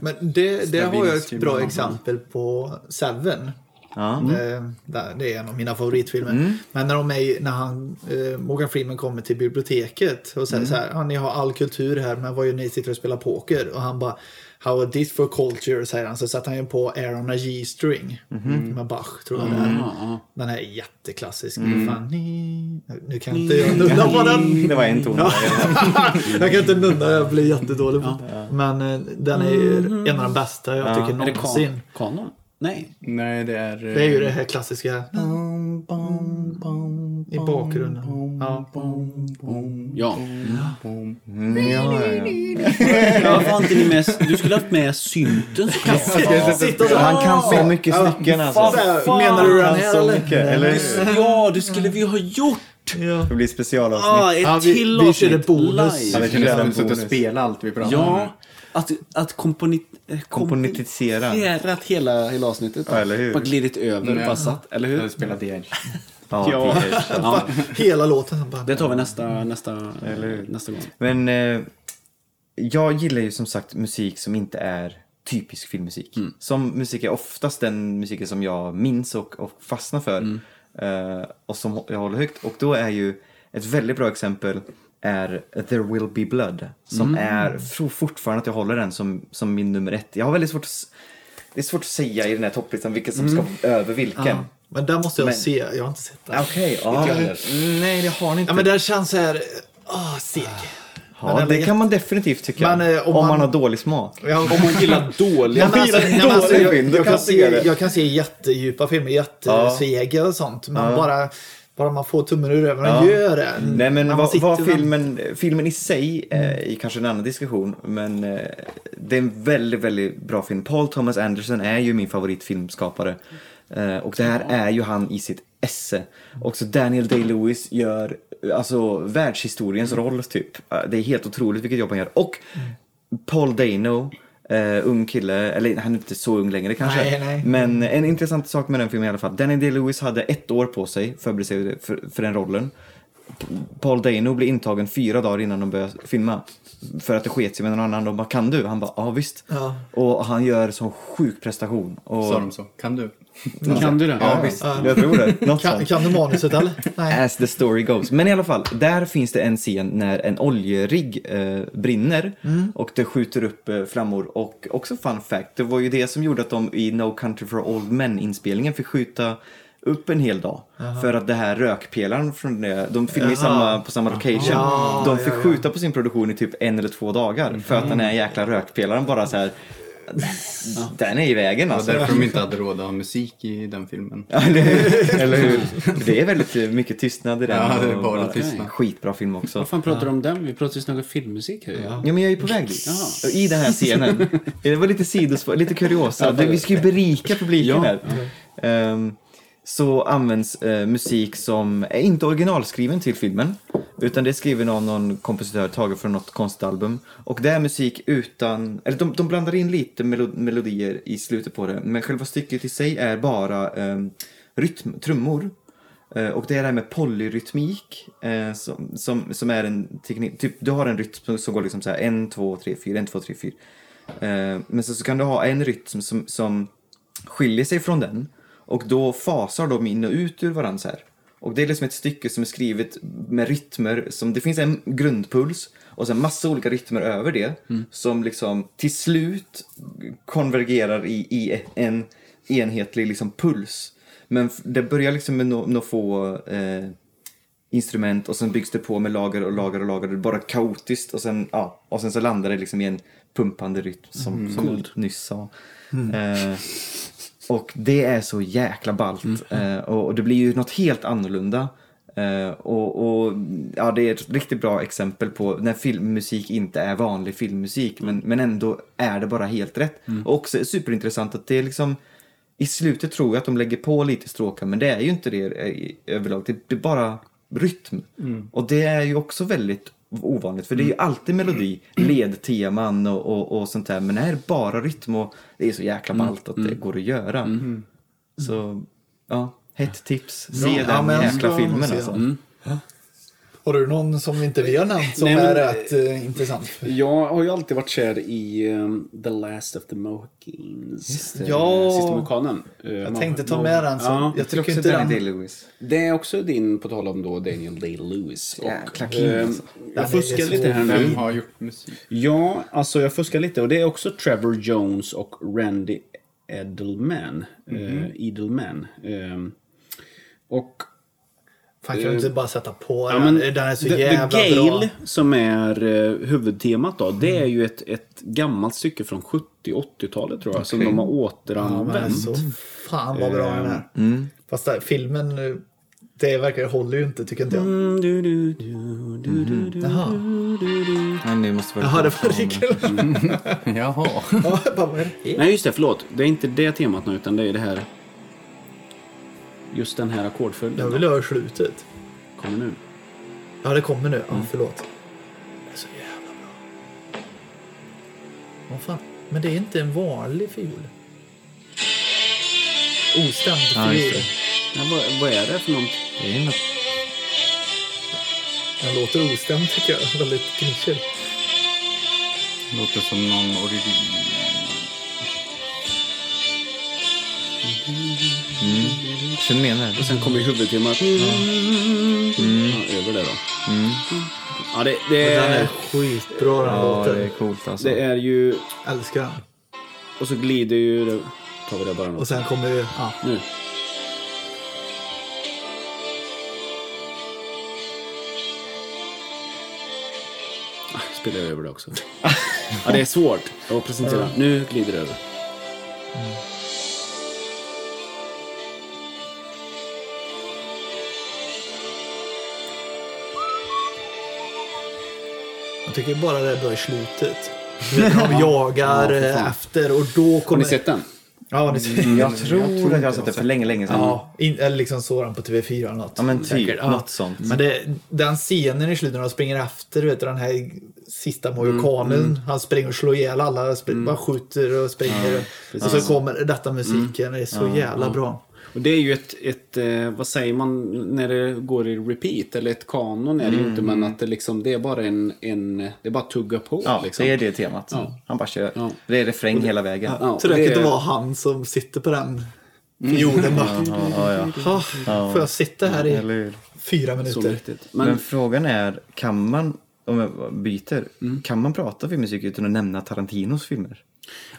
Men det, det har jag Stravinsky ett bra bland exempel på Seven. Ja. Eh, där- Det är en av mina favoritfilmer. Men när, de är, i- när han, eh, Morgan Freeman kommer till biblioteket och säger så här, ah, ni har all kultur här men vad gör ni? Sitter och spelar poker? Och han bara, how is this for culture? säger han. Så sätter han ju på Air on a G-string med Bach tror jag det är. Den här är jätteklassisk. Fan, Mm. ni- nu kan inte jag nunna på den. Det var en ton. Ja. jag kan inte nunna, jag blir jättedålig på det. Men eh, den är ju en av de bästa jag tycker Är det någonsin. kan, kanon? Nej. Nej, det är... eh, Det är ju det här klassiska i bakgrunden. Ja. Ja. Mm, Ja, ja, Varför har inte ni med... Du skulle haft med synten såklart. Sitta ja. så Han här. kan så mycket stycken alltså. Så här, Menar du den Han här så eller? mycket, eller hur? Ja, det skulle vi ha gjort! Ja. Det blir specialavsnitt. Ah, ett Ja, vi- till vi körde avsnitt bonus. live. Han det hade kunnat redan suttit och bonus. spela allt vi pratade om. Ja, att, att komponit, eh, Komponitisera. komponerat hela, hela avsnittet. Ja, eller hur? Bara glidit över, Ja. bara satt, eller hur? Eller spela The Edge. Ja, Ja. det är- Ja, Hela låten. han bara- det tar vi nästa, nästa, nästa gång. Men eh, jag gillar ju som sagt musik som inte är typisk filmmusik. Mm. Som musik är oftast den musiken som jag minns och, och fastnar för. Mm. Eh, och som jag håller högt. Och då är ju ett väldigt bra exempel är There Will Be Blood. Som Mm. är, tror fortfarande att jag håller den som, som min nummer ett. Jag har väldigt svårt att, s- det är svårt att säga i den här topplistan vilken som Mm. ska över vilken. Ja. Men där måste jag Men- se. Jag har Ah. inte sett den. Okej, ja. Nej det har ni inte. Ja, men där känns så här... Ah, seg. ja, den är det kan man definitivt tycka. Men, eh, om, om man... man har dålig smak. Jag, Om man gillar dåliga... Nej, men alltså, gillar nej, men alltså, dålig jag, film, då jag, kan kan jag se det. se, jag kan se jättedjupa filmer, jättesega och sånt. Men bara, bara man får tummen ur ögonen och gör det. Nej men När man vad, sitter vad och väntar. filmen, filmen i sig eh, i kanske en annan diskussion men eh, det är en väldigt, väldigt bra film. Paul Thomas Anderson är ju min favoritfilmskapare eh, och det här är ju han i sitt esse. Också Daniel Day-Lewis gör eh, alltså världshistoriens roll typ. Eh, Det är helt otroligt vilket jobb han gör. Och Paul Dano eh, ung kille, eller han är inte så ung längre kanske. Nej, nej. Men en intressant sak med den filmen i alla fall. Danny Day-Lewis hade ett år på sig förbereda sig för, för den rollen. Paul Dano blev intagen fyra dagar innan de började filma. För att det sket sig med någon annan. De bara, kan du? Han bara, ja visst. Ja. Och han gör sån sjuk prestation. Och, Sa de så? Kan du? Kan du det? Ja, visst. Jag tror det. Något Kan, sånt. kan du manuset eller? Nej. As the story goes. Men i alla fall, där finns det en scen när en oljerigg eh, brinner Mm. och det skjuter upp eh, flammor. Och också fun fact, det var ju det som gjorde att de i No Country for Old Men-inspelningen fick skjuta upp en hel dag. För att det här rökpelaren från det, de filmar ju Jaha. samma, på samma location. Ja, de fick ja, Mm. ja. skjuta på sin produktion i typ en eller två dagar. För att den här jäkla rökpelaren bara så här. Den är i vägen Det var alltså. därför de inte hade råd att ha musik i den filmen. Eller hur? Eller hur? Det är väldigt eh, mycket tystnad i den. Ja, det är och bara tystnad. Skitbra film också. Vad fan pratar du om den? Vi pratar ju snart filmmusik här ju. Ja, men jag är på väg dit. I den här scenen. Det var lite sidospår, lite kuriosa. Det- Vi ska ju berika publiken här. Ehm, så används eh, musik som är inte originalskriven till filmen utan det är skriven av någon kompositör tagen från något konstalbum. Och det är musik utan, eller de, de blandar in lite melo, melodier i slutet på det men själva stycket i sig är bara eh, rytm, trummor. Eh, Och det är det här med polyrytmik eh, som, som, som är en teknik, typ du har en rytm som- som går liksom så här en två tre fyra en två tre fyra Eh, Men så, så kan du ha en rytm som, som skiljer sig från den och då fasar de in och ut ur varandra så här. Och det är liksom ett stycke som är skrivet med rytmer som, det finns en grundpuls och sen massa olika rytmer över det som liksom till slut konvergerar i, i en enhetlig liksom puls. Men f- det börjar liksom med några no, nå få eh, instrument och sen byggs det på med lager och lager och lager. Det är bara kaotiskt och sen, ja, och sen så landar det liksom i en pumpande rytm som, som jag nyss sa. Eh, och det är så jäkla ballt. Eh, och, och det blir ju något helt annorlunda. Eh, och, och ja, det är ett riktigt bra exempel på när filmmusik inte är vanlig filmmusik men, men ändå är det bara helt rätt. Och också superintressant att det är liksom i slutet tror jag att de lägger på lite stråkar men det är ju inte det eh, överlag. Det, det är bara rytm. Och det är ju också väldigt ovanligt för det är ju alltid melodi, ledteman och, och, och sånt där men det här är bara rytm och det är så jäkla ballt att det går att göra. Så ja, hett tips. Se Ja, den men jag ska jäkla filmen se alltså. den. Har du någon som inte vi har nämnt som Nej, men- är rätt eh, intressant? Jag har ju alltid varit kär i ehm, The Last of the Mohicans. Just Ja. Sista Mohikanen. Eh, Jag Mo- tänkte ta Mo- med den, så Ja. jag Jag tycker också inte Danny den... Day-Lewis. Det är också din, på tal om då Daniel Day-Lewis. Och, Jäkla king, ehm, alltså. Jag fuskar så- lite här nu. Vem har gjort musik? Ja, alltså jag fuskar lite. Och det är också Trevor Jones och Randy Edelman. Mhm. Eh, Edelman. Ehm, och Fan, kan du inte bara sätta på Ja, den? Eh, men den är så The- jävla The Gale, bra. Mm. som är eh, huvudtemat då, det är ju ett, ett gammalt stycke från 70-80-talet tror jag, som de har Ja, men återanvänt. alltså, fan vad bra Eh, den är. mm. Fast där, filmen, eh, det verkar håller ju inte tycker inte jag. Mm, du, du, du, Mhm. du, du, du, Jaha. du, du. Nej, nu måste vi Jaha, det var Rickard. Jaha. Ja, jag bara, vad är det? Nej, just det, förlåt. Det är inte det temat nu, utan det är det här... Just den här Jag ackordföljden. vill höra slutet. Kommer nu. Ja, det kommer nu. Mm. Ja, förlåt. Det är så jävla bra. Vad fan? Men det är inte en vanlig fiol. Ostämd fiol. Nej, vad, vad är det för något? Det är något Den låter ostämd tycker jag. Väldigt knischig. Låter som någon origin. fenomen här. Och sen kommer ju huvudtemat. Mm. Ja, över det då. Ja, det, det, Den är är, skitbra den Ja, det är låten. coolt alltså. det är ju... Älskar den. Och så glider ju... det- Tar vi det bara nu. Och sen kommer ju... Ja. Nu. Ah, Spelar jag över det också. ja, det är svårt att presentera. Nu glider det över. Jag tycker bara det är bra i slutet. När de jagar Ja, för fan. eh, efter och då kommer... Har ni sett den? Ja, har ni sett? Mm. Jag tror att jag har sett det för länge, länge sedan. Ja, in, eller liksom såg den på TV4 eller något. Ja, men typ, Säkert, något sånt. Men det, den scenen i slutet när de springer efter, du vet den här sista mohikanen. Mm. Han springer och slår ihjäl alla, sp- bara skjuter och springer. och så kommer detta Mm. musiken, det är så jävla bra. Och det är ju ett, ett, eh, vad säger man när det går i repeat? Eller ett kanon är det ju inte, men att det liksom, det är bara en, en det är bara att tugga på. Ja, liksom. det är det temat. Han bara kör. Ja. Det är refräng hela vägen. Ja, och Tråkigt det är- Mm. att vara han som sitter på den jorden bara. "Ha, Får jag sitta här Eller i hur? fyra så minuter? mäktigt. Men, Men, frågan är, kan man, om jag byter, Mm. kan man prata filmmusik utan att nämna Tarantinos filmer?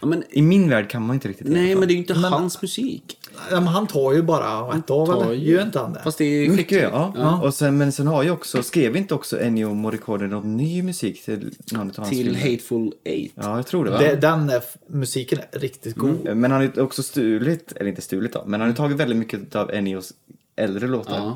ja, men, I min värld kan man inte riktigt i alla nej, fall. men det är ju inte hans musik. Ja, men han tar ju bara rätt av tar eller? ju- Gör inte han det? Fast det är Mycket, ja. Och sen, men sen har jag också, skrev inte också Ennio Morricone någon ny musik till någon av hans till filmer? Hateful Eight. Ja, jag tror det. Va? Det, den är, f- musiken är riktigt god. Men han har ju också stulit, eller inte stulit då, men han har ju tagit väldigt mycket av Ennios äldre låtar. Mm.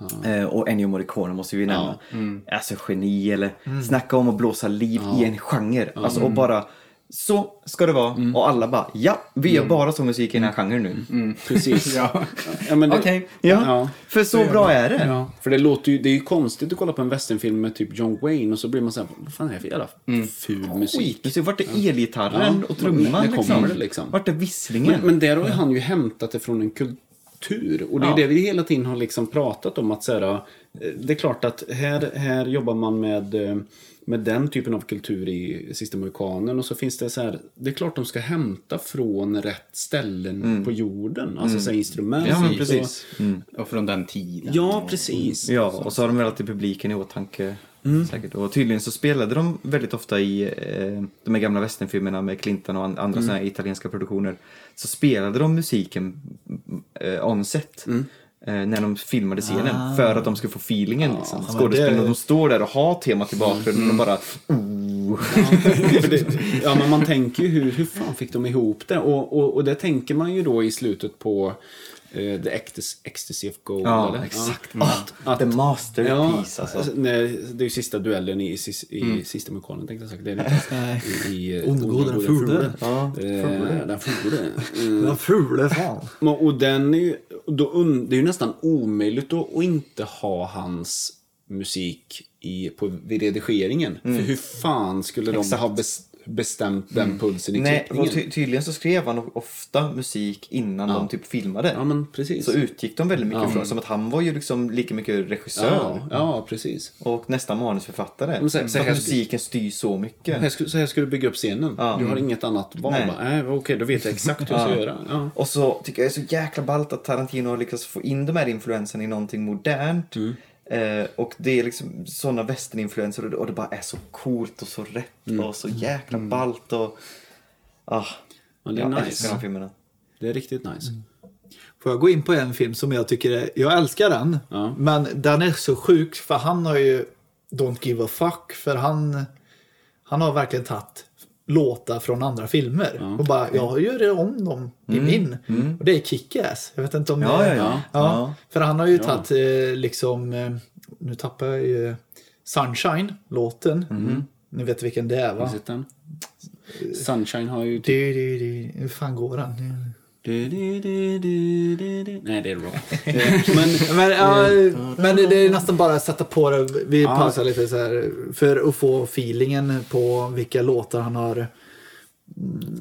Ja. Mm. Eh, Och Ennio Morricone måste vi nämna. Mm. Alltså geni eller snacka om att blåsa liv i en genre. Alltså och bara så ska det vara. Och alla bara, ja, vi Mm. gör bara sån musik i den här genren nu. Precis. Ja. Ja, men det- Okej. Ja, Ja. för så bra är det. Ja, för det låter ju, det är ju konstigt att kolla på en westernfilm med typ John Wayne och så blir man såhär, vad fan är det för jävla ful musik? Skit, du ser, vart är elgitarren Ja. och trumman När kommer liksom? det, liksom? Vart är visslingen? Men, men där har ju han ju hämtat det från en kultur. Och det är Ja. det vi hela tiden har liksom pratat om. att så här, eh, Det är klart att här, här jobbar man med, eh, med den typen av kultur i Sista Mohikanen. Och så finns det så här, det är klart de ska hämta från rätt ställen på jorden. Alltså så här, instrument. Mm. Ja, men och- precis. Och från den tiden. Ja, precis. Ja, och så Mm. har de väl alltid publiken i åtanke. Säkert. Och tydligen så spelade de väldigt ofta i eh, de här gamla westernfilmerna med Clinton och an- andra såna här italienska produktioner. Så spelade de musiken eh, on set. Eh, när de filmade scenen för att de skulle få feelingen. liksom. Skådespelarna det- de står där och har temat i bakgrunden och bara oh. För det, ja, men man tänker ju hur, hur fan fick de ihop det? Och, och, och det tänker man ju då i slutet på eh, The Ecstas- Ecstasy of Gold. Ja, eller? exakt. Ja. Ah, The masterpiece alltså. Mm. när, det är ju sista duellen i, sis- i sista Mohikanen tänkte jag sagt. Det är det inte. I, i, eh, Ondgoden Ondgoden den fule. fule. Ja, Eh, Den fule. Mm. Den fule fan. Men- Och den är ju, då, un- det är ju nästan omöjligt att, att inte ha hans musik i, på, vid redigeringen. Mm. För hur fan skulle de ha bes- bestämt den pulsen i Nej, och klippningen? ty- tydligen så skrev han ofta musik innan de typ filmade. Ja, men precis. Så utgick de väldigt mycket från, som att han var ju liksom lika mycket regissör ja, ja, precis. och nästan manusförfattare. Men så- Så, så att här- musiken styr så mycket. Här ska, så här ska du bygga upp scenen. Ja. Du har inget annat val. Nej. Bara, Nej. Okej, då vet jag exakt hur jag ska göra. Ja. Och så tycker jag det är så jäkla ballt att Tarantino har lyckats få in de här influenserna i någonting modernt. Mm. Eh, och det är liksom sådana västerninfluenser och, det- och det bara är så coolt och så rätt Mm. och så jäkla ballt och... Ah, Ja, det är jag nice. älskar de här filmerna. Det är riktigt nice. Får jag gå in på en film som jag tycker är, jag älskar den. Ja. Men den är så sjuk för han har ju Don't give a fuck för han, han har verkligen tagit låtar från andra filmer och bara jag gör om dem i min. Och det är Kick-Ass. Jag vet inte om Mm. Ja, jag, ja, ja. Ja. För han har ju tagit eh, liksom, eh, nu tappar jag ju Sunshine-låten. Mm. Ni vet vilken det är va? Har du sett den? Eh. Sunshine har ju... Typ... Du, du, du. Hur fan går den? Du, du, du, du, du, du. Nej, det är rock. Eh, Men Men, ja, men det är nästan bara att sätta på det. Vi pausar lite så här för att få feelingen på vilka låtar han har.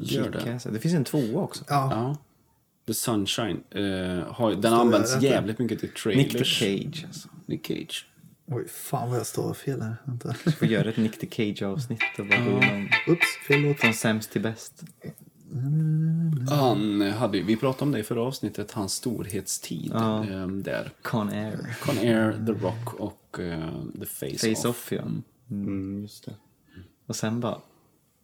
gör det. Kick-Ass. Det finns en tvåa också. Ja. Ja. The Sunshine. eh, har, den används där, jävligt mycket till trailers. Nick the Cage alltså. Nick Cage. Oj, fan vad jag stavar fel här. Vänta. Vi gör ett Nick the Cage avsnitt och bara gå igenom Ups, fel låt. från sämst till bäst. Mm. Han hade, ju- vi pratade om det i förra avsnittet, hans storhetstid. eh, där. Con Air. Con Air, The Rock och eh, The Face, Face Off. Off ja. Mm, just det. Och sen bara,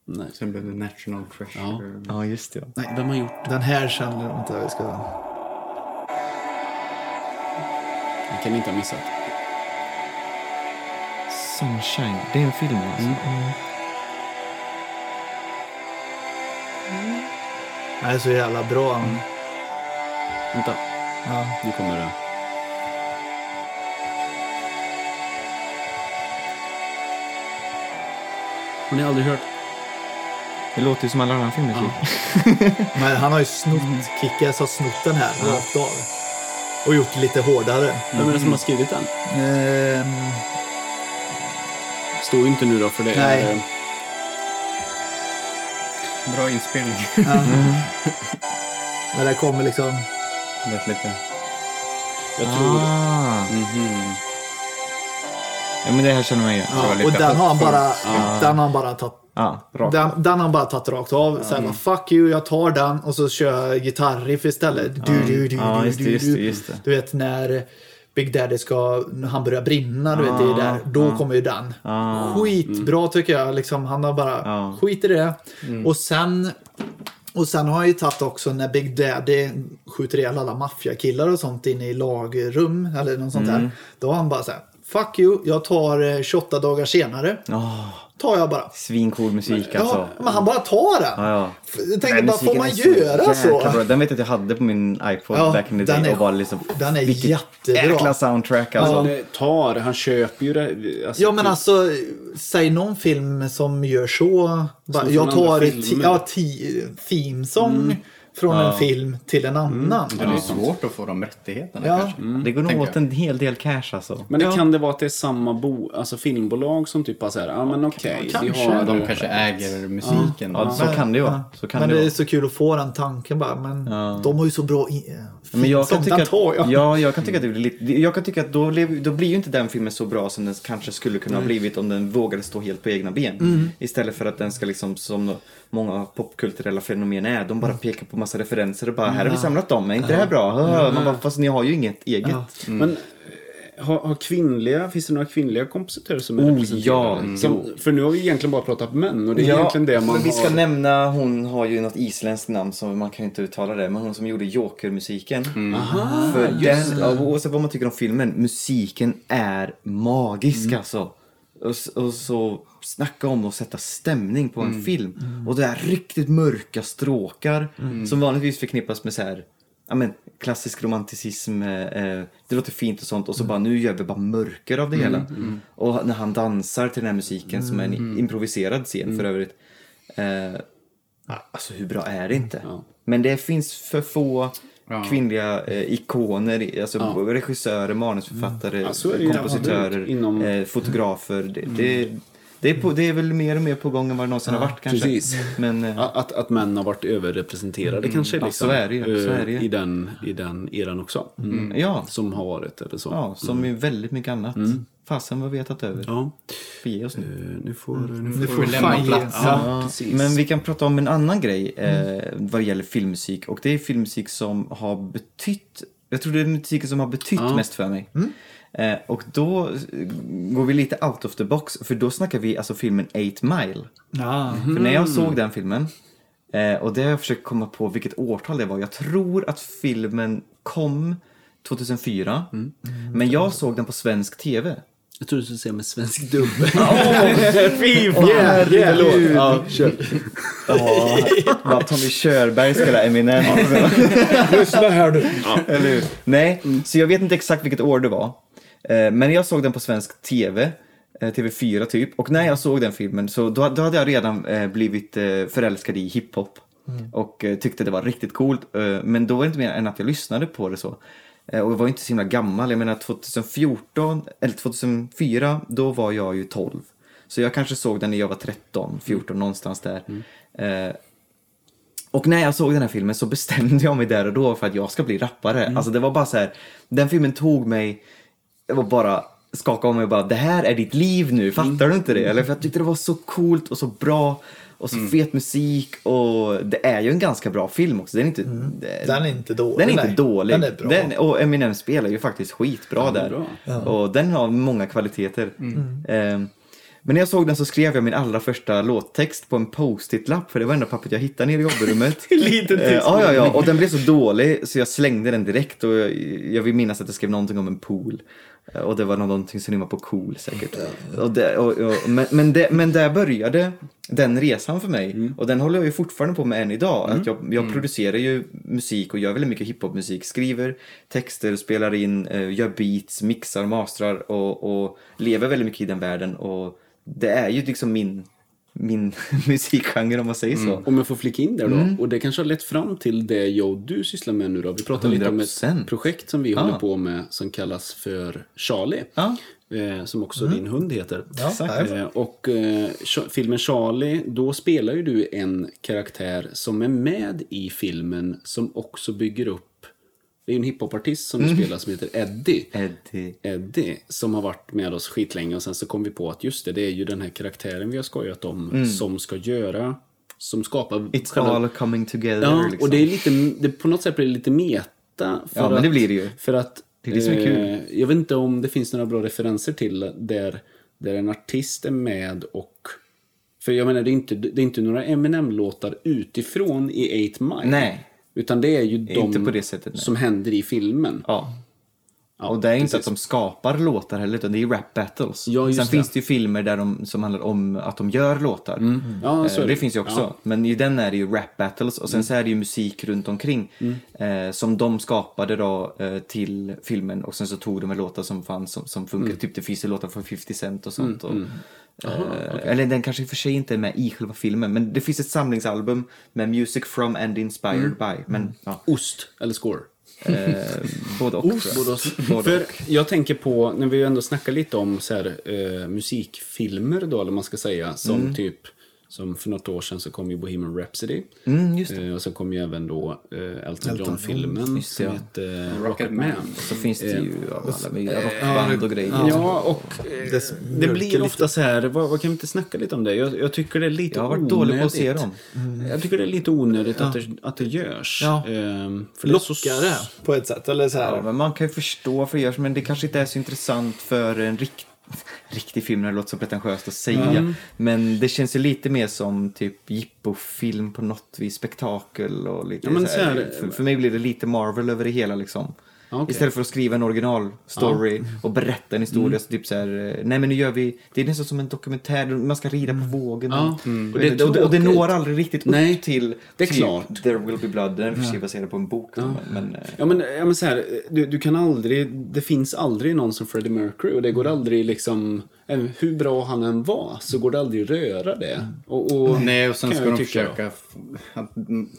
Nej. Sen blev det National Treasure. ja just det ja. Vem har gjort? Den här känner jag inte. Jag ska... Jag kan inte ha missat. Sunshine, det är en film alltså. Den är så jävla bra. Vänta, Ja. nu kommer det. Har ni aldrig hört? Det låter ju som alla andra filmer typ. Men han har ju snott, Kick-Ass har snott den här rakt av. Och gjort det lite hårdare. Vem är det som har skrivit den? Ehm, Står ju inte nu då för det Nej. är... eh, Bra inspelning. men det kommer liksom... Lät lite. Jag tror... Ah. Ja men det här känner man igen. Mhm. Ja, och den har han bara, den har han bara tagit Ja, rakt. Den, den har han bara tagit rakt av. Sen bara, fuck you, jag tar den och så kör jag gitarriff istället. Du, du, du, Ja, du, just det, du, just det, du. just det. Du vet när Big Daddy ska, när han börjar brinna, du vet, det är där, då kommer ju den. Skitbra tycker jag. Liksom, han har bara, Ja. Mm. skit i det. Och sen och sen har jag ju tagit också när Big Daddy Mm. skjuter ihjäl alla maffiakillar och sånt inne i lagrum eller något sånt där. Då har han bara såhär, fuck you, jag tar eh, 28 dagar senare. Tar jag bara. Svincool musik Ah. Ja, alltså. men han bara tar den. Ja, ja. F- Jag tänkte Den bara, får musiken man är så jäkla göra så? bra. Den vet jag att jag hade på min iPod Ja, back in the den day. är- och bara liksom, den är vilket jättebra. jäkla soundtrack alltså. Han eh, tar, han köper ju det. Alltså, Ja men alltså, säg någon film som gör så. Bara, jag från andra tar ti, filmer. ja, ti, themesång Mm. från en film till en annan. Men det är svårt att få de rättigheterna Ja. kanske. Det går nog Tänker åt en hel del cash alltså. men det kan det vara att det är samma bo, alltså filmbolag som typ bara säger, ja ah, men okej, vi kanske. har... De kanske äger musiken. Ja, så kan det ju vara. Så kan men det det är vara. så kul att få den tanken bara. Men de har ju så bra i, Men jag kan filmsång, tycka den tar jag. att, ja, jag kan tycka att, det blir lite, jag kan tycka att då, lev- då blir ju inte den filmen så bra som den kanske skulle kunna ha blivit om den vågade stå helt på egna ben. Mm. Istället för att den ska liksom, som många popkulturella fenomen är, de bara Mm. pekar på massa referenser och bara här har vi samlat dem, är inte det här bra? Hö, Man bara, fast ni har ju inget eget. Men eh, har, har kvinnliga, finns det några kvinnliga kompositörer som är Oh, representerade? ja. Mm. Som, för nu har vi egentligen bara pratat män och det är Ja, egentligen det man men vi ska har... nämna, hon har ju något isländskt namn som man kan ju inte uttala det, men hon som gjorde Joker-musiken. För den, av- oavsett vad man tycker om filmen, musiken är magisk alltså. Och, s- och så snacka om att sätta stämning på en film. Och det är riktigt mörka stråkar som vanligtvis förknippas med så här Ja, men, klassisk romanticism, eh, eh, det låter fint och sånt och så bara nu gör vi bara mörker av det hela. Och när han dansar till den här musiken som är en improviserad scen för övrigt. Eh, alltså hur bra är det inte? Men det finns för få kvinnliga eh, ikoner, i- alltså regissörer, manusförfattare, så är det ju kompositörer, absolut inom- Mm. eh, fotografer. Det, det, det, är på, det är väl mer och mer på gång än vad det någonsin har varit kanske. precis. Men, eh, Att, att- att män har varit överrepresenterade kanske. Mm, Ja, Liksom, så är det ju, så eh, är det ju. I, den, I den eran också. Mm. ja, Som har varit eller så. ja, som är väldigt mycket annat. Fasen vad vi har tagit över. Mm. Ja. Förge oss nu. Eh, Nu får... Nu får Det får vi lämna fan ge- plats. Mm. Ja, Men vi kan prata om en annan grej eh, vad gäller filmmusik. Och det är filmmusik som har betytt, jag tror det är musiken som har betytt mest för mig. Eh, och då eh, går vi lite out of the box, för då snackar vi alltså filmen 8 Mile. Ja. För när jag såg den filmen, eh, och det har jag försökt komma på vilket årtal det var. Jag tror att filmen kom 2004, men jag såg den på svensk TV. Jag trodde du skulle säga med svensk dubb. Fy fan! Herregud! Ja, kör. Vad Tommy Körberg spelar Eminem. Lyssna här nu. Eller hur? Nej, så jag vet inte exakt vilket år det var. Eh, Men jag såg den på svensk TV, eh, TV4 typ. Och när jag såg den filmen så då, då hade jag redan eh, blivit eh, förälskad i hiphop. Och eh, tyckte det var riktigt coolt. Eh, Men då var det inte mer än att jag lyssnade på det så. Eh, Och jag var inte så himla gammal. Jag menar 2014, eller 2004, då var jag ju 12. Så jag kanske såg den när jag var 13, 14 någonstans där. Eh, och när jag såg den här filmen så bestämde jag mig där och då för att jag ska bli rappare. Mm. Alltså det var bara så här, den filmen tog mig, jag var bara skakade om mig och bara det här är ditt liv nu, fattar du inte det? Eller för jag tyckte det var så coolt och så bra och Mm. så fet musik och det är ju en ganska bra film också. Den är inte, det- Mm. Den är inte dålig. Den är inte nej. dålig. Den är bra. Den, och Eminem spelar ju faktiskt skitbra där. Och den har många kvaliteter. Mm. Ehm, men när jag såg den så skrev jag min allra första låttext på en post-it-lapp för det var enda pappret jag hittade nere i jobbrummet. Liten Eh, ja, ja, ja. Och den blev så dålig så jag slängde den direkt och jag, jag vill minnas att jag skrev någonting om en pool. Eh, Och det var någonting som rimmade på cool säkert. Och det, och, och, men, men, det, men där började den resan för mig. Mm. Och den håller jag ju fortfarande på med än idag. Att jag jag producerar ju musik och gör väldigt mycket hiphopmusik. Skriver texter, spelar in, eh, gör beats, mixar, mastrar och, och lever väldigt mycket i den världen. Och det är ju liksom min, min musikgenre om man säger så. Om jag får flika in där då. Och det kanske har lett fram till det jag och du sysslar med nu då. Vi pratar lite om ett 100%. projekt som vi håller på med som kallas för Charlie. Eh, som också din hund heter. Ja, exakt. eh, och eh, Cha- filmen Charlie, då spelar ju du en karaktär som är med i filmen som också bygger upp det är ju en hiphopartist som du spelar som heter Eddie. Eddie. Eddie som har varit med oss skitlänge och sen så kom vi på att just det, det är ju den här karaktären vi har skojat om som ska göra, som skapar... Mm. It's själva- all coming together. Ja, liksom. och det är lite, det på något sätt blir det lite meta. För Ja, att, men det blir det ju. För att, Det är det som är kul. Eh, jag vet inte om det finns några bra referenser till där, där en artist är med och... För jag menar, det är inte, det är inte några Eminem-låtar utifrån i 8 Mile. Nej. Utan det är ju de Inte på det sättet, nej. som händer i filmen. Ja. och det är inte att de skapar låtar heller, utan det är rap battles. Ja, just Sen det. finns det ju filmer där de, som handlar om att de gör låtar. Mm. Ja, Mm. så är Eh, det. det finns ju också. Men i den är det ju rap battles och sen så är det ju musik runt omkring. Mm. Eh, som de skapade då eh, till filmen och sen så tog de en låtar som fanns som, som funkar. Mm. Typ det finns ju låtar från 50 Cent och sånt. Och, eh, Eller den kanske i och för sig inte är med i själva filmen. Men det finns ett samlingsalbum med Music from and inspired Mm. by. Men ja, Ost eller score? eh, Mm. både och. tror jag. Både och. För jag tänker på, när vi ju ändå snackar lite om så här, eh, musikfilmer då, eller vad man ska säga, som Mm. typ som för något år sedan så kom ju Bohemian Rhapsody. Mm, Eh, och sen kom ju även då eh, Elton John-filmen just det, som ja. hette Rocket Man. Så finns det ju av alla möjliga rockband och grejer. Eh, Ja, och eh, Dess det mörker blir ofta så här, vad, vad kan vi inte snacka lite om det? Jag, jag tycker det är lite Jag har varit dålig på att se Mm. onödigt. Jag tycker det är lite onödigt att, det, att det görs. Ja. Ehm, för det är så- Lockare på ett sätt. Eller så Ja, här. men man kan ju förstå för görs, men det kanske inte är så intressant för en rikt, riktig film, när det låter så pretentiöst att säga. Mm. Men det känns ju lite mer som typ jippofilm på något vis, spektakel och lite Ja, men så här, så här- för, för mig blir det lite Marvel över det hela liksom. Ja, okej. Istället för att skriva en originalstory och berätta en historia Mm. så typ så här, eh, nej men nu gör vi, det är nästan som en dokumentär, man ska rida på vågorna. Mm. Ja, Mm. Och, det, och, det, och det når aldrig riktigt upp Nej, till det är typ, klart. There will be blood, den är för sig baserad på en bok. då, Men, men, eh, Ja men, ja, men så här, du, du kan aldrig, det finns aldrig någon som Freddie Mercury och det Mm. går aldrig liksom, även hur bra han än var, så går det aldrig röra det. Och, och, Nej, och sen kan ska jag de tycka då. försöka... f- Att, mm,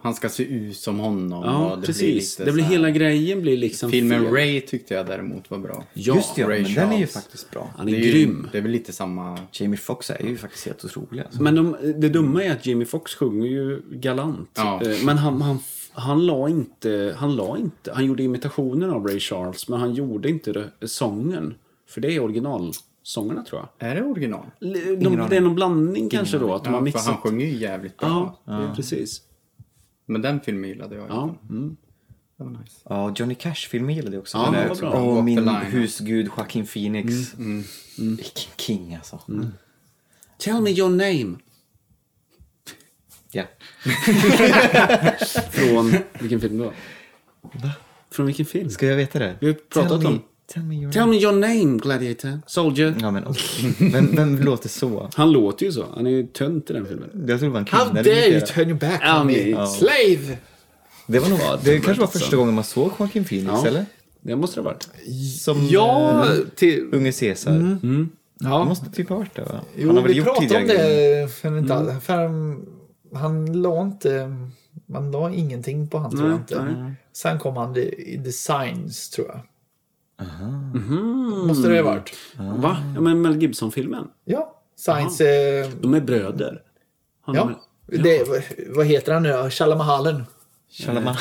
han ska se ut som honom. Ja, och det precis. Blir lite det blir så här- hela grejen blir liksom Filmen fel. Ray tyckte jag däremot var bra. Ja, just det, ja, Ray men den är ju Charles. faktiskt bra. Han är, det är grym. Ju, det är väl lite samma... Jamie Foxx är ju faktiskt helt otrolig. Alltså. Men de, det dumma är att Jimmy Fox sjunger ju galant. Ja. Eh, Men han, han, han la inte, han la inte, han gjorde imitationen av Ray Charles, men han gjorde inte det, sången. För det är originalsångerna tror jag. Är det original? L- De, det är någon blandning kanske då, att de Ja, har för han mixat. sjunger ju jävligt bra. Ja, precis. Men den filmen gillade jag. Ja. Det var nice. Ja, Johnny Cash-filmen gillade jag också. Ja, Den den där- var bra. Och Walk the min line. husgud Joaquin Phoenix. Vilken king alltså. Tell me your name. Ja. Från vilken film då? Va? Från vilken film? Ska jag veta det? Vi har pratat tell om- Me, tell me your Tell me your name, Gladiator. Soldier. Ja, men okej. Vem, vem låter så? Han låter ju så. Han är ju tönt i den filmen. Jag tror det var en kvinna. How det dare you imiterade. turn your back Ja, on me? men- Slave! Det, var nog, det kanske var första så. gången man såg Joaquin Phoenix, Ja. eller? Det måste det ha varit. Som Ja, eh, till, unge Caesar. Det ja. måste typ ha varit det, va? Jo, vi pratade om grejer. det för inte Mm. all, för han la inte, man la ingenting på han tror jag inte. Sen kom han i i Designs tror jag. Mhm. Måste det ha varit. Va? Ja, men Mel Gibson-filmen. Ja, Signs, eh, De är bröder. Han ja. Är... Det, vad heter han nu Shalamahalen. Shyamalan.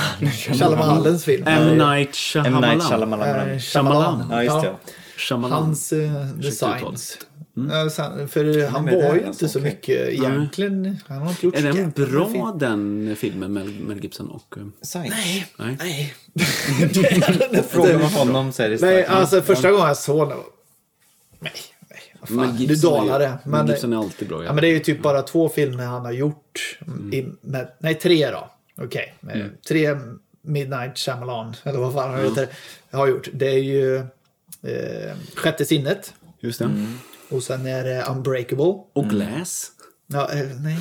Shalamahalens film. M. Night M. Shyamalan. Night Shyamalan. Eh, Shyamalan. Ja, just det. ja. Shyamalan. Hans eh, designs. Eh, sen- För eh, han men det var är ju alltså, inte så okej. mycket egentligen. Han har inte gjort Är så den jävla bra, mycket. den filmen, Mel, Mel Gibson och... eh, Science. Nej. Nej. Det är den inte. Frågar man honom så är det Nej, starkt. alltså första gången jag såg den var... Nej, nej. vad Mel Fan, du Gibson är ju- dalade. Men, Mel Gibson är alltid bra. ja, men det är ju typ bara två filmer han har gjort. I, Mm. med, nej, tre då. Okej. med Tre Midnight Shyamalan, eller vad fan han heter, har gjort. Det är ju eh, Sjätte sinnet. Mm. Just det. Och sen är det Unbreakable. Och Glass. Ja, eh, nej.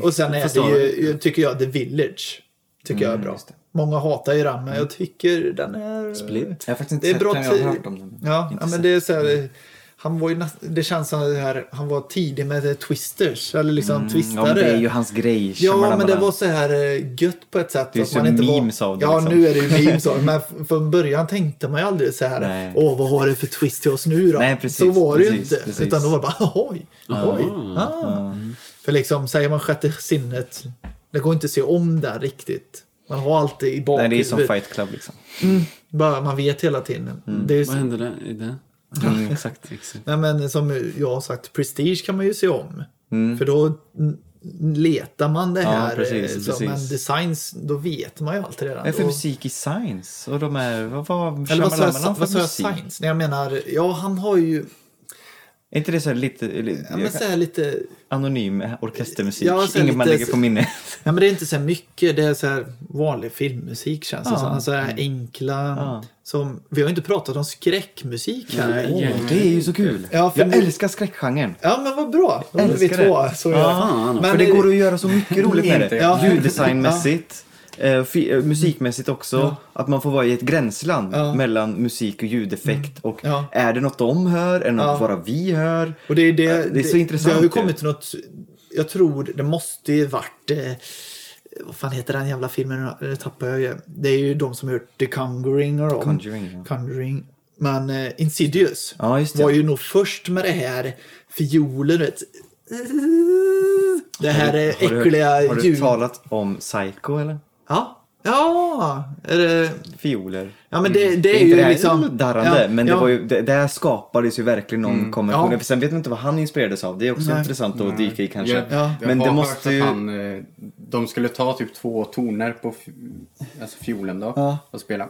Och sen är Fast det då- ju, ju- tycker jag, The Village. Tycker jag är Mm, bra. Många hatar ju den, men jag tycker den är... Split. Jag har faktiskt inte Det är sett bra den, jag har tid. hört om den. Mm. Ja, ja men det är så här, han var ju näst, det känns som det här, han var tidig med eh, twisters, eller liksom Mm, Ja, men twistare. det är ju hans grej. Ja, men det Shyamalan. var så här eh, gött på ett sätt. Det är att så man inte memes var... av det, Ja, liksom. nu är det ju memes av det. Men f- från början tänkte man ju aldrig så här, Nej. åh vad har det för twist till oss nu då? Nej, precis, så var det ju precis, inte. precis. Utan då var det bara, oj, oj. Ah. För liksom, säger man sjätte sinnet, det går inte att se om där riktigt. Man har alltid i Nej, det är ju som bakhuvudet. Fight Mm. Club liksom. Bara man vet hela tiden. Det är Vad så... hände där i det? Mm, exakt. Nej, men som jag har sagt, Prestige kan man ju se om. Mm. För då n- letar man det här. eh, precis, så, precis. Men designs, då vet man ju allt redan. Vad är det för Och- musik i Science? Och de är... Vad var Eller vad sa Shyamalan jag, för vad sa jag musik? Science? Nej, jag menar, ja han har ju, Är inte det så här lite... lite ja, men så här lite, Anonym orkestermusik. Ja, så här Inget man lite- lägger på minnet. Ja, men det är inte så här mycket. Det är så här vanlig filmmusik känns det som. Alltså det här Mm. enkla. Som, vi har ju inte pratat om skräckmusik heller. Åh, det är ju så kul. Ja, för jag nu- älskar skräckgenren. Ja, men vad bra. Då är vi Älskar två. det. Så gör jag. Fan, För det går att göra så mycket roligt med det. Ja. Ljuddesignmässigt, eh, fi- eh, musikmässigt också. Att man får vara i ett gränsland Ja. Mm. mellan musik och ljudeffekt. Och Ja. är det något de hör? Är det något Ja. bara vi hör? Eh, Och det, är det, är så intressant Det har ju ju. kommit till något, jag tror det måste ju varit, eh, vad fan heter den jävla filmen, nu? det tappar jag ju. Det är ju de som har gjort The Conjuring och dem. Conjuring, ja. Conjuring. Men eh, Insidious Ja, just det. var ju nog först med det här fiolen, vet. Det här eh, Har du, äckliga har du ljud. talat om Psycho eller? Ja. Ja, är det, Fioler. ja, men det, det, är inte ju Mm. det här liksom... darrande, ja, men det ja. Mm. var ju, det, där skapades ju verkligen någon konvention. Ja. För Sen vet man inte vad han inspirerades av. Det är också Nej. intressant att dyka i kanske. Jag, Ja. jag Men har det hört måste att ju... Han, eh, de skulle ta typ två toner på f- alltså fiolen då och spela.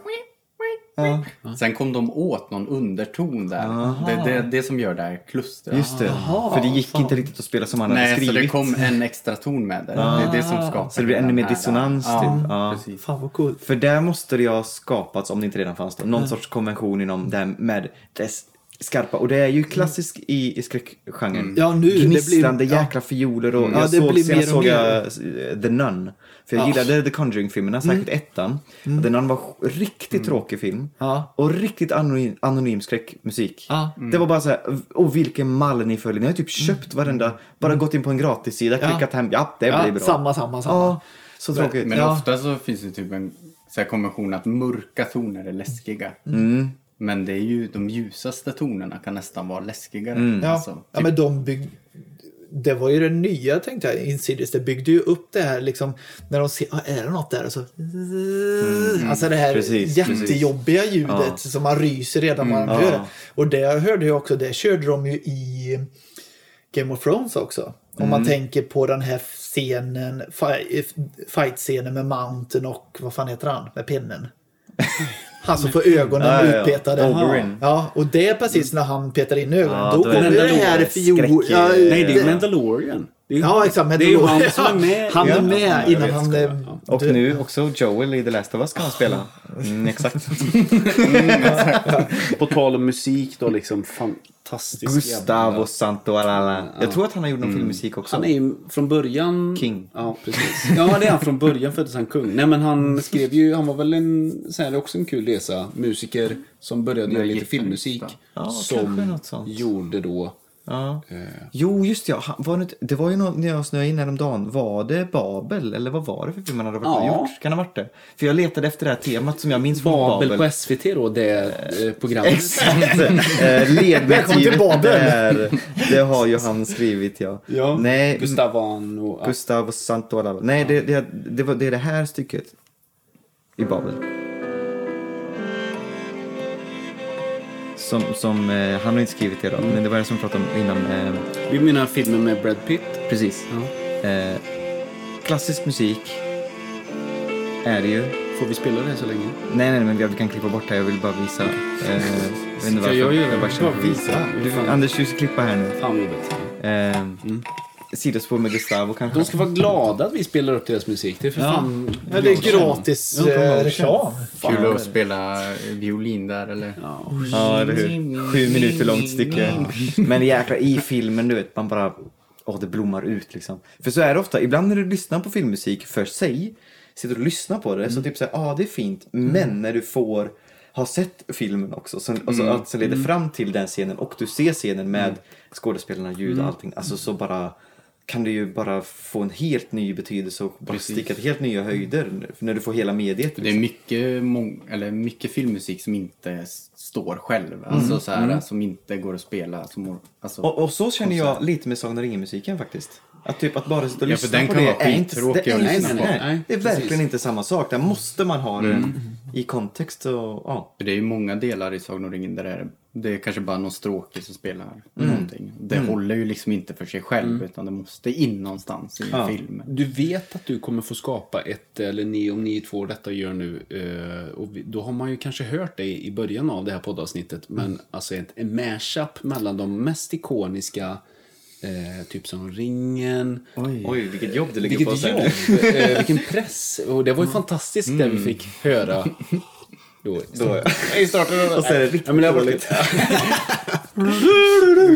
Sen kom de åt någon underton där. Det är det, det som gör det här klustret. Just det. för det gick inte riktigt att spela som han hade Nej, så skrivit. det kom en extra ton med det. Det är det som skapar Så det blir ännu den mer här- dissonans, Ja, typ. Ja. precis. Fan vad coolt. För där måste det ju ha skapats, om det inte redan fanns då, Mm. någon sorts konvention inom det här med dess skarpa. Och det är ju klassisk i, i skräckgenren. Mm. Ja, nu, det blir- Gnisslande ja. Mm. jäkla fioler och Ja, jag det såg, blir senast mer och såg jag mer. Mm. eh, The Nun. För jag gillade The Conjuring-filmerna, särskilt ettan. Och The Nun var sj- riktigt tråkig film. Ja. Och riktigt anonym, anonym skräckmusik. Ja. Mm. Det var bara så här, och vilken mall ni följer. Ni har ju typ köpt varenda, bara gått in på en gratissida, Ja. klickat hem, ja det Ja, blir bra. samma, samma, samma. Ja, så tråkigt. Men ja. ofta så finns det typ en så här konvention att mörka toner är läskiga. Mm. Men det är ju de ljusaste tonerna kan nästan vara läskigare. Mm. Ja, Alltså, typ, ja men de bygg... Det var ju det nya tänkte jag, Insidious. Det byggde ju upp det här liksom när de ser, ah, är det något där? Och så, alltså det här Mm. Precis, jättejobbiga ljudet Ja. Mm. som man ryser redan när man hör det. Och det hörde jag också, det körde de ju i Game of Thrones också. Om Mm. man tänker på den här scenen, fi- eh, fight-scenen med Mountain och vad fan heter han, med pinnen? Han som får ögonen Ja, ja, ja. utpetade. Oberyn. Ja, och det är precis när han petar in ögonen. Ja, då då är kommer det det här skräck- eh, fiol... Ja, Nej, det är ja. Mandalorian. Det är, Ja, exakt. Men det är ju då- han som är med. Han Ja. är med innan han... eh, Och nu också Joel i The Last of Us kan han spela. Mm, exakt. På tal om musik då, liksom fantastisk Gustavo Santuarala. Jag tror att Mm. han har gjort någon filmmusik också. Han är ju från början... King. Ja, precis. Ja, det är han. Från början föddes han kung. Nej, men han skrev ju... Han var väl en... Så här, det är också en kul resa. Musiker som började göra lite gitarrist, filmmusik. va? Ja, som kanske något sånt. gjorde då... Ja. Jo, just det, ja. Han- Var det, inte- det var ju någon, när jag snöade in häromdagen. Var det Babel? Eller vad var det för film han hade varit med och Ja. gjort? Kan det ha varit det? För jag letade efter det här temat som jag minns från Babel. Babel på SVT då, det eh, programmet. Exakt! Eh, Ledmotivet Babel. där. Det har ju han skrivit ja. Ja. Nej, Gustavano. Ja. Gustavo Santuarala. Nej, det, det, det, var, det är det här stycket i Babel. Som, som eh, han har inte skrivit det då, men det var det som vi pratade om innan. Eh, Vi menar filmen med Brad Pitt. precis. Eh, klassisk musik är det ju. Får vi spela det så länge? Nej, nej, men vi vi kan klippa bort det här. Jag vill bara visa. Eh, jag vet inte varför. jag göra det? bara känner för att visa. Du, Anders, du ska klippa här nu. Fan, jobbigt. Eh, Mm. Sidospår med Gustavo kanske. De ska vara glada att vi spelar upp deras musik. Det är för fan... Ja, det är gratis eh, reklam. Kul att spela eh, violin där eller? Ja, eller hur? Sju minuter långt stycke. Men jäkla i filmen, du vet, man bara... Åh, det blommar ut liksom. För så är det ofta. Ibland när du lyssnar på filmmusik för sig, sitter och lyssnar på det, så typ såhär, ja ah, det är fint. Men när du får ha sett filmen också, som, alltså, allt som leder fram till den scenen och du ser scenen med skådespelarna, ljud och allting, alltså så bara kan du ju bara få en helt ny betydelse och bara sticka till helt nya höjder när du får hela mediet. Det är mycket, mång- eller mycket filmmusik som inte s- står själv. Alltså så här, som inte går att spela. Som, alltså, Och, och så känner jag lite med Sagan om ringen-musiken faktiskt. Att typ att bara sitta och Ja, lyssna för den på kan det vara skittråkig det är att inte- lyssna på. nej, Nej, Det är precis. Mm. verkligen inte samma sak. Där måste man ha det i kontext och ja. För det är ju många delar i Sagan om ringen där det är, det är kanske bara någon stråke som spelar någonting. Det håller ju liksom inte för sig själv utan det måste in någonstans i en film. Du vet att du kommer få skapa ett, eller ni om ni två detta gör nu, eh, och vi- då har man ju kanske hört dig i början Mm. av det här poddavsnittet, men alltså ett, en mashup mellan de mest ikoniska eh, typ som Ringen. Oj, vilket jobb du lägger på Vilket sen. jobb! eh, vilken press! Och det var ju fantastiskt det Mm. vi fick höra. Då, Då, I starten och sen är det ja, men det var lite,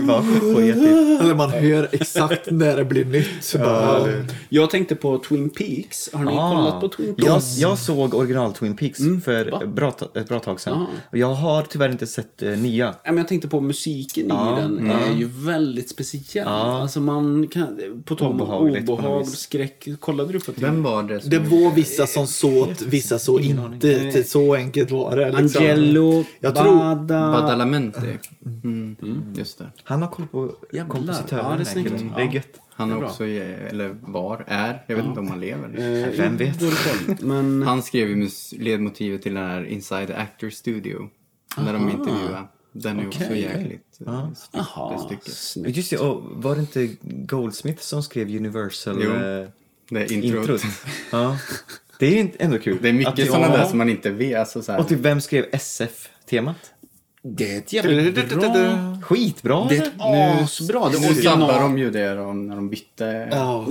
bara skitigt. Eller man hör exakt när det blir nytt. Så bara, jag tänkte på Twin Peaks. Har ni Ah. kollat på Twin jag, Peaks? Mm. jag såg original Twin Peaks för bra, ta- ett bra tag Ah. sedan. Och Jag har tyvärr inte sett eh, nya. Ja, men jag tänkte på musiken Ah, i den mm. är ju väldigt speciell. Alltså man kan, på tal om Obehagligt på något obehag, vis. skräck. Kollade du på Twin Vem var det som... det var vissa som såg vissa så inte. Till så enkelt var det. liksom. Angelo, Jag tror- Bada... Badalamente. Mm. Just det. Han har koll på Jävlar. kompositören. Ja, det är här snyggt. killen. Det är gött. Han är bra. också, i- eller var, är, jag vet inte om han lever. Eh, Vem vet? dålig koll, Men Han skrev ju mus- ledmotivet till den här Inside the Actor Studio. När de intervjuade. Den är också jäkligt eh, snyggt, det Jaha, stycket. snyggt. Just det, och var det inte Goldsmith som skrev Universal Jo. eh, Det är introt. introt? ja. Det är ju inte- ändå kul. Det är Att det- mycket sådana ja. där som man inte vet. Alltså, så här. Och till vem skrev SF-temat? Det är ett jävligt bra... Skitbra! Det är ett asbra. Det Nu sabbar original. de ju det de, när de bytte. Ja.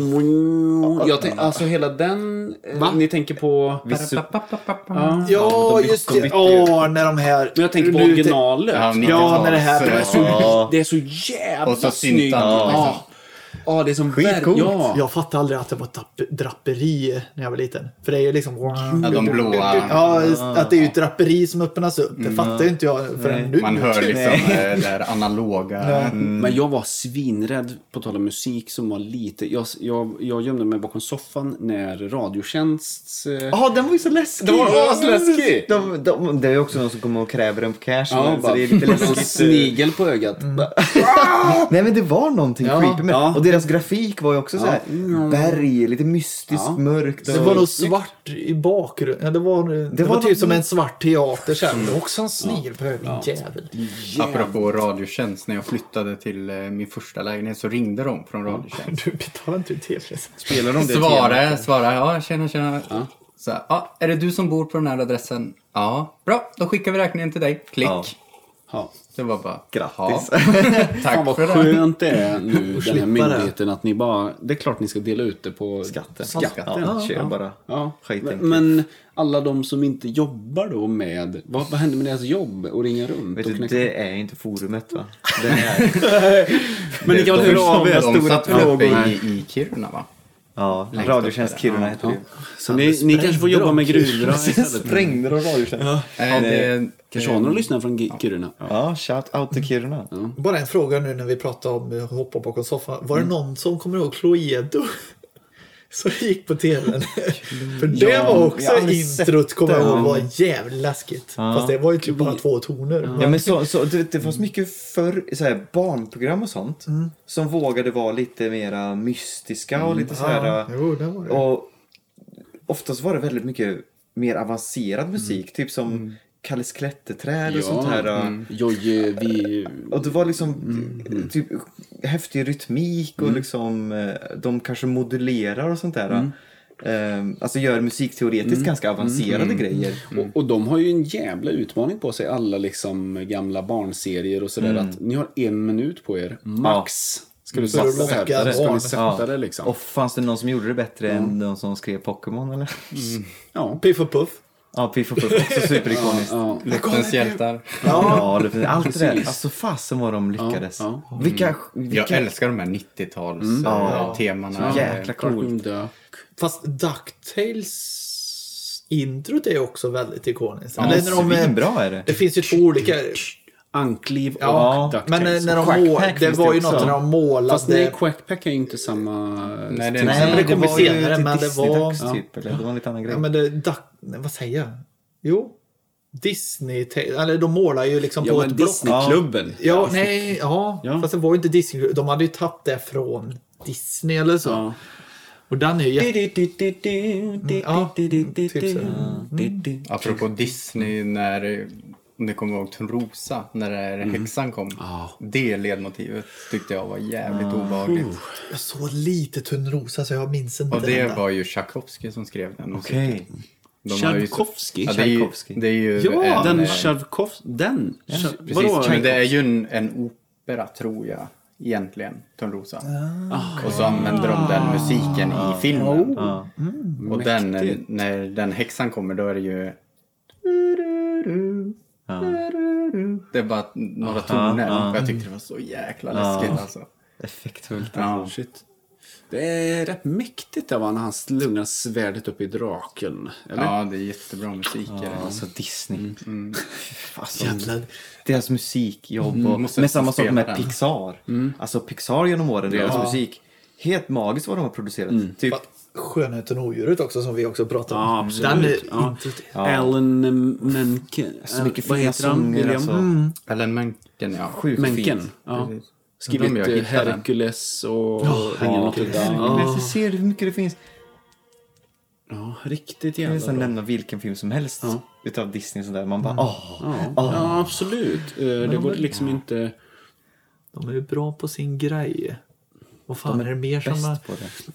Jag tänk, alltså hela den... eh, Ni tänker på... Ja, just det. Åh, när de här... Men jag tänker på nu- originalet. Ja, Ja, när det här... Så- Det var så Ja. Typ. Det är så jävla Och så snyggt. syntar han, Ja. ja, det är som... Skitcoolt. Ja. Jag fattade aldrig att det var drap- draperi när jag var liten. För det är ju liksom... Ja, de blåa. Ja, att det är ju ett draperi som öppnas upp. Mm. Det fattar ju inte jag förrän nu. Man hör liksom eh, det här analoga. Mm. Men jag var svinrädd, på tal om musik, som var lite... Jag, jag, jag gömde mig bakom soffan när Radiotjänsts... eh, Ja, den var ju så läskig! Den var asläskig! De, de, det är ju också någon som kommer och kräver den på cash. Ja, men, så bara, det är lite en läskigt. eh. snigel på ögat. Bara, Nej men det var någonting creepy med ja. Mm. Och deras grafik var ju också så här berg, lite mystiskt, mörkt. Det och- var nog svart i bakgrunden. Ja, det var, det var, var typ något- som en svart teater sen. Det var också en snigel på ögonen. Jävel. Apropå Radiotjänst, när jag flyttade till eh, min första lägenhet så ringde de från Radiotjänst. Du betalar inte ut tv-resan. Spelar de det temat? Svara, svara, ja tjena tjena. Så, här, ja, är det du som bor på den här adressen? Ja, bra, då skickar vi räkningen till dig. Klick. Ja. ja. Det var bara, Grattis. ja. Fan Tack vad för det. skönt det är nu, den här slippa myndigheten, att ni bara... Det är klart ni ska dela ut det på... Skatten. Skatten. Ja, kör bara. Ja. Skitenkelt. Men, men alla de som inte jobbar då med... Vad, vad händer med deras jobb och ringa runt? Vet Och du, knäcka- det är inte forumet va? Det är... men ni kan De väl höra av er? som- de stora satt väl uppe i, i Kiruna va? Ja, Längst Radiotjänst upp Kiruna där. heter det ju. Så ni, ni kanske får jobba med gruvorna Sen istället. sprängde de Radiotjänst. Ja. Nej, det, Kanske har någon lyssnare från Gi- Kiruna. ja, shout out till Kiruna. Bara en fråga nu när vi pratar om eh, hoppa bakom soffan. Var det någon som kommer ihåg Cluedo? Som gick på tvn. För det Ja, var jag också har aldrig sett introt kommer jag ihåg den. var jävligt läskigt. Fast det var ju typ bara två toner. Ja, men så, så, det, det fanns mycket förr, så här, barnprogram och sånt som vågade vara lite mera mystiska och lite så här... äh, Ja, jo, det var det. Och oftast var det väldigt mycket mer avancerad musik, typ som Kalles klätterträd och sånt här. äh, äh, Mm. Jojje, vi... Och det var liksom typ häftig rytmik och liksom eh, de kanske modulerar och sånt där. Eh, alltså gör musikteoretiskt ganska avancerade grejer. Och, och de har ju en jävla utmaning på sig, alla liksom gamla barnserier och sådär. Att ni har en minut på er, max. Ska du För att sätta det locka här? Eller ska barn. ni sätta det liksom? Och fanns det någon som gjorde det bättre än de som skrev Pokémon eller? Ja. Piff och Puff. Ja, Piff och Puff, också superikoniskt. ja, Luftens hjältar. det finns- allt det där. Alltså fasen vad de lyckades. Ja, Vilka, Mm. Jag vilka älskar de här eh, 90-tals-temana. jäkla coolt. Coolt. Ja. Fast Ducktails introt är ju också väldigt ikoniskt. Ja, Eller när de är- Svinbra är Alltså, det. Typ Det finns ju två olika. Ankliv och Ja, men eh, DuckTales. när de Quack mål, Pack det finns var ju det också. något när de målade. Fast nej, Quackpack är ju inte samma... typ Nej, det är Nej, det kommer var ju senare, till men det Disney var- Ducks, Typ, eller? Det var en lite annan grej. ja, men det, duck, nej, vad säger jag? Jo, Disney. Eller de målar ju liksom Ja, på men ett block. Disneyklubben. Ja, nej, ja. Ja. Fast det var ju inte Disney. De hade ju tagit det från Disney eller så. Ja. Och den är ju jätte... Ja, typ så. typ Apropå Disney, när, om ni kommer ihåg Trosa, när det här häxan kom. Det ledmotivet tyckte jag var jävligt obehagligt. Jag såg lite Tunnrosa så jag minns inte Och det den där. var ju Tchaikovsky som skrev den. musiken. Okej. De har ju så- Tchaikovsky? Ja, det är ju, Tchaikovsky. det är ju Ja, en, den eh, Tjajkovs... Den? Tja- Precis, Vadå? men det är ju en, en opera tror jag. egentligen, Törnrosa. Ah, Och så använder de den musiken i Oh. filmen. Mm, Och den, eh, när den häxan kommer då är det ju... Det är bara några toner. Och jag tyckte det var så jäkla läskigt alltså. Effektfullt. Ja. Shit. Det är rätt mäktigt där va, när han slungar svärdet upp i draken. Eller? ja, det är jättebra musik i det. Alltså Disney. Mm, Alltså, deras musikjobb. Och, Mm, måste men samma sak spela med den. Mm. Pixar. Alltså Pixar genom åren, deras musik. Helt magiskt vad de har producerat. Mm. Typ, Skönheten och odjuret också som vi också pratade om. Ja, Den absolut. är Ja. inte... Alan Menken. så mycket vad fina heter han? William? sånger. Alltså. Mm. Ellen Menken, ja. Sjukt Menken. fint. Ja. Precis. Skrivit De jag eh, hittade. Hercules och Ringen Notre Dame. Men du ser hur mycket det finns. Ja, riktigt Jag kan jävla nästan bra. nämna vilken film som helst utav Disney. Sådär. Man Mm. bara åh. Ja, ja, absolut. Eh, Det går liksom inte... De är ju bra på sin grej. Vad fan är det mer som... Bäst Är... på det.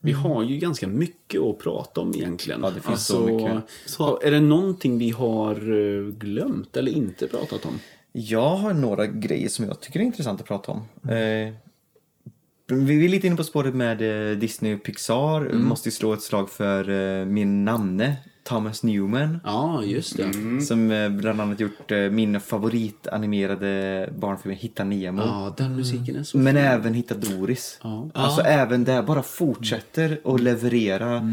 Vi har ju ganska mycket att prata om egentligen. Alltså, Ja, det finns så mycket. Så, är det någonting vi har eh, glömt eller inte pratat om? Jag har några grejer som jag tycker är intressant att prata om. Mm. Eh, vi är lite inne på spåret med eh, Disney och Pixar. Mm. Måste ju slå ett slag för eh, min namne Thomas Newman. Ja, just det. Som eh, bland annat gjort eh, min favoritanimerade barnfilm Hitta Nemo. Ja, den musiken är så Men även Hitta Doris. Ja. Mm. Alltså även där bara fortsätter och leverera.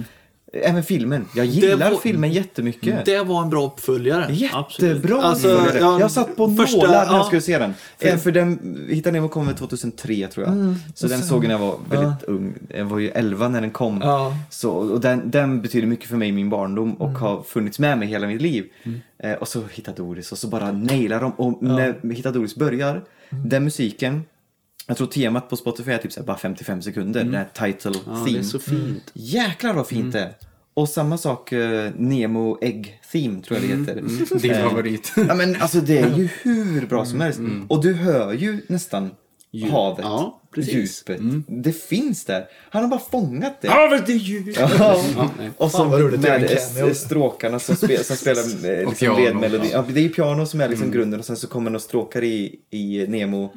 Även filmen. Jag gillar var- filmen jättemycket. Det var en bra uppföljare. Jättebra! Alltså, Alltså, ja, jag satt på första- nålar när ja. jag skulle se den. Eh, För, för den Hitta Nemo kom väl 2003 tror jag. så den såg jag när jag var väldigt ung. Jag var ju 11 när den kom. Ja. Så, och den, den betyder mycket för mig i min barndom och har funnits med mig hela mitt liv. Eh, och så Hitta Doris och så bara nailar de. Och när Hitta Doris börjar, den musiken. Jag tror temat på Spotify är typ så här, bara 55 sekunder. Den här title Ja, det är theme. så fint. Jäklar vad fint det är. Och samma sak eh, Nemo Egg Theme tror jag det heter. Din Eh, favorit. Ja men alltså det är ju hur bra som helst. Och du hör ju nästan havet, Ja, precis. djupet. Det finns där. Han har bara fångat det. Havet är djupt! Ja. nej. och så Fan, vad roligt, det är med eh, en cameo. s- stråkarna som, spe, som spelar eh, liksom piano, ledmelodi. Ja, det är ju piano som är liksom grunden och sen så kommer några stråkar i, i Nemo,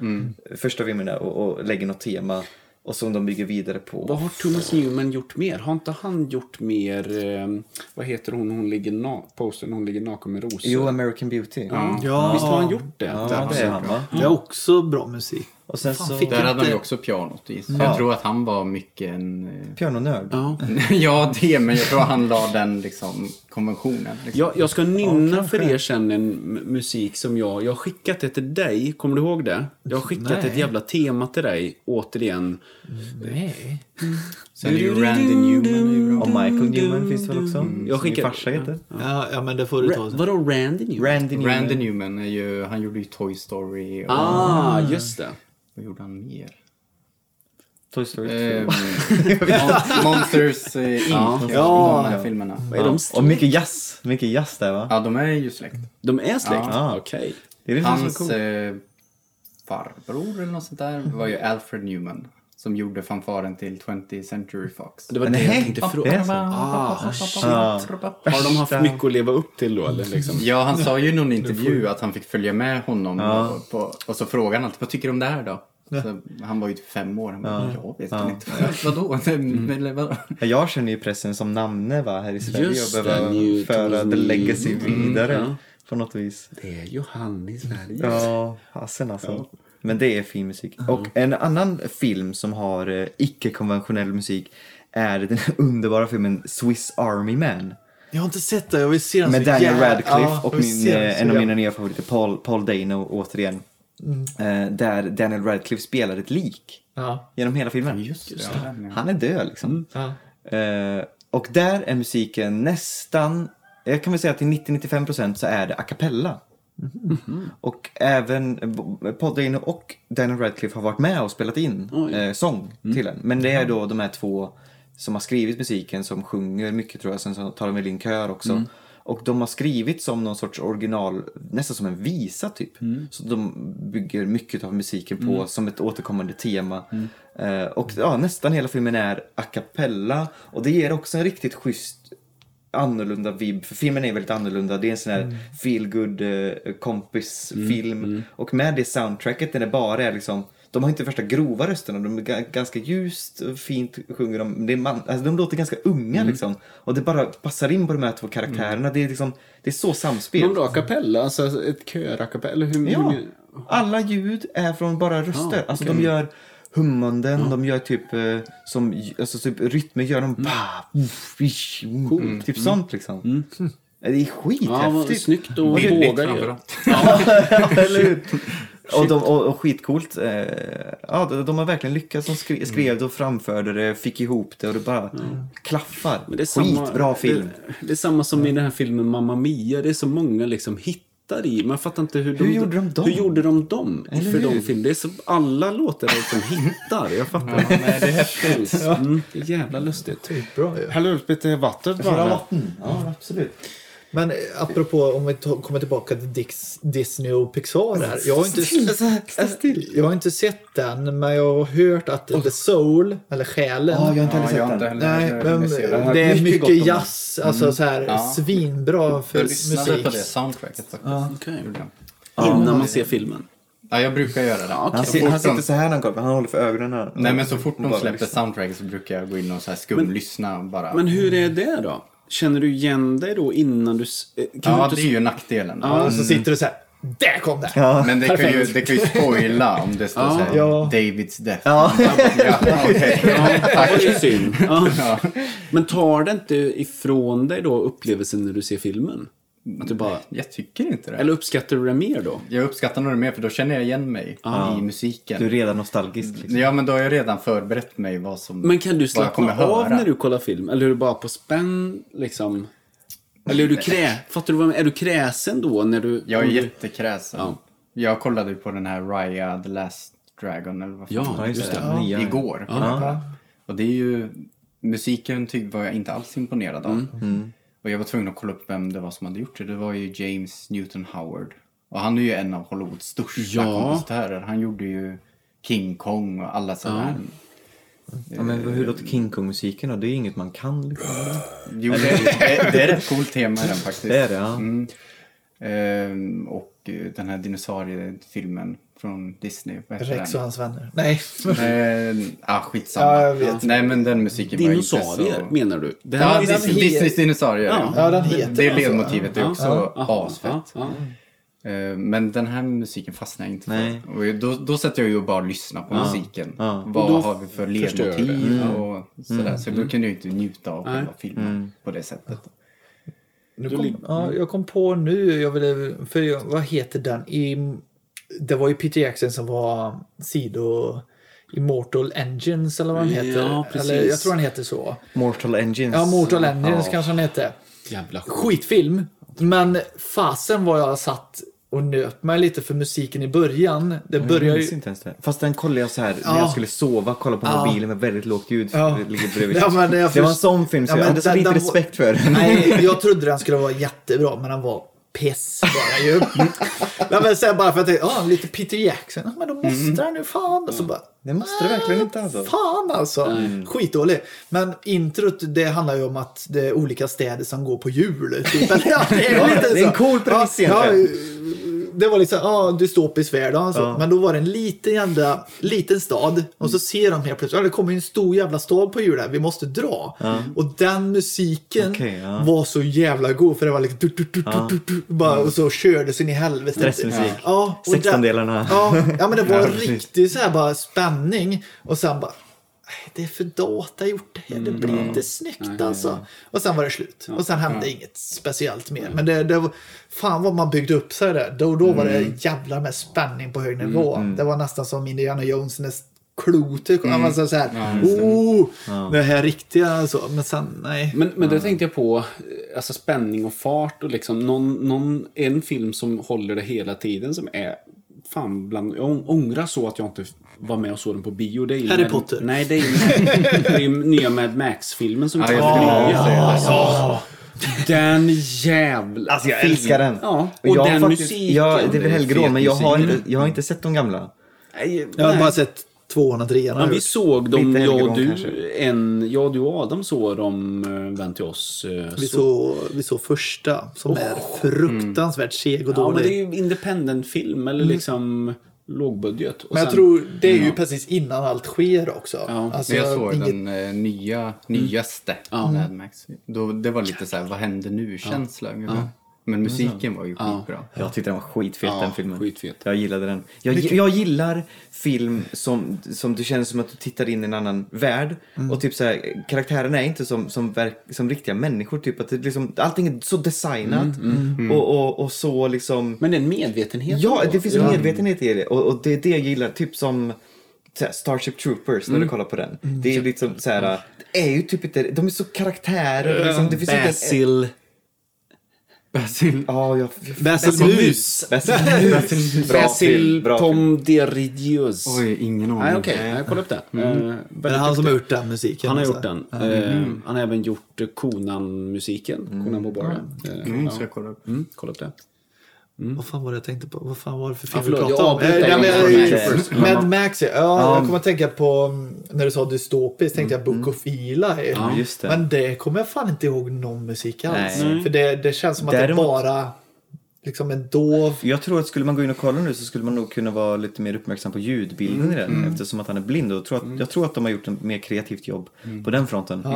första filmen där, och, och lägger något tema. Och som de bygger vidare på. Vad har Thomas Newman gjort mer? Har inte han gjort mer... Eh, vad heter hon? Hon ligger na- posten hon ligger naken med rosor. Jo, American Beauty. ja. Ja. Visst har han gjort det? Alltså, Ja, det är han va? Det är också bra musik. Och sen så... fick Där hade han ju inte- också pianot i. Så Jag tror att han var mycket en... eh, Pianonörd. Ja. ja, det, men jag tror han la den liksom, konventionen. Liksom. Jag, jag ska nynna för er sen en m- musik som jag... Jag har skickat det till dig. Kommer du ihåg det? Jag har skickat Nej. ett jävla tema till dig, återigen. Nej. Sen är ju Randy Newman är ju bra. Och Michael Newman finns det väl också? Jag Som min skickar- farsa heter. Ja, ja, men det får du ta. Ra- vadå Randy Newman? Randy Newman. Randy Newman är ju, han gjorde ju Toy Story och Ah, just det. vad gjorde han mer? Toy Story 2. Ehm, Mon- Monsters eh, Inc. Ja, de här filmerna. Är de, och släkt? mycket jazz. Mycket jazz där va? Ja, de är ju släkt. de är släkt? Ja. Okej. Det är det som är Hans så coolt. eh, farbror eller något sånt där var ju Alfred Newman som gjorde fanfaren till 20th Century Fox. Det var det Nej, jag tänkte det är fråga. så. Ah, Ah, shit. Ja. Har de haft mycket att leva upp till då? Eller liksom? Ja, han sa ju i någon intervju att han fick följa med honom och, på, och så frågade han alltid, vad tycker du om det här då? Så, han var ju typ fem år. Han bara, jag vet inte. Mm. Vadå? Eller vad? Ja, Jag känner ju pressen som namne va, här i Sverige Just och behöva det, Newton föra the Newman. legacy vidare ja. på något vis. Det är ju han i Sverige. Ja, fasen alltså. Men det är fin musik. Och en annan film som har eh, icke-konventionell musik är den underbara filmen Swiss Army Man. Jag har inte sett det. Jag vill se den Med så Daniel jävla- Radcliffe Alltså, Ja, jag Mm. och vill min, se den eh, så en av mina jävla- nya favoriter, Paul, Paul Dano återigen. Eh, där Daniel Radcliffe spelar ett lik Ja. genom hela filmen. Han är död liksom. Ja. Eh, och där är musiken nästan, jag kan väl säga att till 90-95% så är det a cappella. Och även eh, bo- Paul Dano och Daniel Radcliffe har varit med och spelat in eh, sång till den. Men det är då de här två som har skrivit musiken som sjunger mycket tror jag. Sen så tar de väl in kör också. Och de har skrivit som någon sorts original, nästan som en visa typ. Så de bygger mycket av musiken på som ett återkommande tema. Eh, och ja, nästan hela filmen är a cappella. Och det ger också en riktigt schysst annorlunda vibb. För filmen är väldigt annorlunda. Det är en sån här feel good eh, kompis film Och med det soundtracket där det bara är liksom de har inte värsta grova rösterna, de är ga- ganska ljust och fint sjunger de. Men Det är man, alltså de låter ganska unga liksom. Och det bara passar in på de här två karaktärerna. Det, är liksom, det är så samspel. Någon bra kapella, alltså ett körarkapell. Hur, Ja. hur, Alla ljud är från bara röster. alltså de gör hummanden, de gör typ eh, som j- alltså typ rytmer gör Mm. de ba, uff, ish, mm. typ sånt liksom. Det är ja, vad skithäftigt. snyggt och vågar ju. Eller hur? Och, de, och, och skitcoolt. Eh, ja, de, de har verkligen lyckats. De skrev, Mm. skrev det och framförde det, fick ihop det och det bara klaffar. Men det är samma- Skitbra film. Det, det är samma som i den här filmen Mamma Mia. Det är så många liksom hittar i. Man fattar inte hur de... Hur gjorde de dem? Hur gjorde de dem? Eller för hur? de film. Det är så, alla låtar är liksom hittar. Jag fattar inte. Nej, det är häftigt. Mm, det är jävla lustigt. Bra ju. Häll upp lite vatten vatten. Ja, absolut. Men eh, apropå om vi to- kommer tillbaka till Dix, Disney och Pixar här. Jag har, inte, Alltså- jag har inte sett den, men jag har hört att The Soul, eller Själen. Ja, jag har inte Ja, jag heller har sett inte den. heller Nej, jag men missade det. det är Mycket mycket gott om Mm. den. jazz, alltså så här svinbra för Jag lyssnade musik. på det soundtracket faktiskt. Ja. Okej. Innan man ser filmen. jag brukar göra det. Han, Så ser, fort han de- sitter så här när han kollar, han håller för ögonen här. Nej men så fort de Bara släpper liksom. soundtracket så brukar jag gå in och så här skumlyssna bara. Men hur är det då? Känner du igen dig då innan du... s- eh, Kan ja, du det inte är ju nackdelen. Och Mm. så sitter du så här. Där kom det! Men det kan, ju, det kan ju spoila om det står så här, Ja. Davids death. Ja. Ja, okej. Det var ju synd. Ja. Men tar det inte ifrån dig då upplevelsen när du ser filmen? Att du bara, Jag tycker inte det. eller uppskattar du det mer då? jag uppskattar nog det mer för då känner jag igen mig i musiken. Du är redan nostalgisk. Liksom. Ja men då har jag redan förberett mig vad som Men kan vad du jag slappna kommer höra. av när du kollar film? Eller är du bara på spänn liksom? Eller är du, krä... Fattar du vad jag menar? är du kräsen då? När du... Jag är om du- jättekräsen. Jag kollade ju på den här Raya the Last Dragon eller vad fan Ja, den just heter. det. Ja. Nya. Igår. Ja. Och det är ju, musiken tyck, var jag inte alls imponerad av. Mm. Och jag var tvungen att kolla upp vem det var som hade gjort det. Det var ju James Newton Howard. Och han är ju en av Hollywoods största Ja. kompositörer. Han gjorde ju King Kong och alla sådana Ja, men hur låter King Kong-musiken då? Det är inget man kan. Liksom. Jo, det, det, det är rätt coolt tema i den faktiskt. Det är det, ja. Mm. Ehm, och eh, den här dinosauriefilmen från Disney. vad heter Rex och den? hans vänner. Nej. Ehm, ah, skitsamma. Ja, jag vet. Nej, men den musiken var Dinosaurier, inte så... menar du? Det Ja, här den Disney, heter- Disneys dinosaurier. Ja. Ja, den heter det är alltså. ledmotivet. Det är också asfett. ja. Eh, Men den här musiken fastnar jag inte för. Nej. Och då, då sätter jag ju och bara lyssnar på musiken. Ja. Mm. Vad Och då har vi för förstör det. ledmotiv och sådär. Så då kunde jag ju inte njuta av själva filmen på det sättet. Nu kom, ja, jag kom på nu, jag ville, för jag, vad heter den? I, det var ju Peter Jackson som var sido Immortal Engines eller vad han heter. Ja, precis. Eller, jag tror han heter så. Mortal Engines. Ja, Mortal Engines Ja. kanske han hette. Jävla skit. Skitfilm. Men fasen var jag satt och nöp mig lite för musiken i början. Det Mm, Jag börjar minns ju... inte ens det. Fast den kollade jag så här när Ja. jag skulle sova, kolla på mobilen med väldigt lågt ljud. Ja. Det, ligger bredvid. Ja, men jag det var en först- sån film så Ja, jag men hade så den- lite den- respekt för. Nej, jag trodde den skulle vara jättebra, men den var piss bara ju. Nej, men sen bara för att jag tänkte, ah, lite Peter Jackson. Ja, men då måste den ju fan. Och så bara, Mm. Det måste det verkligen inte, alltså. Fan alltså. Skitdålig. Men introt, det handlar ju om att det är olika städer som går på jul. Typ. Eller, ja, det, är lite det är en så. cool premiss egentligen. det var liksom, ja, dystopisk värld och så. Men då var det en liten jävla, liten stad och så ser de helt plötsligt, ja det kommer ju en stor jävla stad på jul här, vi måste dra. Och den musiken Okej, ja. var så jävla god för det var liksom, du, du, du, du, du, du, bara, och så kördes in i helvete. Stressmusik. Ja, och där- 16-delarna. Ja, ja, men det var Ja, en precis. riktig så här bara spänning och sen bara "Nej, det är för data gjort det här. Det Mm, blir inte snyggt alltså. Och sen var det slut. Och sen hände inget speciellt Mm. mer. Men det, det var, fan vad man byggde upp sig där. Då, då var Mm. det jävla med spänning på hög nivå. Det var nästan som Indiana Jones när klotet Mm. kom. Man så här, oh, det här riktiga så. Men sen, nej. Men, men det tänkte jag på, eh, alltså spänning och fart och liksom någon, någon, en film som håller det hela tiden som är Fan, bland, jag ång- ångrar så att jag inte var med och såg den på bio. Det är ju Harry Mad- Potter. Nej, det är ju, det är ju nya Mad Max-filmen som Ja, jag kom. skulle vilja säga det. Ja. Den jävla Alltså jag filmen. älskar den. Ja, och, jag har den faktiskt, musiken. Jag, det är väl Det är helgrå, fet men jag har, musik. inte, jag har inte sett de gamla. Nej, Jag har nej. bara sett tvåan och trean. har Ja, jag vi gjort. såg dem, Lite jag och, helgon du, kanske. en, jag, du och Adam såg dem, eh, vän till oss. eh, Vi såg, vi såg första som är fruktansvärt seg och Ja, men dålig. det är ju independent-film eller liksom lågbudget. Och Mm. Men jag sen- tror det är ju precis innan allt sker också. Ja, Alltså, jag såg inget- den eh, nya, nyaste Mad Max. Då, det var lite så här, vad händer nu-känsla. ungefär. Men musiken var ju skitbra. Jag tyckte den var skitfet den filmen. skitfet. Jag gillade den. Jag, jag gillar film som, som du känner som att du tittar in i en annan värld. Mm. Och typ så här, karaktärerna är inte som, som, verk, som riktiga människor. Typ att det liksom, allting är så designat Och, och, och så liksom... Mm, Men det är en medvetenhet. Ja, ändå. det finns en medvetenhet i det. Och, och det är det jag gillar. Typ som så här, Starship Troopers, när Mm. du kollar på den. Det är ju liksom så här, det är ju typ inte, de är så karaktärer. Liksom, det finns inte ens- Basil. Basil. Ja, jag... jag- Basil Mus. Basil Mus. Bra film, Basil bra film. Tom Derridius. Oj, ingen aning. Nej, okej. Nej, kolla upp det. Eh, väldigt Men han som har duktig. gjort den musiken. Han har alltså. gjort den. Mm. Eh, han har även gjort eh, Konan-musiken. Konan Mubarak. Eh, Mm, ska jag kolla upp. mm, kolla upp det. Vad fan var det jag tänkte på? Vad fan var det för Ja, film vi förlåt, pratade jag om? Eh, avbryter nej, dig. men, eh, Mad Max, ja. ja. Jag kommer att tänka på, mm, när du sa dystopiskt, tänkte jag Mm. Book of Eli. just det. Men det kommer jag fan inte ihåg någon musik alls. Nej. För det, det känns som att Däremot- det bara liksom en dov... Jag tror att skulle man gå in och kolla nu så skulle man nog kunna vara lite mer uppmärksam på ljudbilden i den eftersom att han är blind. Och tror att, Jag tror att de har gjort ett mer kreativt jobb på den fronten.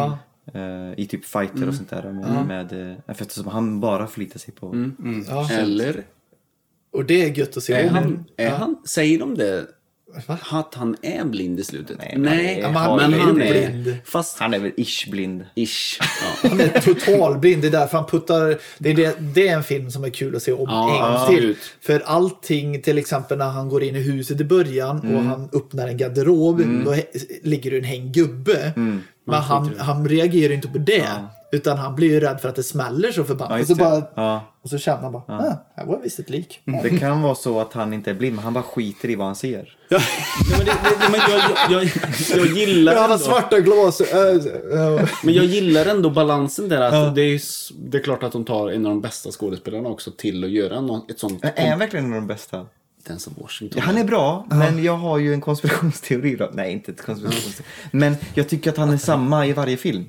Eh, I typ fighter och sånt där. Med, med, eh, eftersom han bara förlitar sig på... Ja. Eller? Och det är gött att se. Mm. Är om. han, är han, säger de det? Va? Att han är blind i slutet? Nej, men han är- men han han är, är blind. blind. Fast Han är väl ish blind. ish. Ja. Han är totalblind. Det är därför han puttar... Det är, det, det är en film som är kul att se om Ja, en gång till. absolut. För allting, till exempel när han går in i huset i början Mm. och han öppnar en garderob. Då he- ligger det en hängd Mm. gubbe. Men han, han reagerar inte på det. Utan han blir ju rädd för att det smäller så förbannat. Ja, och, just så det. bara, Ja. och så känner han bara, ah, här var visst ett lik. Mm. Det kan vara så att han inte är blind men han bara skiter i vad han ser. Nej, men det, det, men jag, jag, jag Men gillar Han har ändå, svarta glasögon. men jag gillar ändå balansen där. Att det, är, ju s- det är klart att de tar en av de bästa skådespelarna också till att göra nå- ett sånt... Men är han verkligen en av de bästa? Den som Washington. Ja, han är bra, men jag har ju en konspirationsteori då. Nej, inte ett konspirationsteori. Men jag tycker att han är samma i varje film.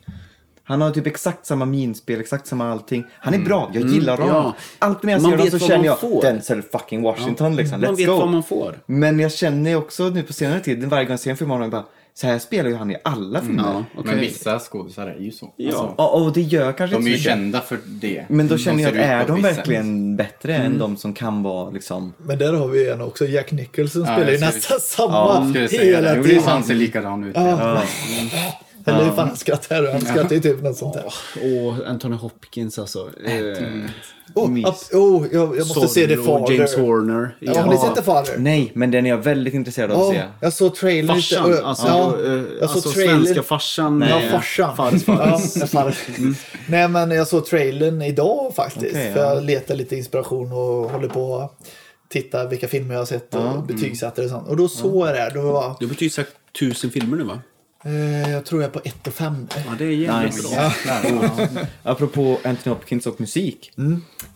Han har typ exakt samma minspel, exakt samma allting. Han är bra, jag gillar honom. ja. Allt när jag Man ser honom vet så vad känner man jag får. Denzel fucking Washington liksom, let's man vet go. vad man får. Men jag känner ju också nu på senare tid, varje gång jag ser en film av honom, bara, så här spelar ju han i alla filmer. Ja, okej. Men vissa skådisar är ju så. Ja. Alltså, Och, och det gör jag kanske de är inte ju så mycket. kända för det. Men då känner jag ser att ut är på de ett visst sätt. verkligen bättre än de som kan vara liksom... Men där har vi en också. Jack Nicholson spelar ju jag skulle- nästan Ja, samma skulle jag säga det. hela Jo, det är tiden. fan ser likadan ut. Eller hur fan han skrattar. Han skrattar ju typ något sånt där. Och Anthony Hopkins alltså. Eh, Åh, app- åh, Oh, jag, jag måste se det Sorlo, Father. James Horner. Ja, har ni sett det Father? Nej, men den är jag väldigt intresserad av att Ja, se. jag såg trailern. lite, Farsan, och- alltså, ja, eh, jag såg alltså trailern. svenska farsan. eh, Ja, med- farsan. Farfar. Ja, en farfar. Nej, men jag såg trailern idag faktiskt. Okej, för ja. jag letar lite inspiration och håller på att titta vilka filmer jag har sett och betygsätter och sånt. Och då såg jag det här. Då var, Du har betyg sagt tusen filmer nu va? eh, jag tror jag är på 1 och 5. Ja, det är jävligt bra. Apropå Anthony Hopkins och musik.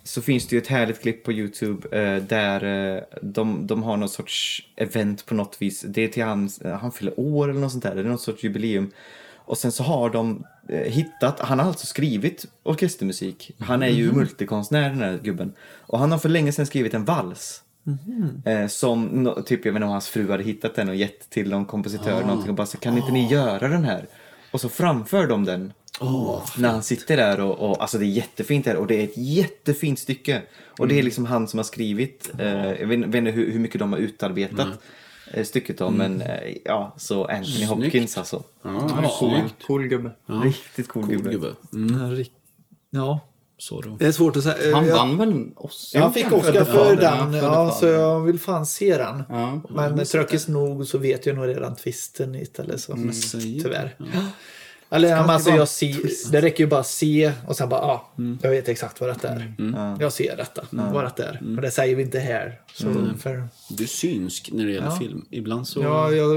Så finns det ju ett härligt klipp på Youtube eh, där eh, de, de har någon sorts event på något vis. Det är till hans, eh, han fyller år eller något sånt där. Det är någon sorts jubileum. Och sen så har de eh, hittat, han har alltså skrivit orkestermusik. Han är ju multikonstnär den här gubben. Och han har för länge sedan skrivit en vals. Eh, som nå- typ, jag vet inte om hans fru hade hittat den och gett till någon kompositör eller någonting och bara så kan inte ni göra den här? Och så framför de den. när han sitter där och, och alltså det är jättefint där och det är ett jättefint stycke. Och det är liksom han som har skrivit, eh, jag vet, vet inte hur, hur mycket de har utarbetat eh, stycket då men eh, ja, så Anthony Hopkins alltså. Ja, Cool gubbe. Riktigt cool, cool gubbe. gubbe. Mm, Ja, Zorro. det är svårt att säga. Han Jag- vann väl oss? Jag fick Oscar för den, Ja, ja, för så den. jag vill fan se den. Ja. Men tråkigt nog så vet jag nog redan twisten istället. Så. säg Tyvärr. Eller men alltså, jag ser, det räcker ju bara att se och sen bara, ja, jag vet exakt vad det är. Jag ser detta, vad det är. Men det säger vi inte här. Så för, Du är synsk när det gäller film. Ibland så... ja, jag,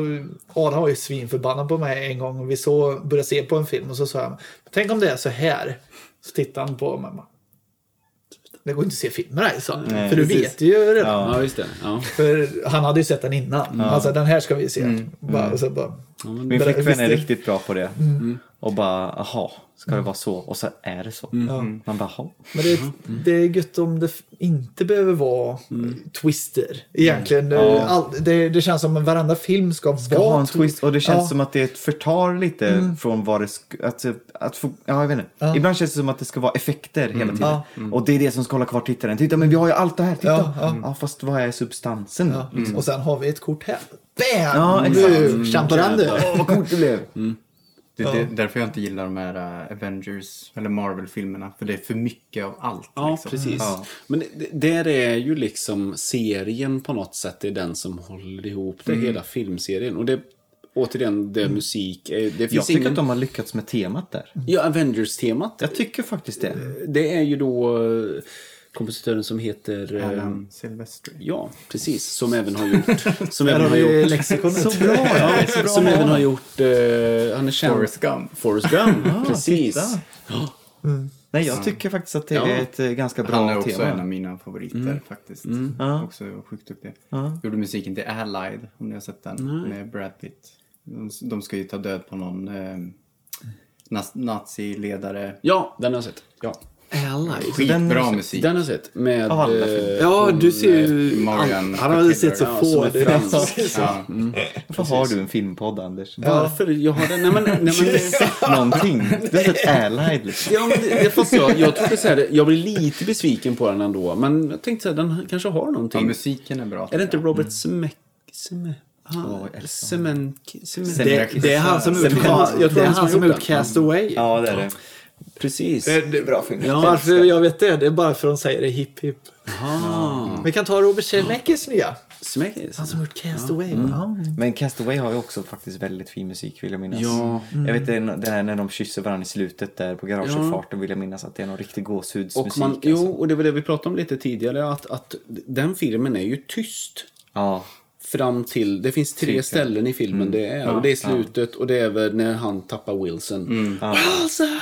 Adam var ju svinförbannad på mig en gång. Vi så, började se på en film och så sa jag, tänk om det är så här. Så tittade han på mig. och bara, Det går inte att se filmer här, sa han. För du precis. vet ju redan. Ja, just det. Ja. För han hade ju sett den Mm. innan. Alltså den här ska vi se. Bara, och så bara, Min Ber- flickvän är visste- riktigt bra på det. Och bara, aha, ska det vara så? Och så är det så. Man bara, aha. Men det, det är gött om det f- inte behöver vara twister. Egentligen. eh, All, det, det känns som att varenda film ska, ska vara ha en twist och det känns Ja. som att det är ett förtar lite från vad det sk- att, att få, ja, jag vet inte. Ibland känns det som att det ska vara effekter hela tiden. Ja. Och det är det som ska hålla kvar tittaren. Titta, men vi har ju allt det här. Titta! Mm. Ja, Ja, ja. fast vad är substansen? Ja, Och sen har vi ett kort här. Bam! Ja, Nu exakt. Mm. tjampar han det. vad coolt det blev! Det är det- därför jag inte gillar de här äh, Avengers eller Marvel-filmerna. För det är för mycket av allt. Ja, liksom. Mm. precis. Ja. Men det- där är ju liksom serien på något sätt, det är den som håller ihop Mm. det, hela filmserien. Och det, återigen, det är musik. eh, Det Jag finns tycker ingen... att de har lyckats med temat där. Ja, Avengers-temat. Jag tycker faktiskt det. Det är ju då eh, kompositören som heter... eh, Alan Silvestri. Ja, precis. Som även har gjort... Som Där även har har vi gjort... lexikonet. Så bra! Ja, som även har gjort... eh, han är känd... Forrest Gump. Forrest Gump, Ah, precis. titta. Nej, jag tycker faktiskt att det Ja. är ett eh, ganska bra Han är tema. också en av mina favoriter Mm. faktiskt. Också sjukt duktig. Gjorde musiken till Allied, om ni har sett den, med Brad Pitt. De, de ska ju ta död på någon eh, nas- naziledare. Ja, den har jag sett. Ja. Allies. Skitbra musik. Den har jag sett. Med... Av alla eh, filmer. Ja, du ser ju... Marian Han har ju sett så Cotillard. få. Ja, som är det är fransk. nästan- Ja. Varför har du en filmpodd, Anders? Varför? Jag har den... Nej, men, nej, men, det- Någonting. Du har sett Allied liksom. ja, men det, fast jag, jag, tycker så här, jag blir lite besviken på den ändå. Men jag tänkte så här, den kanske har ja, någonting. musiken är bra. är det inte Robert Mm. ah, Semek... Semek... Åh, Han, jag älskar Semenk... Semenk... Det, det är han som ut- jag tror det är han som ut Cast Away. Ja, det är det. Precis. Det är bra film. Ja. Varför jag vet det? Det är bara för att de säger det hipp hipp. Vi kan ta Robert Zemeckis nya. Smekis. Han som har gjort Cast Away. Mm. Ja. Men Castaway har ju också faktiskt väldigt fin musik vill jag minnas. Ja. mm. Jag vet det, det här när de kysser varandra i slutet där på garageuppfarten vill jag minnas att det är någon riktig gåshudsmusik. Och man, jo, alltså. och det var det vi pratade om lite tidigare, att, att den filmen är ju tyst. Ja. Fram till, det finns tre ställen i filmen Mm. det är. och det är slutet och det är väl när han tappar Wilson. Mm.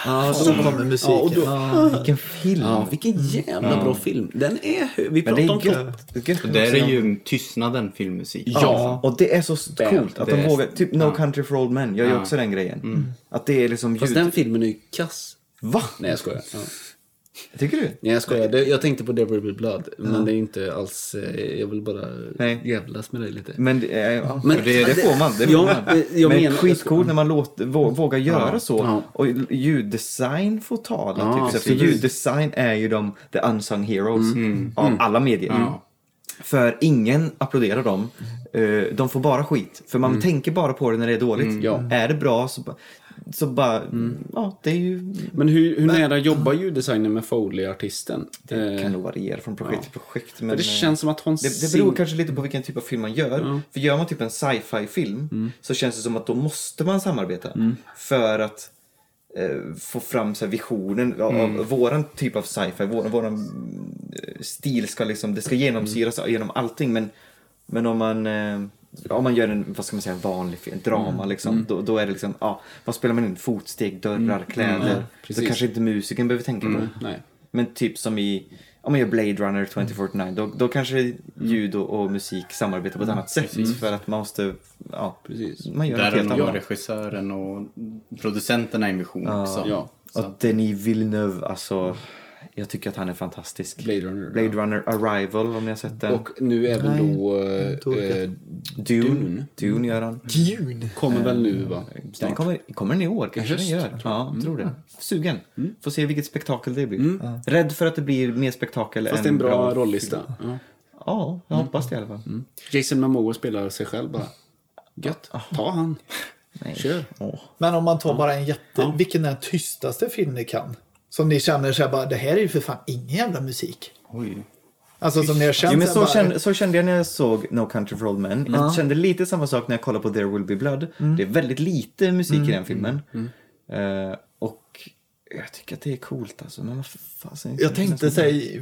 Ja, så kommer musiken. Ja, och då, Vilken film! ja, vilken jävla bra film. Den är hög. Vi Men det pratade om är topp. gött. Det är gött. Där är ju tystnaden filmmusik. Ja. Och det är så coolt att de Det är- Mm. vågar. Typ No Country for Old Men, jag gör också den grejen. Att det är liksom Fast ljud. den filmen är ju kass. Va? Nej, jag skojar. Ja. Tycker du? Nej, jag skojar. Det, jag tänkte på Devil Will Be Blood. Men det är inte alls... eh, Jag vill bara Nej. jävlas med dig lite. Men, det är- ja, Men- men det, det får man. Det Ja, får man. eh, jag men menar- skitcool när man låter, vå, vågar göra så. Ja. Och ljuddesign får tala. Ja, typ. så här, För absolut. Mm. ljuddesign är ju de the unsung heroes av alla medier. För ingen applåderar dem. Eh, De får bara skit. För man tänker bara på det när det är dåligt. Mm. Ja. Mm. Är det bra så, ba- så bara... Ja, det är ju... Men hur, hur nära jobbar ljuddesignen med Foley-artisten? Eh, Det kan nog variera från projekt till projekt. Men eh, det känns som att Hans det, det beror Zimmer- kanske lite på vilken typ av film man gör. För gör man typ en sci-fi film Mm. så känns det som att då måste man samarbeta. För att eh, få fram så här, visionen av, av Mm. våran typ av sci-fi. Vår, våran eh, stil ska liksom, det ska genomsyras Mm. genom allting. Men, men om man... Eh, om man gör en, vad ska man säga, vanlig film, drama Mm. liksom. Då, då är det liksom, ja, vad spelar man in? Fotsteg, dörrar, kläder. så Mm. precis. Mm. kanske inte musiken behöver tänka på. Nej. Men typ som i om man gör Blade Runner 2049, då, då kanske ljud och, och musik samarbetar på ett annat sätt. För att man måste, ja, Mm, Precis. man gör Där ett helt har nog annat. regissören och producenterna i mission också. Ja. Så. Och Denis Villeneuve, alltså, jag tycker att han är fantastisk. Blade Runner, Blade Runner Arrival, om ni har sett den. Och nu även då... Eh, Dune. Dune. gör Mm. han. Dune. kommer väl nu va? Den kommer, kommer den i år? Kanske höst, den gör. ja, Mm. tror det. Sugen. Får se vilket spektakel det blir. Rädd för att det blir mer spektakel Fast än det är en bra Mm. rollista. Ja. Ja, jag hoppas det i alla fall. Jason Momoa spelar sig själv bara. Gött. Ta han. Nej. Kör. Åh. Men om man tar bara en jätte... Vilken är den tystaste film ni kan? Som ni känner så här bara, det här är ju för fan ingen jävla musik. Oj. Alltså som ni har känt Jo, men här så, bara, kände, så kände jag när jag såg No Country for Old Men. Jag kände lite samma sak när jag kollade på There Will Be Blood. Mm. Det är väldigt lite musik i den filmen. Eh, och jag tycker att det är coolt alltså. Men vad fasen. Jag tänkte säga,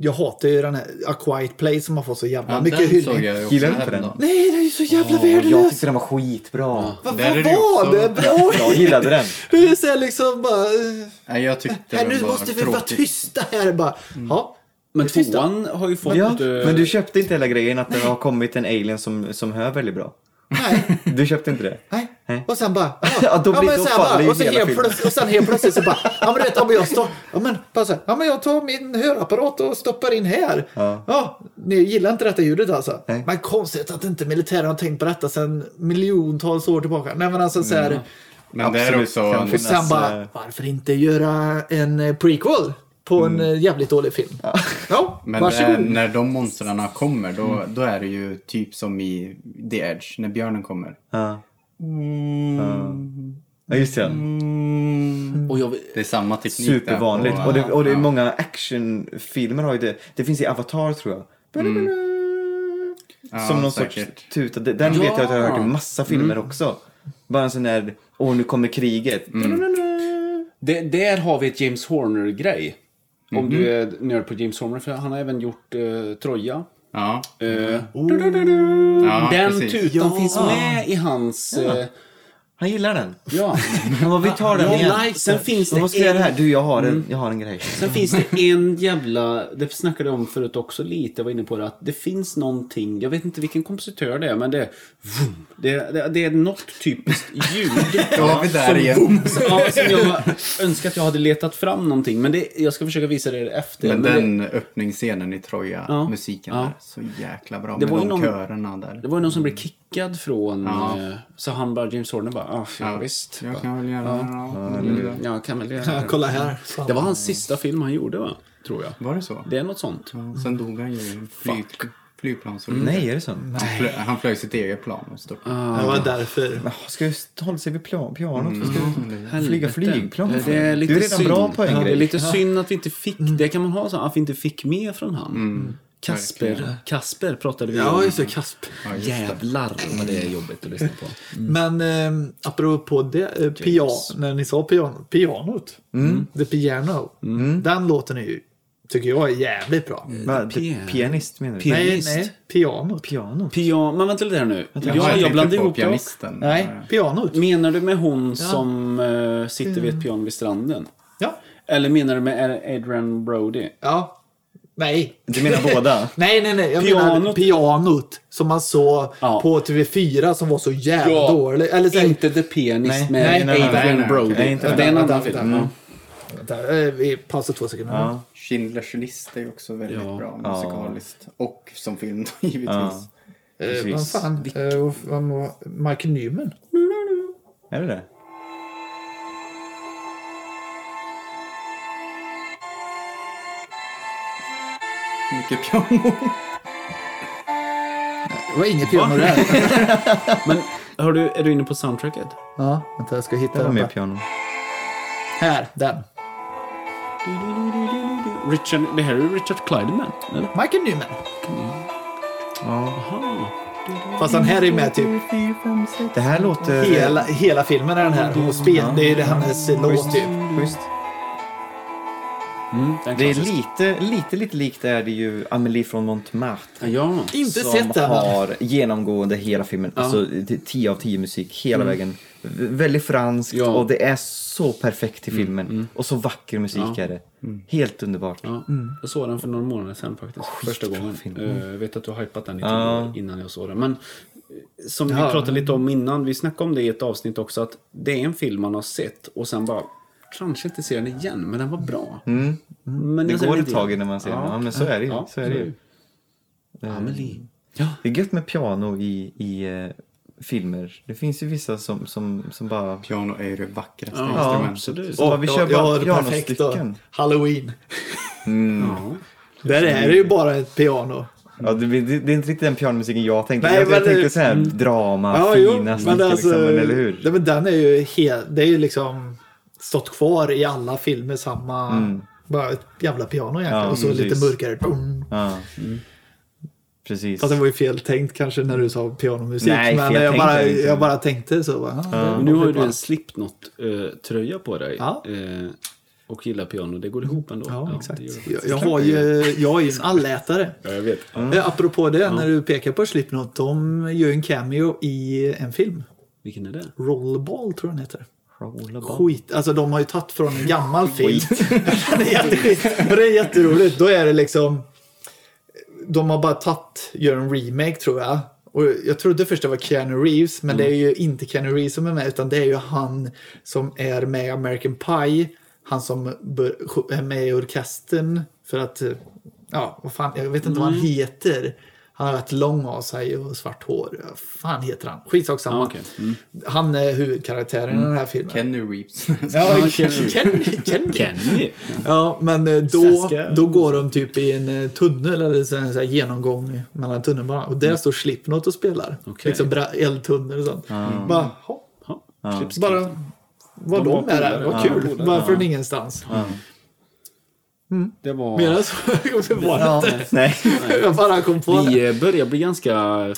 jag hatar ju den här A Quiet Place som har fått så jävla Ja, mycket den hyllning. såg jag ju också Gillar du inte den? häromdagen. Nej, det är ju så jävla Åh, jag värdelös. tyckte den var skitbra. Vad Där vad är det ju var också- det? Bra. Jag gillade den. Det är så här liksom bara... eh, Nej, jag tyckte Här, den nu var måste vi vara tråkig. tysta här bara. Ja. Men det är tysta. tvåan har ju fått... Ja, eh, men du köpte inte hela grejen att det har kommit en alien som, som hör väldigt bra. Nej, Du köpte inte det? nej. Nej. Och sen bara... Ja, Ja, då blir- men då så här faller ju och, så hela helt filmen. plötsligt, och sen helt plötsligt så bara... Ja, men du vet, om jag står... Ja, men bara så här, Ja, men jag tar min hörapparat och stoppar in här. Ja. ni gillar inte detta ljudet alltså? Nej. Men konstigt att inte militären har tänkt på detta sedan miljontals år tillbaka. Nej, men alltså så här... Mm. Men det är Absolut. USA. Och sen eh, bara, varför inte göra en eh, prequel på Mm. en eh, jävligt dålig film? Ja, Men varsågod. när, när de monstren kommer då, Mm. då är det ju typ som i The Edge, när björnen kommer. Ja. Ja, just det. Mm. Och jag, Det är samma teknik där Supervanligt. på- Och det, och det är ja. många actionfilmer har ju det. Det finns i Avatar tror jag. Mm. Som Ja, någon sorts säkert. tuta. Den vet jag att jag har hört i massa filmer Mm. också. Bara en sån där, åh nu kommer kriget. Det, där har vi ett James Horner-grej. Mhm. Om du är nörd på James Horner, för han har även gjort eh, Troja. Ja, Eh, Mm. Oh. ja den precis. tutan finns med i hans... eh, Han gillar den. ja. Han bara, vi tar den Ja, igen. like sen finns Vad ska jag det göra här? en, Mm. Du, jag har en, jag har en grej. sen finns det en jävla... Det snackade jag om förut också lite, jag var inne på det. Att det finns någonting, jag vet inte vilken kompositör det är, men det är... vroom. Det, det, det är något typiskt ljud. Då var vi där som, igen. ja, som jag önskar att jag hade letat fram någonting. Men det, jag ska försöka visa det efter. Men men det- den öppningsscenen i Troja, Ja. musiken Ja. där, så jäkla bra. Det Med var ju de någon- körerna där. Det var ju någon som blev kickad från... Ja. eh, Så han bara, James Horner bara, ah, ja, Ja, visst. Jag kan väl göra det. då. Mm, ja, kan väl göra det. Kolla här. Det var hans sista film han gjorde va? Tror jag. Var det så? Det är något sånt. Ja, Sen dog han ju i en flyg, flygplansolycka. Nej, är det så? Nej. Han, flö, han flög sitt eget plan och störtade. Det var därför. Ah, Ska jag hålla sig vid plan, pianot? Vad Ska jag flyga Mm. Helvete. flygplan? Eh, Det är lite du är redan synd. bra på en Ja, Det är grej. lite synd att vi inte fick, det kan man ha så att vi inte fick med från han. Kasper, Kasper pratade vi Ja, om. just det. Kasp. Jävlar vad det är jobbigt att lyssna på. Men eh, apropå det, eh, pian, när ni sa piano, pianot, The Piano, den låten är ju, tycker jag är jävligt bra. Va, Pian- pianist menar du? Pian- Nej, pianist. nej, pianot. Piano? Pian, men vänta lite här nu. Ja, tänkte jag blandade på ihop det också. pianisten. Nej, pianot. Menar du med hon som eh, sitter vid ett piano vid stranden? Ja. Eller menar du med Adrian Brody? ja. Nej. Du menar båda? Nej, nej, nej. Jag menar Pianot. pianot som man såg Ja. på TV4 som var så jävla dålig. Eller så här, Inte The Pianist Nej, med nej, nej, nej, Adrian nej, Brody. nej, inte det är en vänta, annan vänta, film. Ja. Där, eh, vi pausar två sekunder. Ja. Schindlers list är ju också väldigt Ja. bra musikaliskt. Och som film då, givetvis. Ja. Eh, vad Precis. fan? Eh, vad- vad må- Michael Nyman? Är det det? Mycket piano. Det var inget piano där. Men har du, är du inne på soundtracket? ja, vänta, jag ska hitta Det var den. mer Där. piano. Här, den. Richard, det här är ju Richard Clydeman, eller? Michael Nyman. Aha. Fast han här är med typ Det här låter... hela, hela filmen är den här. Hon spel, det är det hennes låt typ. Schysst. Mm, den Det är klassiska. lite, lite, lite likt är det ju Amelie från Montmartre. Ja. Inte som sett den. har genomgående hela filmen. Alltså t- 10 av 10 musik hela vägen. V- Väldigt franskt Ja. och det är så perfekt i filmen. Och så vacker musik är det. Helt underbart. Ja, jag såg den för några månader sedan faktiskt. Första gången. Mm. film. Eh, Jag vet att du har hypat den lite Ja. innan jag såg den. Men eh, som vi pratade lite om innan, vi snackade om det i ett avsnitt också, att det är en film man har sett och sen bara kanske inte ser den igen, men den var bra. Men Mm. alltså, Det jag ser går den ett igen. tag innan man ser den. Ja, men så är det ju. så är det ju. Eh, Amelie. Ja. Det är gött med piano i, i eh, filmer. Det finns ju vissa som, som, som bara... Piano är ju det vackraste ja, instrumentet. absolut. Åh, vi kör jag har bara det perfekt då. pianostycken. Halloween. Ja. Där är det ju bara ett piano. Ja, det, det, det är inte riktigt den pianomusiken jag tänkte. Nej, jag, jag men det- Mm. tänkte så här drama, Ja, jo, fina men stycken alltså, liksom, men eller hur? Nej, men den är ju helt, det är ju liksom stått kvar i alla filmer samma, bara ett jävla piano egentligen Mm. Ja, och så precis. lite mörkare. Boom. Ja. Precis. Mm. Fast det var ju fel tänkt kanske när du sa pianomusik. Nej, men fel jag tänkt är bara, det inte. jag bara tänkte så. Bara, ja, det- Men nu har ju du en Slipknot-tröja på dig. Ja. eh, Och gillar piano, det går ihop ändå. ja, exakt. det gör det Jag, faktiskt. jag, har ju, jag är ju en allätare. Ja, jag vet. Eh, Apropå det, när du pekar på Slipknot, de gör ju en cameo i en film. Vilken är det? Rollerball tror jag den heter. Rollerball. Skit. Alltså de har ju tagit från en gammal film. det är jätteskit. Men det är jätteroligt. Då är det liksom... De har bara tagit, gör en remake tror jag. Och jag trodde först det var Keanu Reeves, men det är ju inte Keanu Reeves som är med, utan det är ju han som är med i American Pie. Han som bör, är med i orkestern för att, eh, ja, vad fan, jag vet inte vad han heter. Han har rätt lång av sig och svart hår. Vad fan heter han? Skitsak samma. okej. Han är huvudkaraktären i den här filmen. Kenny Reeves. Ja, Kenny. Kenny. Kenny! Ja, men eh, då, Saska. då går de typ i en eh, tunnel eller så en så här genomgång mellan tunnelbanan och där står Slipknot och spelar. Okej. Liksom bra- eldtunnor och sånt. Bara, hopp, Ja. bara var de, var med där? polare. Vad Ja. kul. Bara från ingenstans. Det var... Medan så var det Ja, inte. nej. Jag bara kom på det. Vi eh, börjar bli ganska...